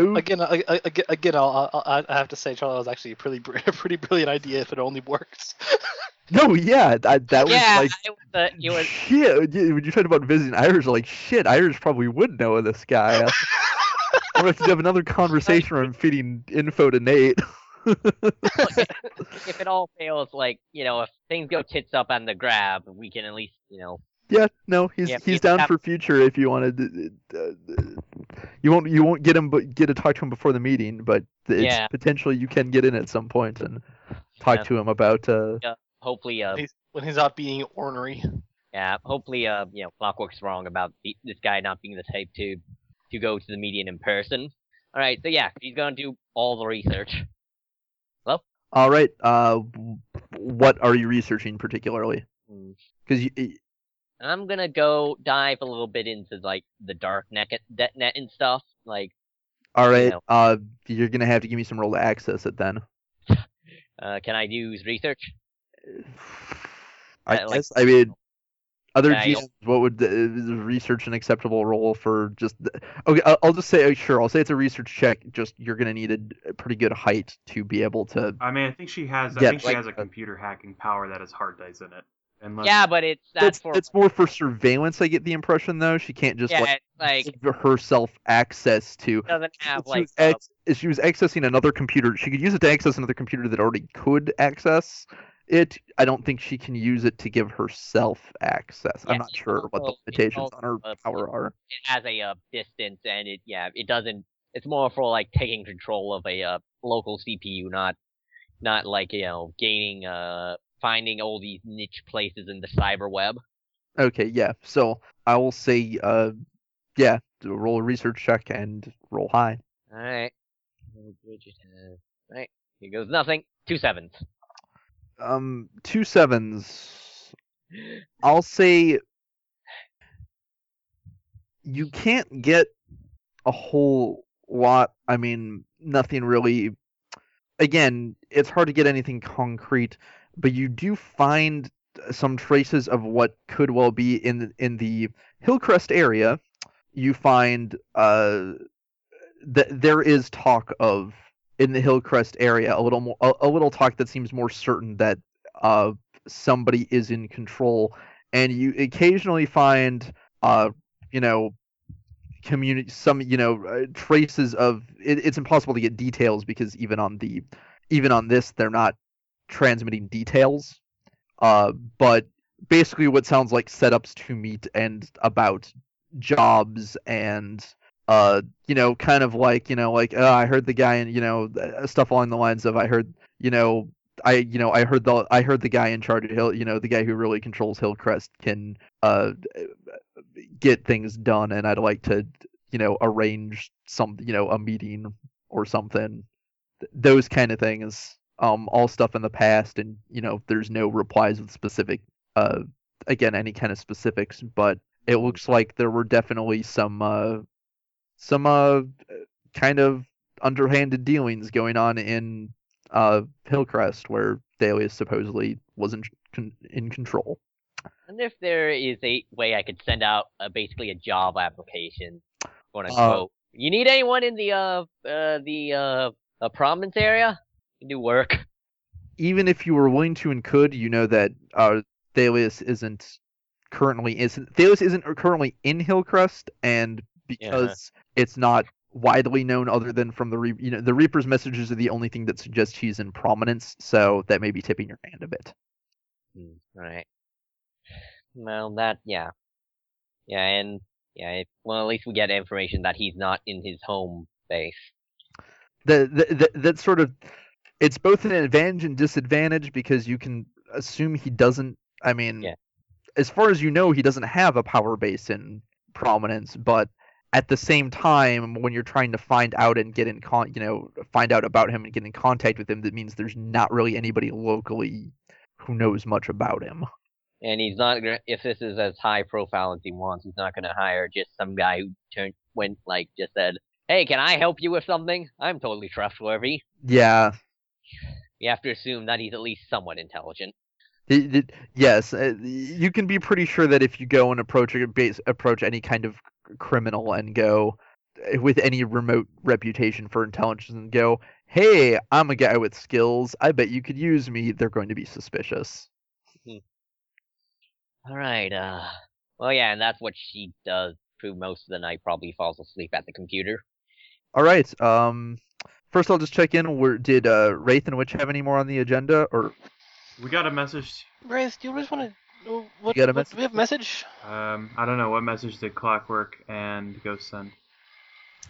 A: Ooh,
D: Again, I, I, I- again, I'll, I'll, I'll- I have to say, Charlie, that was actually a pretty, br- a pretty brilliant idea if it only works.
A: no, yeah, I, that
F: yeah,
A: was like.
F: it was, uh, it was
A: Shit, when you- when you talked about visiting Irish, like shit, Irish probably would know of this guy. I'm gonna have to have another conversation where I'm feeding info to Nate.
F: if it all fails, like you know, if things go tits up on the grab, we can at least you know.
A: Yeah, no, he's
F: Yeah,
A: he's
F: he's
A: down
F: up.
A: for future if you wanted. to- Uh, uh, you won't you won't get him, but get to talk to him before the meeting. But it's
F: Yeah.
A: potentially you can get in at some point and talk
F: Yeah.
A: to him about. Uh,
F: Hopefully, uh,
D: He's- when he's not being ornery.
F: yeah, hopefully, uh, you know, Clockwork's wrong about the, this guy not being the type to to go to the median in person. All right, so yeah, he's gonna do all the research.
A: all right, uh, w- what are you researching particularly?
F: Hmm.
A: Because you,
F: I'm gonna go dive a little bit into like the dark net, net, net and stuff. Like,
A: All right.
F: know.
A: Uh, you're gonna have to give me some roll to access it then.
F: uh, can I use research?
A: I
F: Uh, like-
A: guess. I mean, other
F: Yeah, you'll-
A: GMs, what would the, is research an acceptable role for just? The, okay, I'll, I'll just say uh, sure. I'll say it's a research check. Just you're gonna need a d- a pretty good height to be able to.
B: I mean, I think she has. I
A: Yeah,
B: think she
D: uh,
A: like-
B: has a computer hacking power that has hard dice in it. Unless,
F: yeah, but it's not
A: That's
F: for
A: that's more for surveillance. I get the impression though she can't just
F: yeah,
A: like,
F: it's like it
A: give herself access to.
F: doesn't have
A: she
F: like
A: was ex- if she was accessing another computer, she could use it to access another computer that already could access it. I don't think she can use it to give herself access.
F: Yeah,
A: I'm not
F: she
A: sure what the
F: also- she
A: limitations
F: also,
A: on her
F: uh,
A: power are.
F: it has a uh, distance and it yeah it doesn't. It's more for like taking control of a uh, local CPU, not not like you know gaining uh finding all these niche places in the cyber web.
A: Okay, yeah. So I will say, uh, yeah, do a roll a research check and roll high.
F: All right, Bridget has all right. Here goes nothing. Two sevens.
A: Um, two sevens. I'll say you can't get a whole lot. I mean, nothing really. Again, it's hard to get anything concrete, but you do find some traces of what could well be in the, in the Hillcrest area. You find uh, that there is talk of in the Hillcrest area a little more a, a little talk that seems more certain that uh, somebody is in control and you occasionally find uh you know community some you know uh, traces of it, it's impossible to get details because even on the even on this they're not transmitting details uh but basically what sounds like setups to meet and about jobs and uh you know kind of like you know like uh, i heard the guy and you know th- stuff along the lines of i heard you know I you know I heard the I heard the guy in charge of Hill you know the guy who really controls Hillcrest can uh get things done and I'd like to you know arrange some you know a meeting or something Th- those kind of things um all stuff in the past and you know there's no replies with specific uh again any kind of specifics but it looks like there were definitely some uh some uh kind of underhanded dealings going on in uh, Hillcrest, where Dahlia supposedly was in, con- in control.
F: And if there is a way I could send out uh, basically a job application, quote
A: Uh,
F: unquote. you need anyone in the uh, uh the uh, uh prominence area? You do work.
A: Even if you were willing to and could, you know that uh, Thalius isn't currently isn't Thalius isn't currently in Hillcrest, and because it's not widely known other than from the Re- you know the Reaper's messages are the only thing that suggests he's in prominence, so that may be tipping your hand a bit.
F: Hmm, right. Well, that yeah, yeah, and yeah. If, well, at least we get information that he's not in his home base.
A: the, the, the that sort of it's both an advantage and disadvantage because you can assume he doesn't i mean
F: Yeah.
A: as far as you know he doesn't have a power base in prominence but at the same time when you're trying to find out and get in con you know find out about him and get in contact with him that means there's not really anybody locally who knows much about him
F: And he's not gonna, if this is as high profile as he wants, he's not gonna hire just some guy who turned went like just said, "Hey, can I help you with something? I'm totally trustworthy."
A: yeah
F: You have to assume that he's at least somewhat intelligent.
A: Th- th- yes, uh, you can be pretty sure that if you go and approach a base, approach any kind of c- criminal and go uh, with any remote reputation for intelligence and go, "Hey, I'm a guy with skills. I bet you could use me." They're going to be suspicious.
F: All right. Uh. Well, yeah, and that's what she does through most of the night. Probably falls asleep at the computer.
A: All right. Um, first I'll just check in. Where did uh, Wraith and Witch have any more on the agenda? Or
B: we got a message.
D: Grace, do you just want to? What,
A: got a
D: what-
A: message?
D: Do we have message?
B: Um, I don't know what message did Clockwork and Ghost send.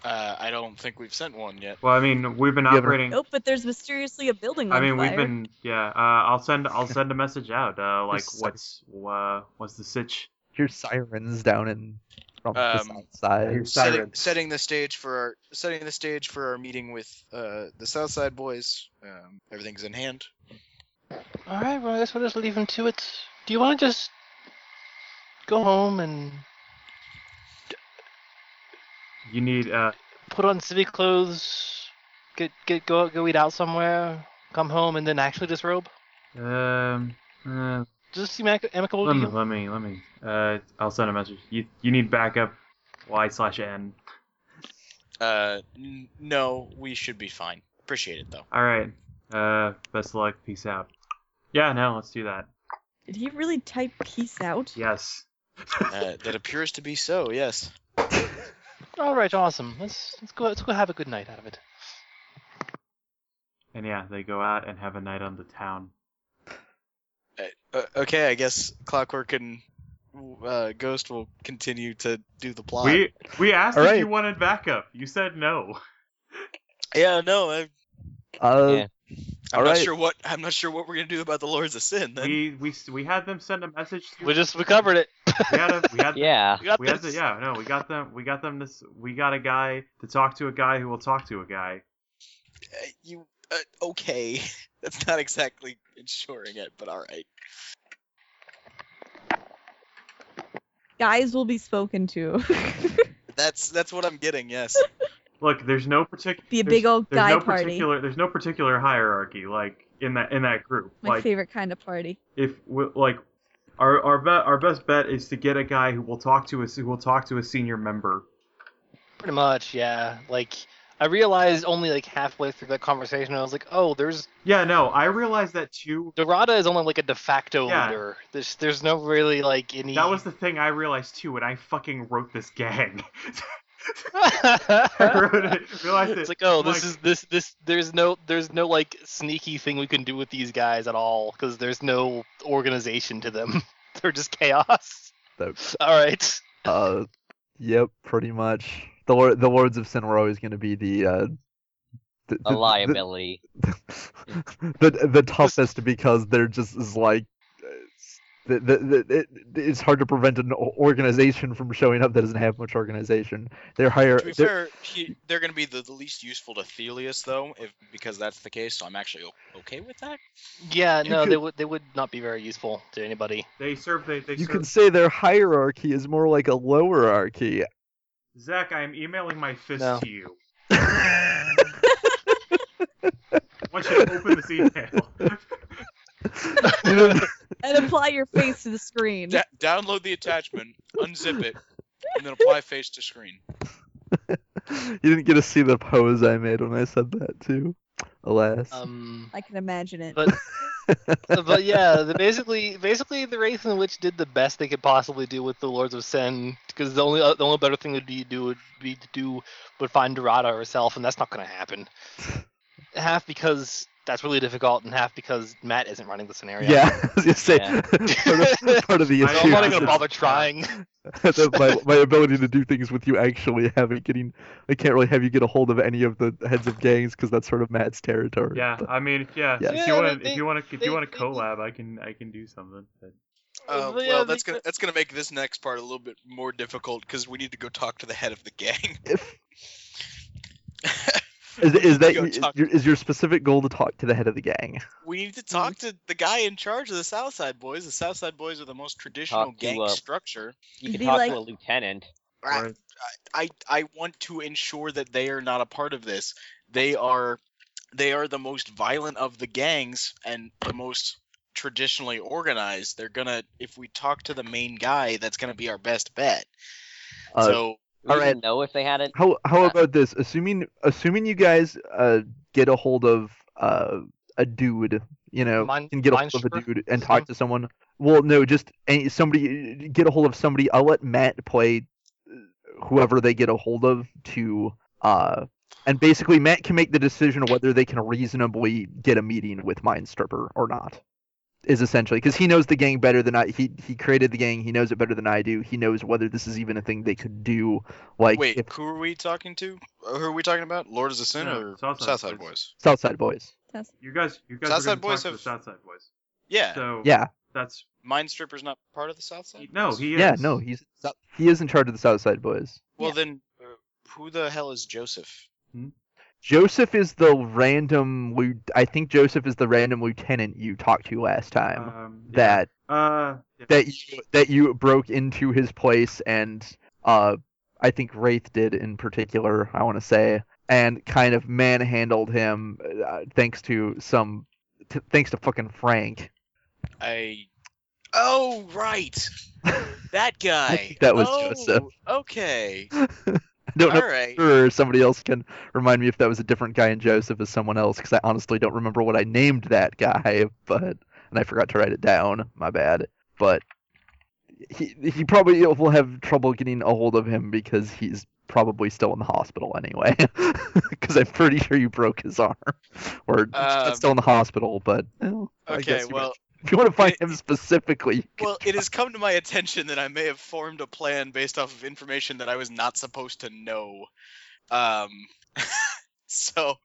C: Uh, I don't think we've sent one yet.
B: Well, I mean, we've been
A: You haven't-
B: operating.
E: Nope, but there's mysteriously a building on
B: I mean, we've
E: fire.
B: been yeah. Uh, I'll send I'll send a message out. Uh, like
A: Just-
B: what's uh, what's the sitch?
A: your sirens down in from
C: Um,
A: the side?
C: Setting, setting the stage for our setting the stage for our meeting with uh, the Southside Boys. Um, everything's in hand.
D: All right, well, I guess we'll just leave him to it. Do you want to just go home and
B: You need uh,
D: put on city clothes, get get go go eat out somewhere, come home, and then actually disrobe?
B: um. Uh,
D: Does this seem amic- amicable
B: let
D: to
B: me,
D: you?
B: let me, let me. Uh, I'll send a message. You, you need backup. Y slash N.
C: Uh, n- no, we should be fine. Appreciate it though.
B: All right. Uh, best of luck. Peace out. Yeah, no, let's do that.
E: Did he really type peace out?
B: Yes.
C: Uh, that appears to be so. Yes.
D: All right, awesome. Let's let's go. Let's go have a good night out of it.
B: And yeah, they go out and have a night on the town.
C: Uh, okay, I guess Clockwork and uh, Ghost will continue to do the plot.
B: We we asked
A: All
B: if you
A: right.
B: wanted backup. You said no.
C: Yeah, no, I'm,
A: Uh,
F: Yeah.
C: I'm
A: All
C: not
A: right.
C: sure what I'm not sure what we're gonna do about the Lords of Sin.
D: Mm.
C: Then
B: We we we had them send a message. To
D: We just we covered it.
B: we had a, we had
F: Yeah.
C: We got
B: we had to,
C: this.
B: yeah no we got them we got them this we got a guy to talk to a guy who will talk to a guy.
C: Uh, you uh, okay? That's not exactly ensuring it, but all right.
E: Guys will be spoken to.
C: That's that's what I'm getting. Yes.
B: Look, there's no particular
E: be a big old
B: there's
E: guy
B: no
E: party.
B: particular there's no particular hierarchy like in that in that group.
E: My
B: like
E: favorite kind of party.
B: if we, like our our bet our best bet is to get a guy who will talk to us who will talk to a senior member.
D: Pretty much, yeah. Like I realized only like halfway through that conversation, I was like, oh, there's
B: Yeah, no, I realized that too.
D: Dorada is only like a de facto
B: Yeah.
D: leader. There's there's no really like any.
B: That was the thing I realized too, and I fucking wrote this gang. I wrote
D: The...
B: it, realized
D: it's
B: it.
D: like oh
B: I'm
D: this
B: like-
D: is this this there's no there's no like sneaky thing we can do with these guys at all because there's no organization to them they're just chaos
A: the-
D: all right
A: uh, yep, pretty much. The Lord, the Lords of Sin were always going to be the uh, the, the-
F: A
A: the-
F: liability.
A: the the toughest because they're just is like uh, the, the, the, it, it's hard to prevent an o- organization from showing up that doesn't have much organization. They're higher.
C: To be
A: they're-
C: fair, he, they're going to be the, the least useful to Thelius, though, if because that's the case. So I'm actually o- okay with that.
D: yeah
A: You
D: no they
A: could-
D: would they would not be very useful to anybody
B: They serve. They, they
A: you
B: serve.
A: could say their hierarchy is more like a lowerarchy.
B: Zach, I am emailing my fist
D: No.
B: to you. I want you to open this email.
A: You know,
E: And apply your face to the screen.
C: Da- download the attachment, unzip it, and then apply face to screen.
A: you didn't get to see the pose I made when I said that too. Alas.
D: um
E: I can imagine it.
D: But- but yeah, the, basically, basically, the Wraith and the Witch did the best they could possibly do with the Lords of Sin, because the only uh, the only better thing would be do would be to do would find Dorada herself, and that's not going to happen. Half because that's really difficult, and half because Matt isn't running the scenario.
A: yeah, I was gonna say
F: Yeah.
A: part, of, part of the
B: I
D: so
A: issue.
D: I'm not
B: Yeah.
D: even gonna bother trying.
A: that my, my ability to do things with you actually having getting I can't really have you get a hold of any of the heads of gangs because that's sort of Matt's territory.
B: yeah,
A: but-
B: I mean, yeah.
A: Yeah.
B: If you
D: Yeah,
B: want,
D: they-
B: if you want to, if
D: they-
B: you want
D: they-
B: to collab, I can, I can do something. But
C: Uh,
D: Well, yeah,
C: well,
D: they
C: that's gonna
D: could-
C: that's gonna make this next part a little bit more difficult because we need to go talk to the head of the gang.
A: If- is, is that
C: Go
A: y-
C: talk.
A: your, is your specific goal to talk to the head of the gang?
C: we need to talk to the guy in charge of the Southside Boys. The Southside Boys are the most traditional
F: Talk to,
C: gang
F: uh,
C: structure.
F: You can
E: Be
F: talk
E: like-
F: to a lieutenant.
C: I, I I want to ensure that they are not a part of this. They are they are the most violent of the gangs and the most traditionally organized. They're gonna if we talk to the main guy, that's gonna be our best bet.
A: Uh,
C: so
F: We
A: All right.
F: didn't know if they had it.
A: How how
F: Uh,
A: about this? Assuming assuming you guys uh, get a hold of uh, a dude, you know,
D: Mine-
A: can get a
D: mine
A: hold of a
D: strip
A: dude and
D: system?
A: talk to someone. Well, no, just any, somebody get a hold of somebody. I'll let Matt play uh, whoever they get a hold of to. Uh, and basically, Matt can make the decision of whether they can reasonably get a meeting with Mind Stripper or not. Is essentially because he knows the gang better than I. He he created the gang. He knows it better than I do. He knows whether this is even a thing they could do. Like
C: wait,
A: if-
C: who are we talking to? Who are we talking about? Lord of the Sin
B: No,
C: or
B: Southside
C: Southside,
B: Boys.
C: Boys?
A: Southside Boys.
E: That's-
B: you guys, you guys
C: Southside
B: are going
C: Boys
B: to talk
C: have-
B: to the Southside Boys.
C: Yeah.
B: So
A: Yeah,
B: that's
C: Mind Stripper's not part of the Southside?
B: no,
C: Boys?
B: he is.
A: yeah, no, he's he is in charge of the Southside Boys.
C: Well
E: Yeah.
C: then uh, who the hell is Joseph?
A: Joseph is the random. lieu- I think Joseph is the random lieutenant you talked to last time.
B: Um, yeah.
A: that
B: Uh, yeah.
A: that you that you broke into his place and uh, I think Wraith did in particular. I want to say and kind of manhandled him uh, thanks to some t- thanks to fucking Frank.
C: I. Oh right, that guy.
A: think that was
C: oh,
A: Joseph.
C: Okay.
A: I don't know
C: All right.
A: Sure, somebody else can remind me if that was a different guy and Joseph is someone else, because I honestly don't remember what I named that guy. But and I forgot to write it down. My bad. But he he probably will have trouble getting a hold of him because he's probably still in the hospital anyway. Because I'm pretty sure you broke his arm, or
C: Um,
A: not still in the hospital. But well, I
C: Okay,
A: guess you
C: well,
A: if you want to find him specifically, you can
C: well, it has come to my attention that I may have formed a plan based off of information that I was not supposed to know. Um, so,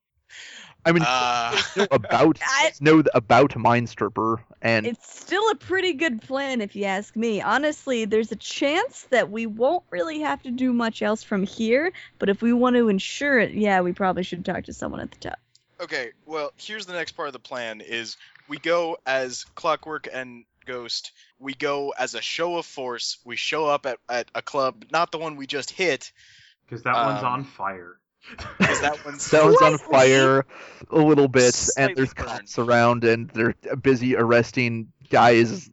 A: I mean,
C: uh,
A: know about
E: I-
A: know th- about Mindstripper, and
E: It's still a pretty good plan, if you ask me. Honestly, there's a chance that we won't really have to do much else from here, but if we want to ensure it, yeah, we probably should talk to someone at the top.
C: okay, well, here's the next part of the plan: is we go as Clockwork and Ghost. We go as a show of force. We show up at, at a club, not the one we just hit,
B: because that one's
C: Um,
B: on fire.
C: because that one's
A: Sounds on
E: Slightly-
A: fire a little bit,
C: Slightly
A: and there's
C: burned.
A: cops around, and they're busy arresting guys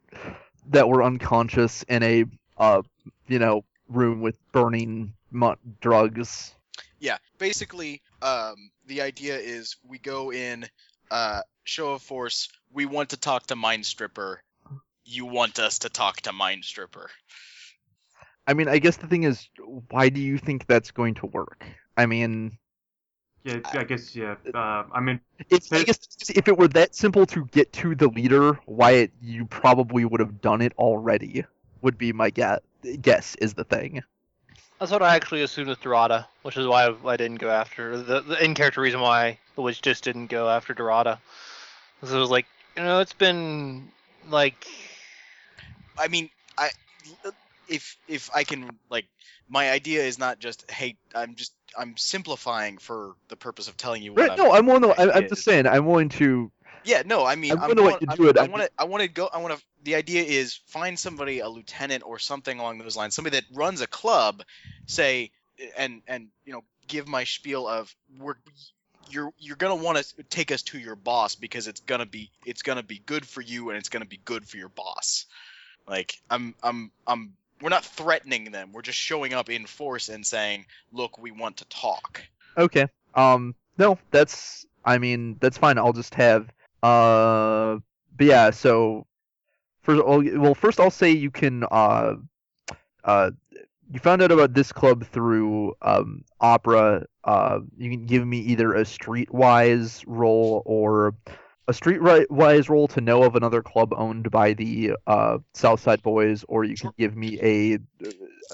A: that were unconscious in a, uh, you know, room with burning mu- drugs.
C: yeah basically um, the idea is we go in uh, show of force we want to talk to mind stripper you want us to talk to mind stripper
A: I mean, I guess the thing is, why do you think that's going to work? I mean,
B: Yeah, I guess yeah. Uh, I mean,
A: if, I guess if it were that simple to get to the leader, why it, you probably would have done it already. Would be my guess. Guess is the thing.
D: That's what I actually assumed with Dorada, which is why I didn't go after her. the the in character reason why the witch just didn't go after Dorada. Because it was like, you know, it's been like
C: i mean i if if i can like my idea is not just hey i'm just i'm simplifying for the purpose of telling you what
A: Right,
C: I'm,
A: no, I'm willing. To,
C: my
A: I, I'm
C: idea
A: just
C: is.
A: saying. I'm willing to.
C: Yeah, no, I mean,
A: I'm
C: I'm
A: gonna let
C: going-
A: you do it.
C: I, I
A: I'm
C: want to. I want to go. I want to. The idea is find somebody, a lieutenant or something along those lines, somebody that runs a club, say, and and you know, give my spiel of we're you're you're gonna want to take us to your boss because it's gonna be it's gonna be good for you and it's gonna be good for your boss. Like I'm I'm I'm we're not threatening them. We're just showing up in force and saying, look, we want to talk.
A: Okay. Um. No, that's. I mean, that's fine. I'll just have. Uh. But yeah. So. First, I'll- well, first I'll say you can. Uh. Uh. You found out about this club through um opera. Uh. You can give me either a streetwise roll or a streetwise roll to know of another club owned by the uh Southside Boys, or you can give me a,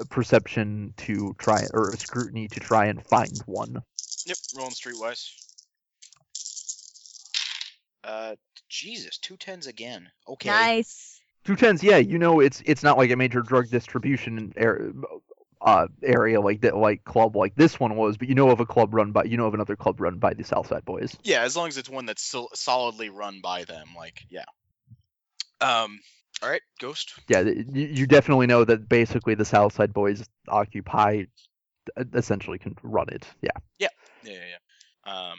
A: a perception to try or a scrutiny to try and find one.
C: Yep, rolling streetwise. Uh, Jesus, two tens again. Okay.
E: Nice.
A: Two tens, yeah. You know, it's it's not like a major drug distribution area, uh, area like that, like club like this one was. But you know of a club run by, you know of another club run by the Southside Boys.
C: Yeah, as long as it's one that's sol- solidly run by them, like yeah. Um. All right, Ghost.
A: Yeah, th- you, you definitely know that basically the Southside Boys occupy, e, essentially can run it. Yeah.
C: Yeah, yeah, yeah. Um.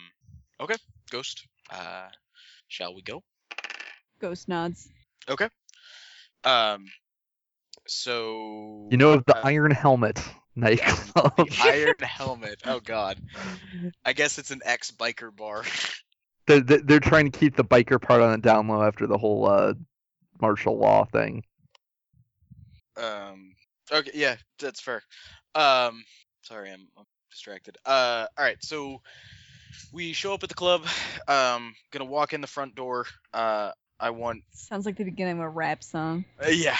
C: Okay, Ghost. Uh, shall we go?
E: Ghost nods.
C: Um. So
A: You know of the
C: uh,
A: Iron Helmet nightclub.
C: Iron Helmet. Oh God. I guess it's an ex biker bar.
A: they're, they're they're trying to keep the biker part on the down low after the whole uh, martial law thing.
C: Um. Okay. Yeah, that's fair. Um. Sorry, I'm, I'm distracted. Uh. All right. So we show up at the club. Um. Gonna walk in the front door. Uh. I want.
E: Sounds like the beginning of a rap song.
C: uh, yeah.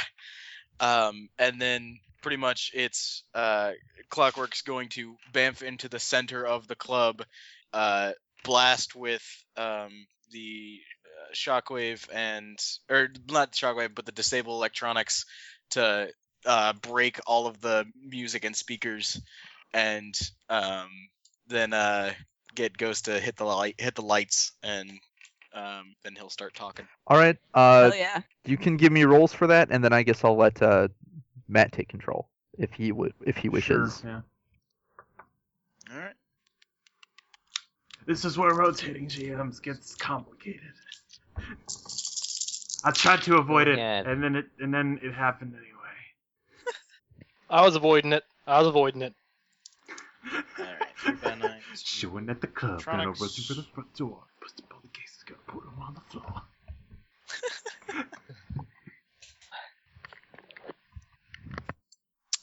C: Um. And then pretty much it's uh Clockwork's going to bamf into the center of the club. Uh. Blast with um the uh, shockwave and or not shockwave but the disable electronics to uh, break all of the music and speakers, and um, then uh, get Ghost to hit the light, hit the lights, and um, then he'll start talking.
A: All right. Uh,
E: oh yeah.
A: you can give me rolls for that, and then I guess I'll let uh, Matt take control if he would, if he wishes.
B: Sure, yeah.
C: All right.
B: This is where rotating GMs gets complicated. I tried to avoid it,
F: Yeah.
B: and then it and then it happened anyway.
D: I was avoiding it. I was avoiding it.
C: All right. Three by nine.
B: Showing at the club, then I
C: Electronics.
B: rushing for the front door, busted both the cases, gonna put them on the floor.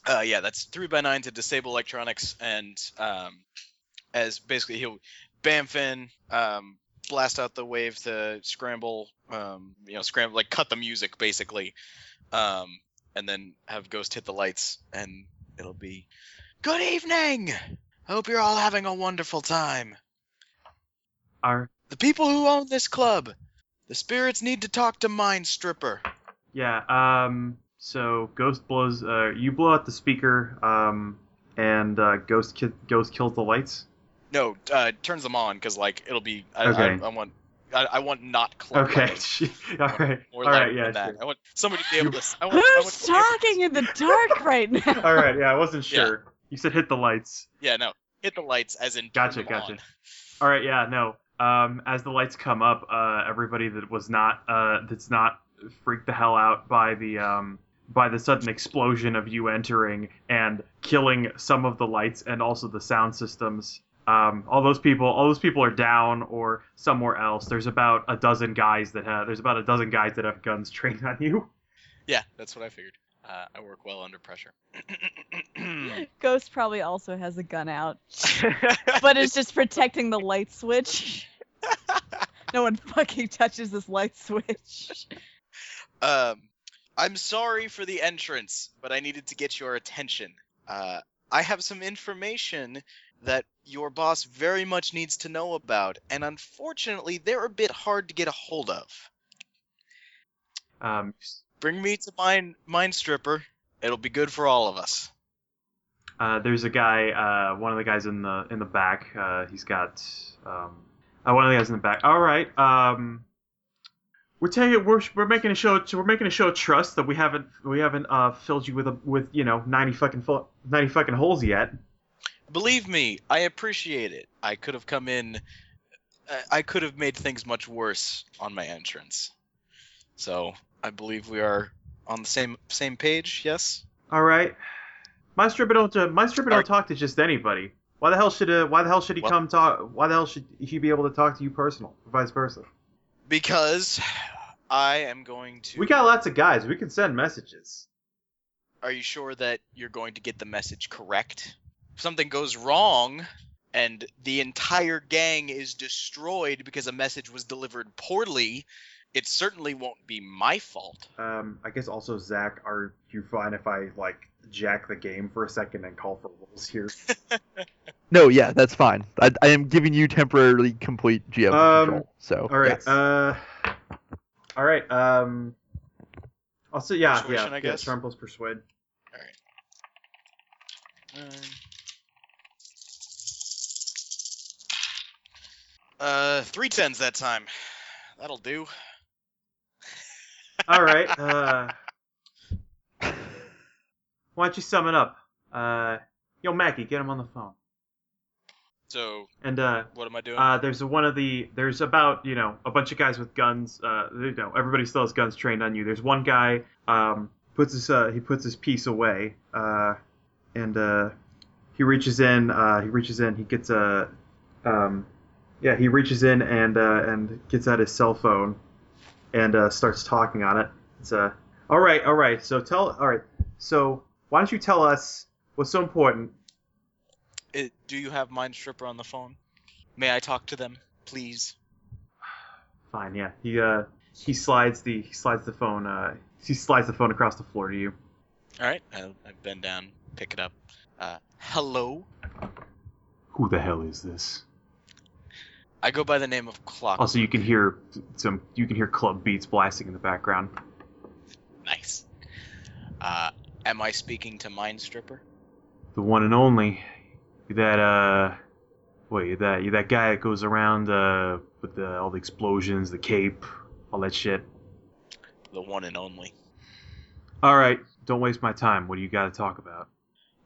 C: Uh, yeah, that's three by nine to disable electronics, and um, as basically he'll bamfin, um, blast out the wave to scramble, um, you know, scramble like cut the music basically, um, and then have Ghost hit the lights, and it'll be good evening. Hope you're all having a wonderful time.
B: Are
C: The people who own this club, the spirits need to talk to Mind Stripper.
B: Yeah. Um. So Ghost blows. Uh, you blow out the speaker. Um. And uh, Ghost ki- Ghost kills the lights.
C: No, uh, turns them on because like it'll be. I,
B: Okay.
C: I, I want. I, I want not club.
B: Okay.
C: lighting.
B: all right.
C: More
B: All right.
C: lighting than
B: Yeah.
C: that.
B: sure.
C: I want somebody to be able to. I want, I want
E: Who's
C: to be able to-
E: talking in the dark right now?
B: All right. Yeah. I wasn't
C: Yeah.
B: sure. You said hit the lights.
C: Yeah, no. Hit the lights as in. turn
B: Gotcha.
C: them
B: Gotcha.
C: on.
B: All right. Yeah. No. Um. As the lights come up, uh, everybody that was not uh that's not freaked the hell out by the um by the sudden explosion of you entering and killing some of the lights and also the sound systems. Um, all those people, all those people are down or somewhere else. There's about a dozen guys that have. There's about a dozen guys that have guns trained on you.
C: Yeah, that's what I figured. Uh, I work well under pressure.
E: Ghost probably also has a gun out, but it's just protecting the light switch. No one fucking touches this light switch.
C: um, I'm sorry for the entrance, but I needed to get your attention. Uh, I have some information that your boss very much needs to know about, and unfortunately, they're a bit hard to get a hold of.
B: Um,
C: Bring me to mine, mine stripper. It'll be good for all of us.
B: Uh, there's a guy, uh, one of the guys in the in the back. Uh, he's got um, uh, one of the guys in the back. All right, um, we're taking we're, we're making a show we're making a show of trust that we haven't we haven't uh, filled you with a with you know ninety fucking fu- ninety fucking holes yet.
C: Believe me, I appreciate it. I could have come in. I- I could have made things much worse on my entrance. So I believe we are on the same same page. Yes.
B: All right, my stripper don't uh, my stripper
C: All
B: don't
C: right.
B: talk to just anybody. Why the hell should uh, why the hell should he
C: Well-
B: come talk? Why the hell should he be able to talk to you personal, or vice versa?
C: Because I am going to.
B: We got lots of guys. We can send messages.
C: Are you sure that you're going to get the message correct? If something goes wrong, and the entire gang is destroyed because a message was delivered poorly, it certainly won't be my fault.
B: Um, I guess also Zach, are you fine if I like jack the game for a second and call for rolls here?
A: No, yeah, that's fine. I, I am giving you temporarily complete GM
B: Um,
A: control. So
B: all right.
A: Oh, yes.
B: Uh, all right. Um, also yeah,
C: Persuasion,
B: yeah,
C: I guess?
B: yeah. Charm plus persuade.
C: Uh, three tens that time. That'll do.
B: All right. Uh, why don't you sum it up? Uh, yo, Mackie, get him on the phone.
C: So,
B: And uh,
C: what am I doing?
B: Uh, there's one of the there's about you know a bunch of guys with guns. Uh, you know everybody still has guns trained on you. There's one guy um, puts his uh, he puts his piece away, uh, and uh, he reaches in. Uh, he reaches in. He gets a um, yeah. He reaches in and uh, and gets out his cell phone and uh, starts talking on it. It's uh, all right, all right. So tell all right. So why don't you tell us what's so important?
C: I- Uh, do you have Mind Stripper on the phone? May I talk to them, please?
B: Fine, yeah. He uh he slides the he slides the phone uh he slides the phone across the floor to you.
C: All right, I, I bend down, pick it up. Uh, hello.
B: Who the hell is this?
C: I go by the name of Clock.
B: Also, you can hear some you can hear club beats blasting in the background.
C: Nice. Uh, am I speaking to Mind Stripper?
B: The one and only You that uh wait you that you that guy that goes around uh with the, all the explosions, the cape, all that shit.
C: The one and only.
B: All right, don't waste my time. What do you got to talk about?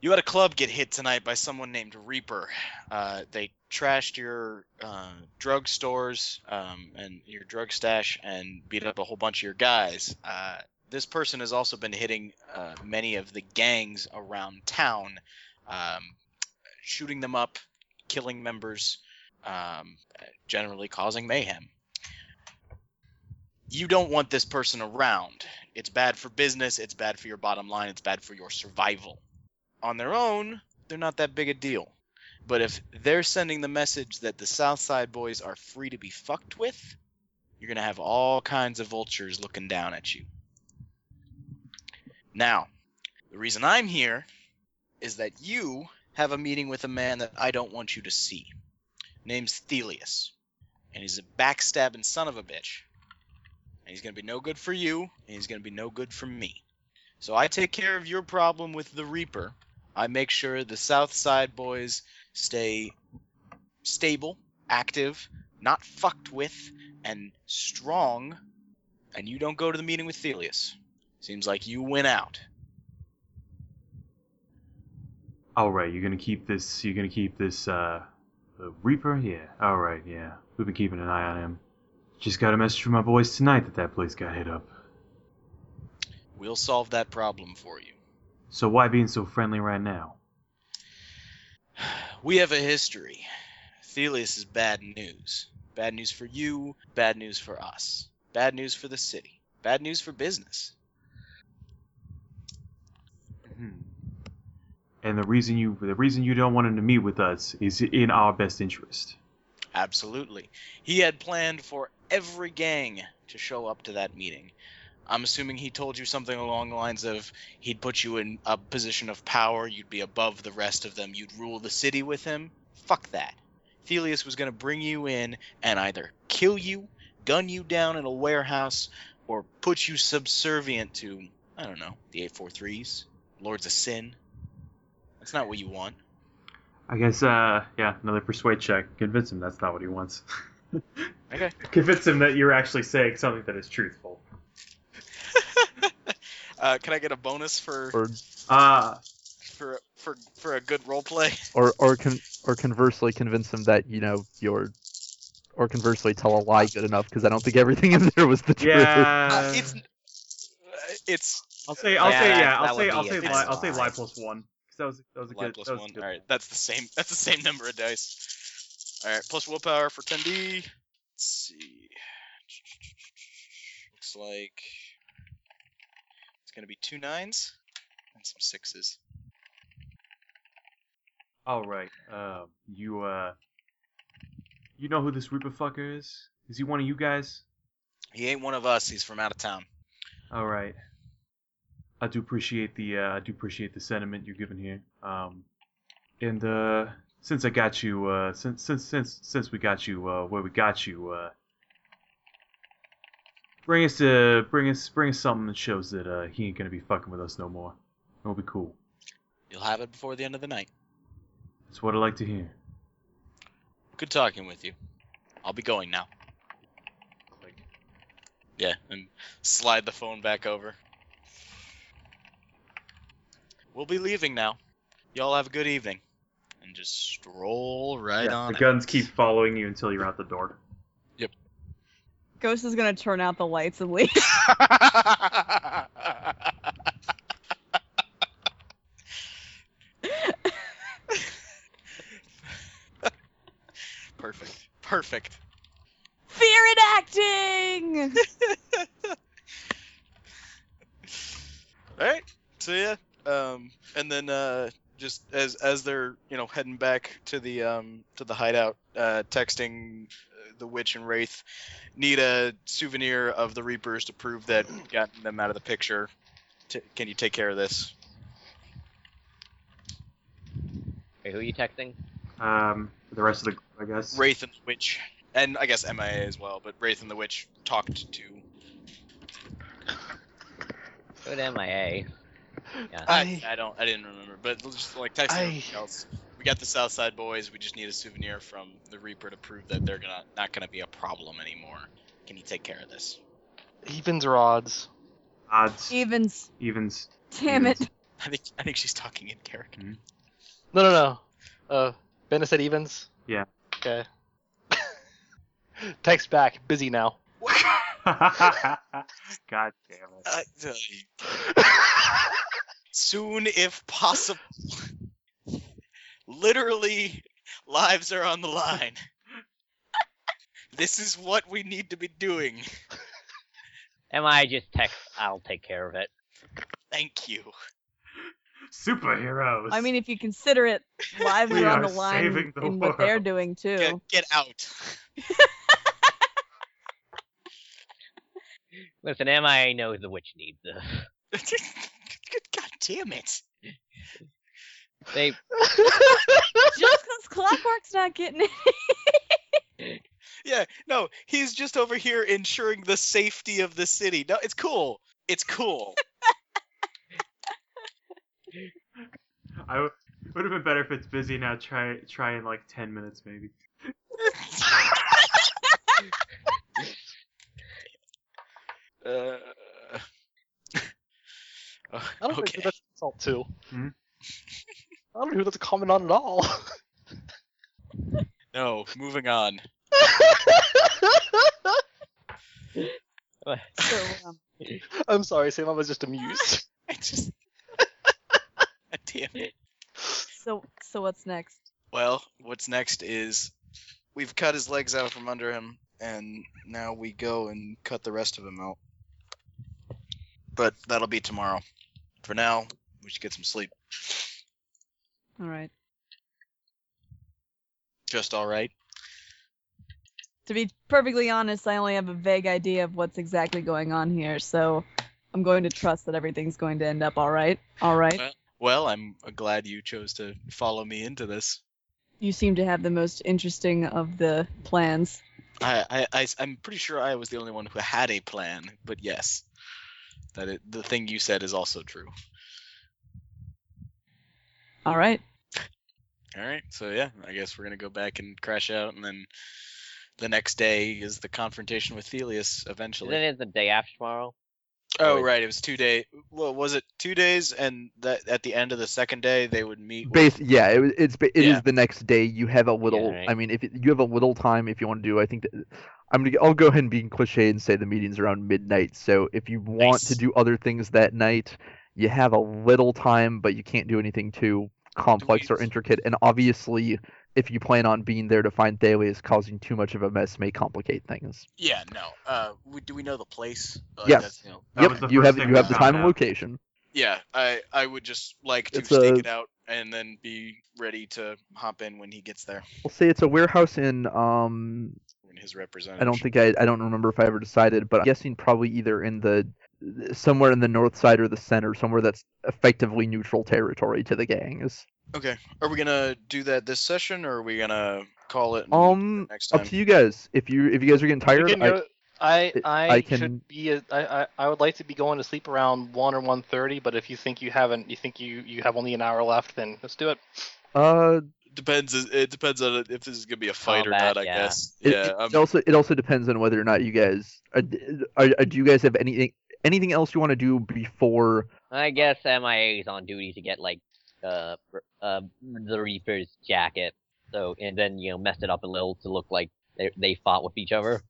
C: You had a club get hit tonight by someone named Reaper. Uh, they trashed your uh, drug stores um, and your drug stash and beat up a whole bunch of your guys. Uh, this person has also been hitting uh, many of the gangs around town, um, shooting them up, killing members, um, generally causing mayhem. you don't want this person around. It's bad for business, it's bad for your bottom line, it's bad for your survival. On their own, they're not that big a deal. But if they're sending the message that the South Side boys are free to be fucked with, you're going to have all kinds of vultures looking down at you. Now, the reason I'm here is that you have a meeting with a man that I don't want you to see. Name's Thelius. And he's a backstabbing son of a bitch. And he's going to be no good for you, and he's going to be no good for me. So I take care of your problem with the Reaper. I make sure the South Side boys stay stable, active, not fucked with, and strong. And you don't go to the meeting with Thelius. Seems like you went out.
B: All right, you're gonna keep this. You're gonna keep this uh, uh, Reaper here. All right, yeah, we've been keeping an eye on him. Just got a message from my boys tonight that that place got hit up.
C: We'll solve that problem for you.
B: So why being so friendly right now?
C: We have a history. Thelius is bad news. Bad news for you, bad news for us. Bad news for the city. Bad news for business.
B: Hmm. And the reason you the reason you don't want him to meet with us is in our best interest.
C: Absolutely. He had planned for every gang to show up to that meeting. I'm assuming he told you something along the lines of he'd put you in a position of power, you'd be above the rest of them, you'd rule the city with him. Fuck that. Thelius was going to bring you in and either kill you, gun you down in a warehouse, or put you subservient to, I don't know, the 843s, Lords of Sin. That's not what you want.
B: I guess uh yeah, another persuade check. Convince him that's not what he wants.
C: Okay.
B: Convince him that you're actually saying something that is truthful.
C: Uh, can I get a bonus for
A: or
B: Uh
C: for for for a good role play?
A: or or con- or conversely convince them that you know you're or conversely tell a lie good enough because I don't think everything in there was the truth.
B: yeah.
C: Uh, it's it's
B: I'll say I'll
F: Yeah,
B: say
F: that-
B: yeah,
F: that
B: I'll say
F: would
B: I'll
F: be
B: say
F: a
B: lie,
F: bad
B: I'll say
F: lie.
B: lie plus 1. 'Cause That was that was a
C: Lie
B: good
C: plus
B: that was a
C: one.
B: good.
C: All right, that's the same. That's the same number of dice. All right, plus willpower for 10d. Let's see. Looks like it's gonna be two nines and some sixes.
B: All right. Um, you uh, you know who this Reaper fucker is? Is he one of you guys?
C: He ain't one of us. He's from out of town.
B: All right. I do appreciate the uh, I do appreciate the sentiment you're giving here. Um, and uh, since I got you, uh, since since since since we got you uh, where we got you, uh, bring us uh, bring us bring us something that shows that uh, he ain't gonna be fucking with us no more. It'll be cool.
C: You'll have it before the end of the night.
B: That's what I like to hear.
C: Good talking with you. I'll be going now. Yeah, and slide the phone back over. We'll be leaving now. Y'all have a good evening. And just stroll right on. out.
B: keep following you until you're out the door.
E: Ghost is gonna turn out the lights and leave.
C: Perfect. Perfect.
E: Fear in acting.
C: All right. So yeah, um, and then uh, just as as they're you know heading back to the um, to the hideout, uh, texting uh, the witch and wraith, need a souvenir of the reapers to prove that we've gotten them out of the picture. T- can you take care of this?
F: Wait, who are you texting?
B: Um, the rest of the group, I guess.
C: Wraith and the witch, and I guess MIA as well, but Wraith and the witch talked to.
F: Go to MIA.
C: I,
D: I-
C: I don't I didn't remember, but just like texting
D: I-
C: everybody else. We got the Southside boys. We just need a souvenir from the Reaper to prove that they're gonna not gonna be a problem anymore. Can you take care of this?
D: Evens or odds?
B: Odds,
E: Evans.
B: evens.
E: Damn it.
C: I think I think she's talking in character.
D: No, no, no. Uh, Bennett said evens.
B: Yeah.
D: Okay. Text back. Busy now.
B: God damn it.
C: Uh, uh, soon, if possible. Literally, lives are on the line. this is what we need to be doing.
F: Am I just text? I'll take care of it.
C: Thank you.
B: Superheroes.
E: I mean, if you consider it, lives
B: We
E: are on
B: are
E: the line
B: saving the
E: in what they're
B: world.
E: doing too.
C: Get, get out.
F: Listen, MIA knows the witch needs this.
C: Good God damn it.
F: They
E: Just because Clockwork's not getting it.
C: Yeah, no, he's just over here ensuring the safety of the city. No, it's cool. It's cool.
B: I w- would have been better if it's busy now. Try try in like ten minutes maybe.
C: uh,
D: I don't
C: okay.
D: think that's an insult too.
B: Hmm?
D: I don't know who that's a comment on at all.
C: No, moving on.
E: So, um,
D: I'm sorry, Sam. I was just amused.
C: I just. God damn it.
E: so, so what's next?
C: Well, what's next is we've cut his legs out from under him, and now we go and cut the rest of him out. But that'll be tomorrow. For now, we should get some sleep.
E: All right.
C: Just all right.
E: To be perfectly honest, I only have a vague idea of what's exactly going on here, so I'm going to trust that everything's going to end up all right. All right.
C: Well, I'm uh, glad you chose to follow me into this.
E: You seem to have the most interesting of the plans.
C: I, I, I, am pretty sure I was the only one who had a plan, but yes, that it, the thing you said is also true.
E: All right.
C: All right, so yeah, I guess we're gonna go back and crash out, and then the next day is the confrontation with Thelius. Eventually,
F: then it's the day after tomorrow.
C: Oh
F: Or-
C: right, it was two day. Well, was it two days? And that at the end of the second day, they would meet. with-
A: Base, yeah, it, it's ba- it is
C: Yeah.
A: the next day. You have a little.
F: right.
A: I mean, if it, you have a little time, if you want to do, I think that, I'm gonna. I'll go ahead and be cliche and say the meeting's around midnight. So if you want to
C: Nice.
A: do other things that night, you have a little time, but you can't do anything too complex or
C: use-
A: intricate. And obviously, if you plan on being there to find Thales, causing too much of a mess may complicate things.
C: yeah, no. Uh, we, do we know the place? Like,
A: Yes.
C: that's, you know-
B: That was
A: yep,
B: the
A: you
B: first
A: have
B: thing
A: you
B: we
A: have the
B: found
A: time and
B: out.
A: location.
C: Yeah, I I would just like to
A: It's
C: stake
A: a-
C: it out and then be ready to hop in when he gets there.
A: We'll say it's a warehouse in um
C: When his representative.
A: I don't think I, I don't remember if I ever decided, but I'm guessing probably either in the somewhere in the north side or the center, somewhere that's effectively neutral territory to the gangs.
C: Okay, are we gonna do that this session, or are we gonna call it
A: Um,
C: next time?
A: up to you guys. If you if you guys are getting
D: We
A: tired,
D: can
A: I,
D: go- I, I,
A: I can-
D: should be. a- I, I, I would like to be going to sleep around one or one thirty. But if you think you haven't, you think you you have only an hour left, then let's do it.
A: uh,
C: Depends. It depends on if this is gonna be a fight
F: Combat,
C: or not. I
F: yeah.
C: guess.
A: it,
C: yeah. um,
A: it
C: I'm-
A: also it also depends on whether or not you guys uh, are, are, are- do you guys have anything anything else you want to do before
F: I guess MIA is on duty to get like uh r- uh the Reaper's jacket. So and then you know mess it up a little to look like they they fought with each other.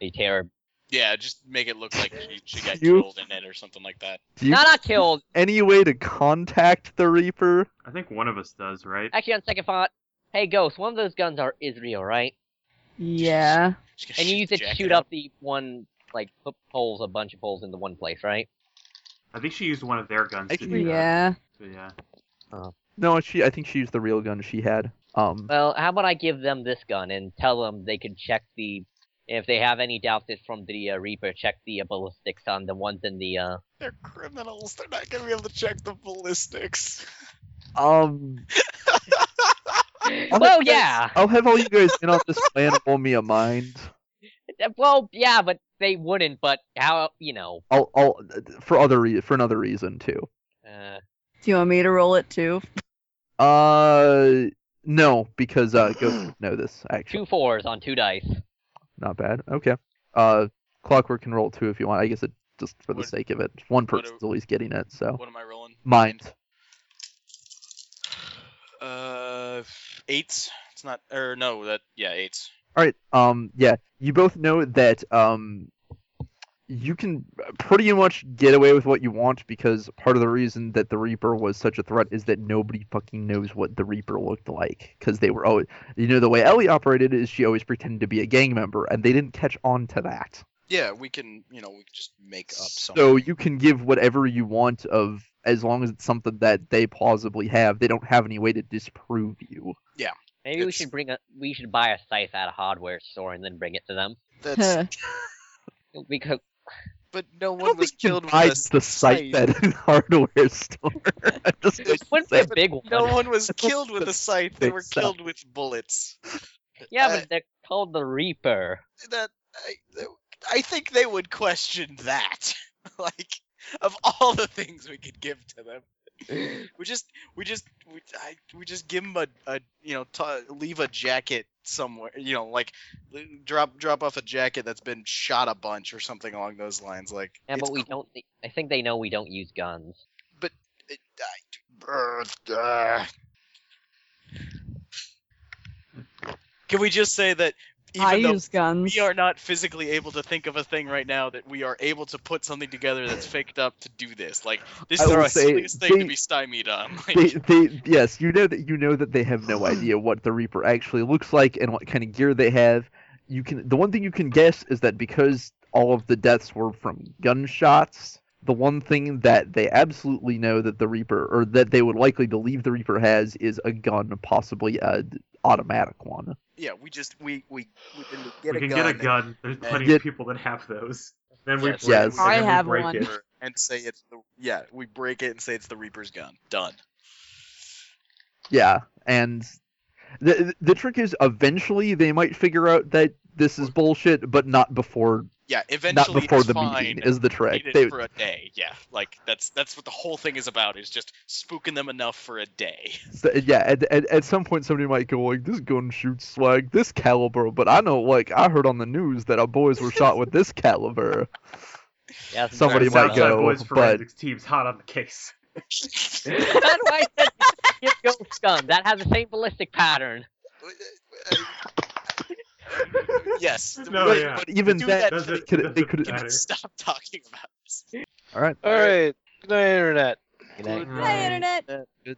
F: They tear
C: Yeah, just make it look like she, she got
A: You-
C: killed in it or something like that.
A: do you
F: not not killed.
A: any way to contact the Reaper?
B: I think one of us does, right?
F: Actually, on second thought, hey Ghost, one of those guns are is real, right?
E: Yeah.
C: She's gonna
F: And you
C: shoot
F: use
C: the
F: it to
C: jacket
F: shoot
C: out.
F: up the one like hook holes, a bunch of holes in the one place, right?
B: I think she used one of their guns. to
A: Actually,
B: do that.
E: Yeah.
B: So, yeah.
A: No, she I think she used the real gun she had. Um,
F: Well, how about I give them this gun and tell them they can check the if they have any doubts it's from the uh, Reaper, check the uh, ballistics on the ones in the uh
C: They're criminals. They're not gonna be able to check the ballistics.
A: um,
F: Oh, Well, yeah.
A: I'll have all you guys in on this plan. Roll me a mind.
F: Uh, Well, yeah, but they wouldn't. But how you know?
A: I'll, I'll for other re- for another reason too.
F: Uh,
E: Do you want me to roll it too?
A: Uh, no, because uh, ghosts would know this actually.
F: two fours on two dice.
A: Not bad. Okay. Uh, clockwork can roll two if you want. I guess it just for the
C: What-
A: sake of it, one
C: what
A: person's
C: do-
A: always getting it. So
C: What am I rolling?
A: mind.
C: Uh, eights. It's not. Or no, that yeah, eights.
A: All right. Um, yeah, you both know that um, you can pretty much get away with what you want because part of the reason that the Reaper was such a threat is that nobody fucking knows what the Reaper looked like because they were always, you know, the way Ellie operated is she always pretended to be a gang member and they didn't catch on to that.
C: Yeah, we can. You know, we can just make up something.
A: So you can give whatever you want of as long as it's something that they plausibly have. They don't have any way to disprove you.
F: Maybe we
C: It's-
F: should bring a we should buy a scythe at a hardware store and then bring it to them
C: That's.
F: because
C: but no
A: I
C: one
A: don't
C: was
A: think you
C: killed with
A: buy
C: a
A: the site
C: scythe.
A: that in hardware store. I'm just
F: it wouldn't be a
A: saying.
F: big one.
C: No one was killed with a
A: That's
C: scythe. They
A: big
C: were
A: stuff.
C: killed with bullets.
F: yeah,
C: uh,
F: but they're called the Reaper.
C: That I, that- I think they would question that. like, of all the things we could give to them, we just, we just, we, I, we just give them a, a you know, t- leave a jacket somewhere. You know, like, l- drop, drop off a jacket that's been shot a bunch or something along those lines. Like,
F: Yeah,
C: it's
F: but we don't. thi- I think they know we don't use guns.
C: It- I- brr, ah. Can we just say that even
E: I
C: though
E: use guns.
C: we are not physically able to think of a thing right now, that we are able to put something together that's faked up to do this? Like this
A: I
C: is
A: will
C: the
A: say
C: silliest thing
A: they-
C: to be stymied on. Like,
A: they, they, yes, you know that you know that they have no idea what the Reaper actually looks like and what kind of gear they have. You can the one thing you can guess is that because all of the deaths were from gunshots, the one thing that they absolutely know that the Reaper or that they would likely believe the Reaper has is a gun, possibly a d- automatic one.
C: yeah, we just we we we can
B: We
C: get, a,
B: can
C: gun
B: get a gun. There's
C: and-
B: plenty
A: Get-
B: of people that have those. Then we
C: Yes.
B: break,
A: Yes.
B: and
E: I
B: then we
E: have
B: break
E: one.
B: it.
C: and say it's the yeah we break it and say it's the Reaper's gun. Done.
A: Yeah, and the the trick is eventually they might figure out that this is bullshit, but not before
C: Yeah, eventually
A: not before
C: it's
A: the
C: fine.
A: meeting is the trick.
C: need it
A: They-
C: for a day. Yeah, like that's that's what the whole thing is about is just spooking them enough for a day.
A: So, yeah, at, at, at some point somebody might go like, "This gun shoots like this caliber," but I know like I heard on the news that our boys were shot with this caliber.
F: Yeah,
A: Somebody
B: Our
A: might
B: Southside
A: go,
B: Boys
A: but-
B: forensics team's hot on the case.
F: How do I said get ghost gun? That has the same ballistic pattern.
C: yes.
B: No,
A: but,
B: yeah.
A: but even
C: Do
A: that,
C: that
A: they
B: doesn't-
A: could
B: doesn't
A: they could.
B: matter.
C: Stop talking about this.
A: All right.
D: All right. Good night, internet.
E: Hey, internet.
A: Good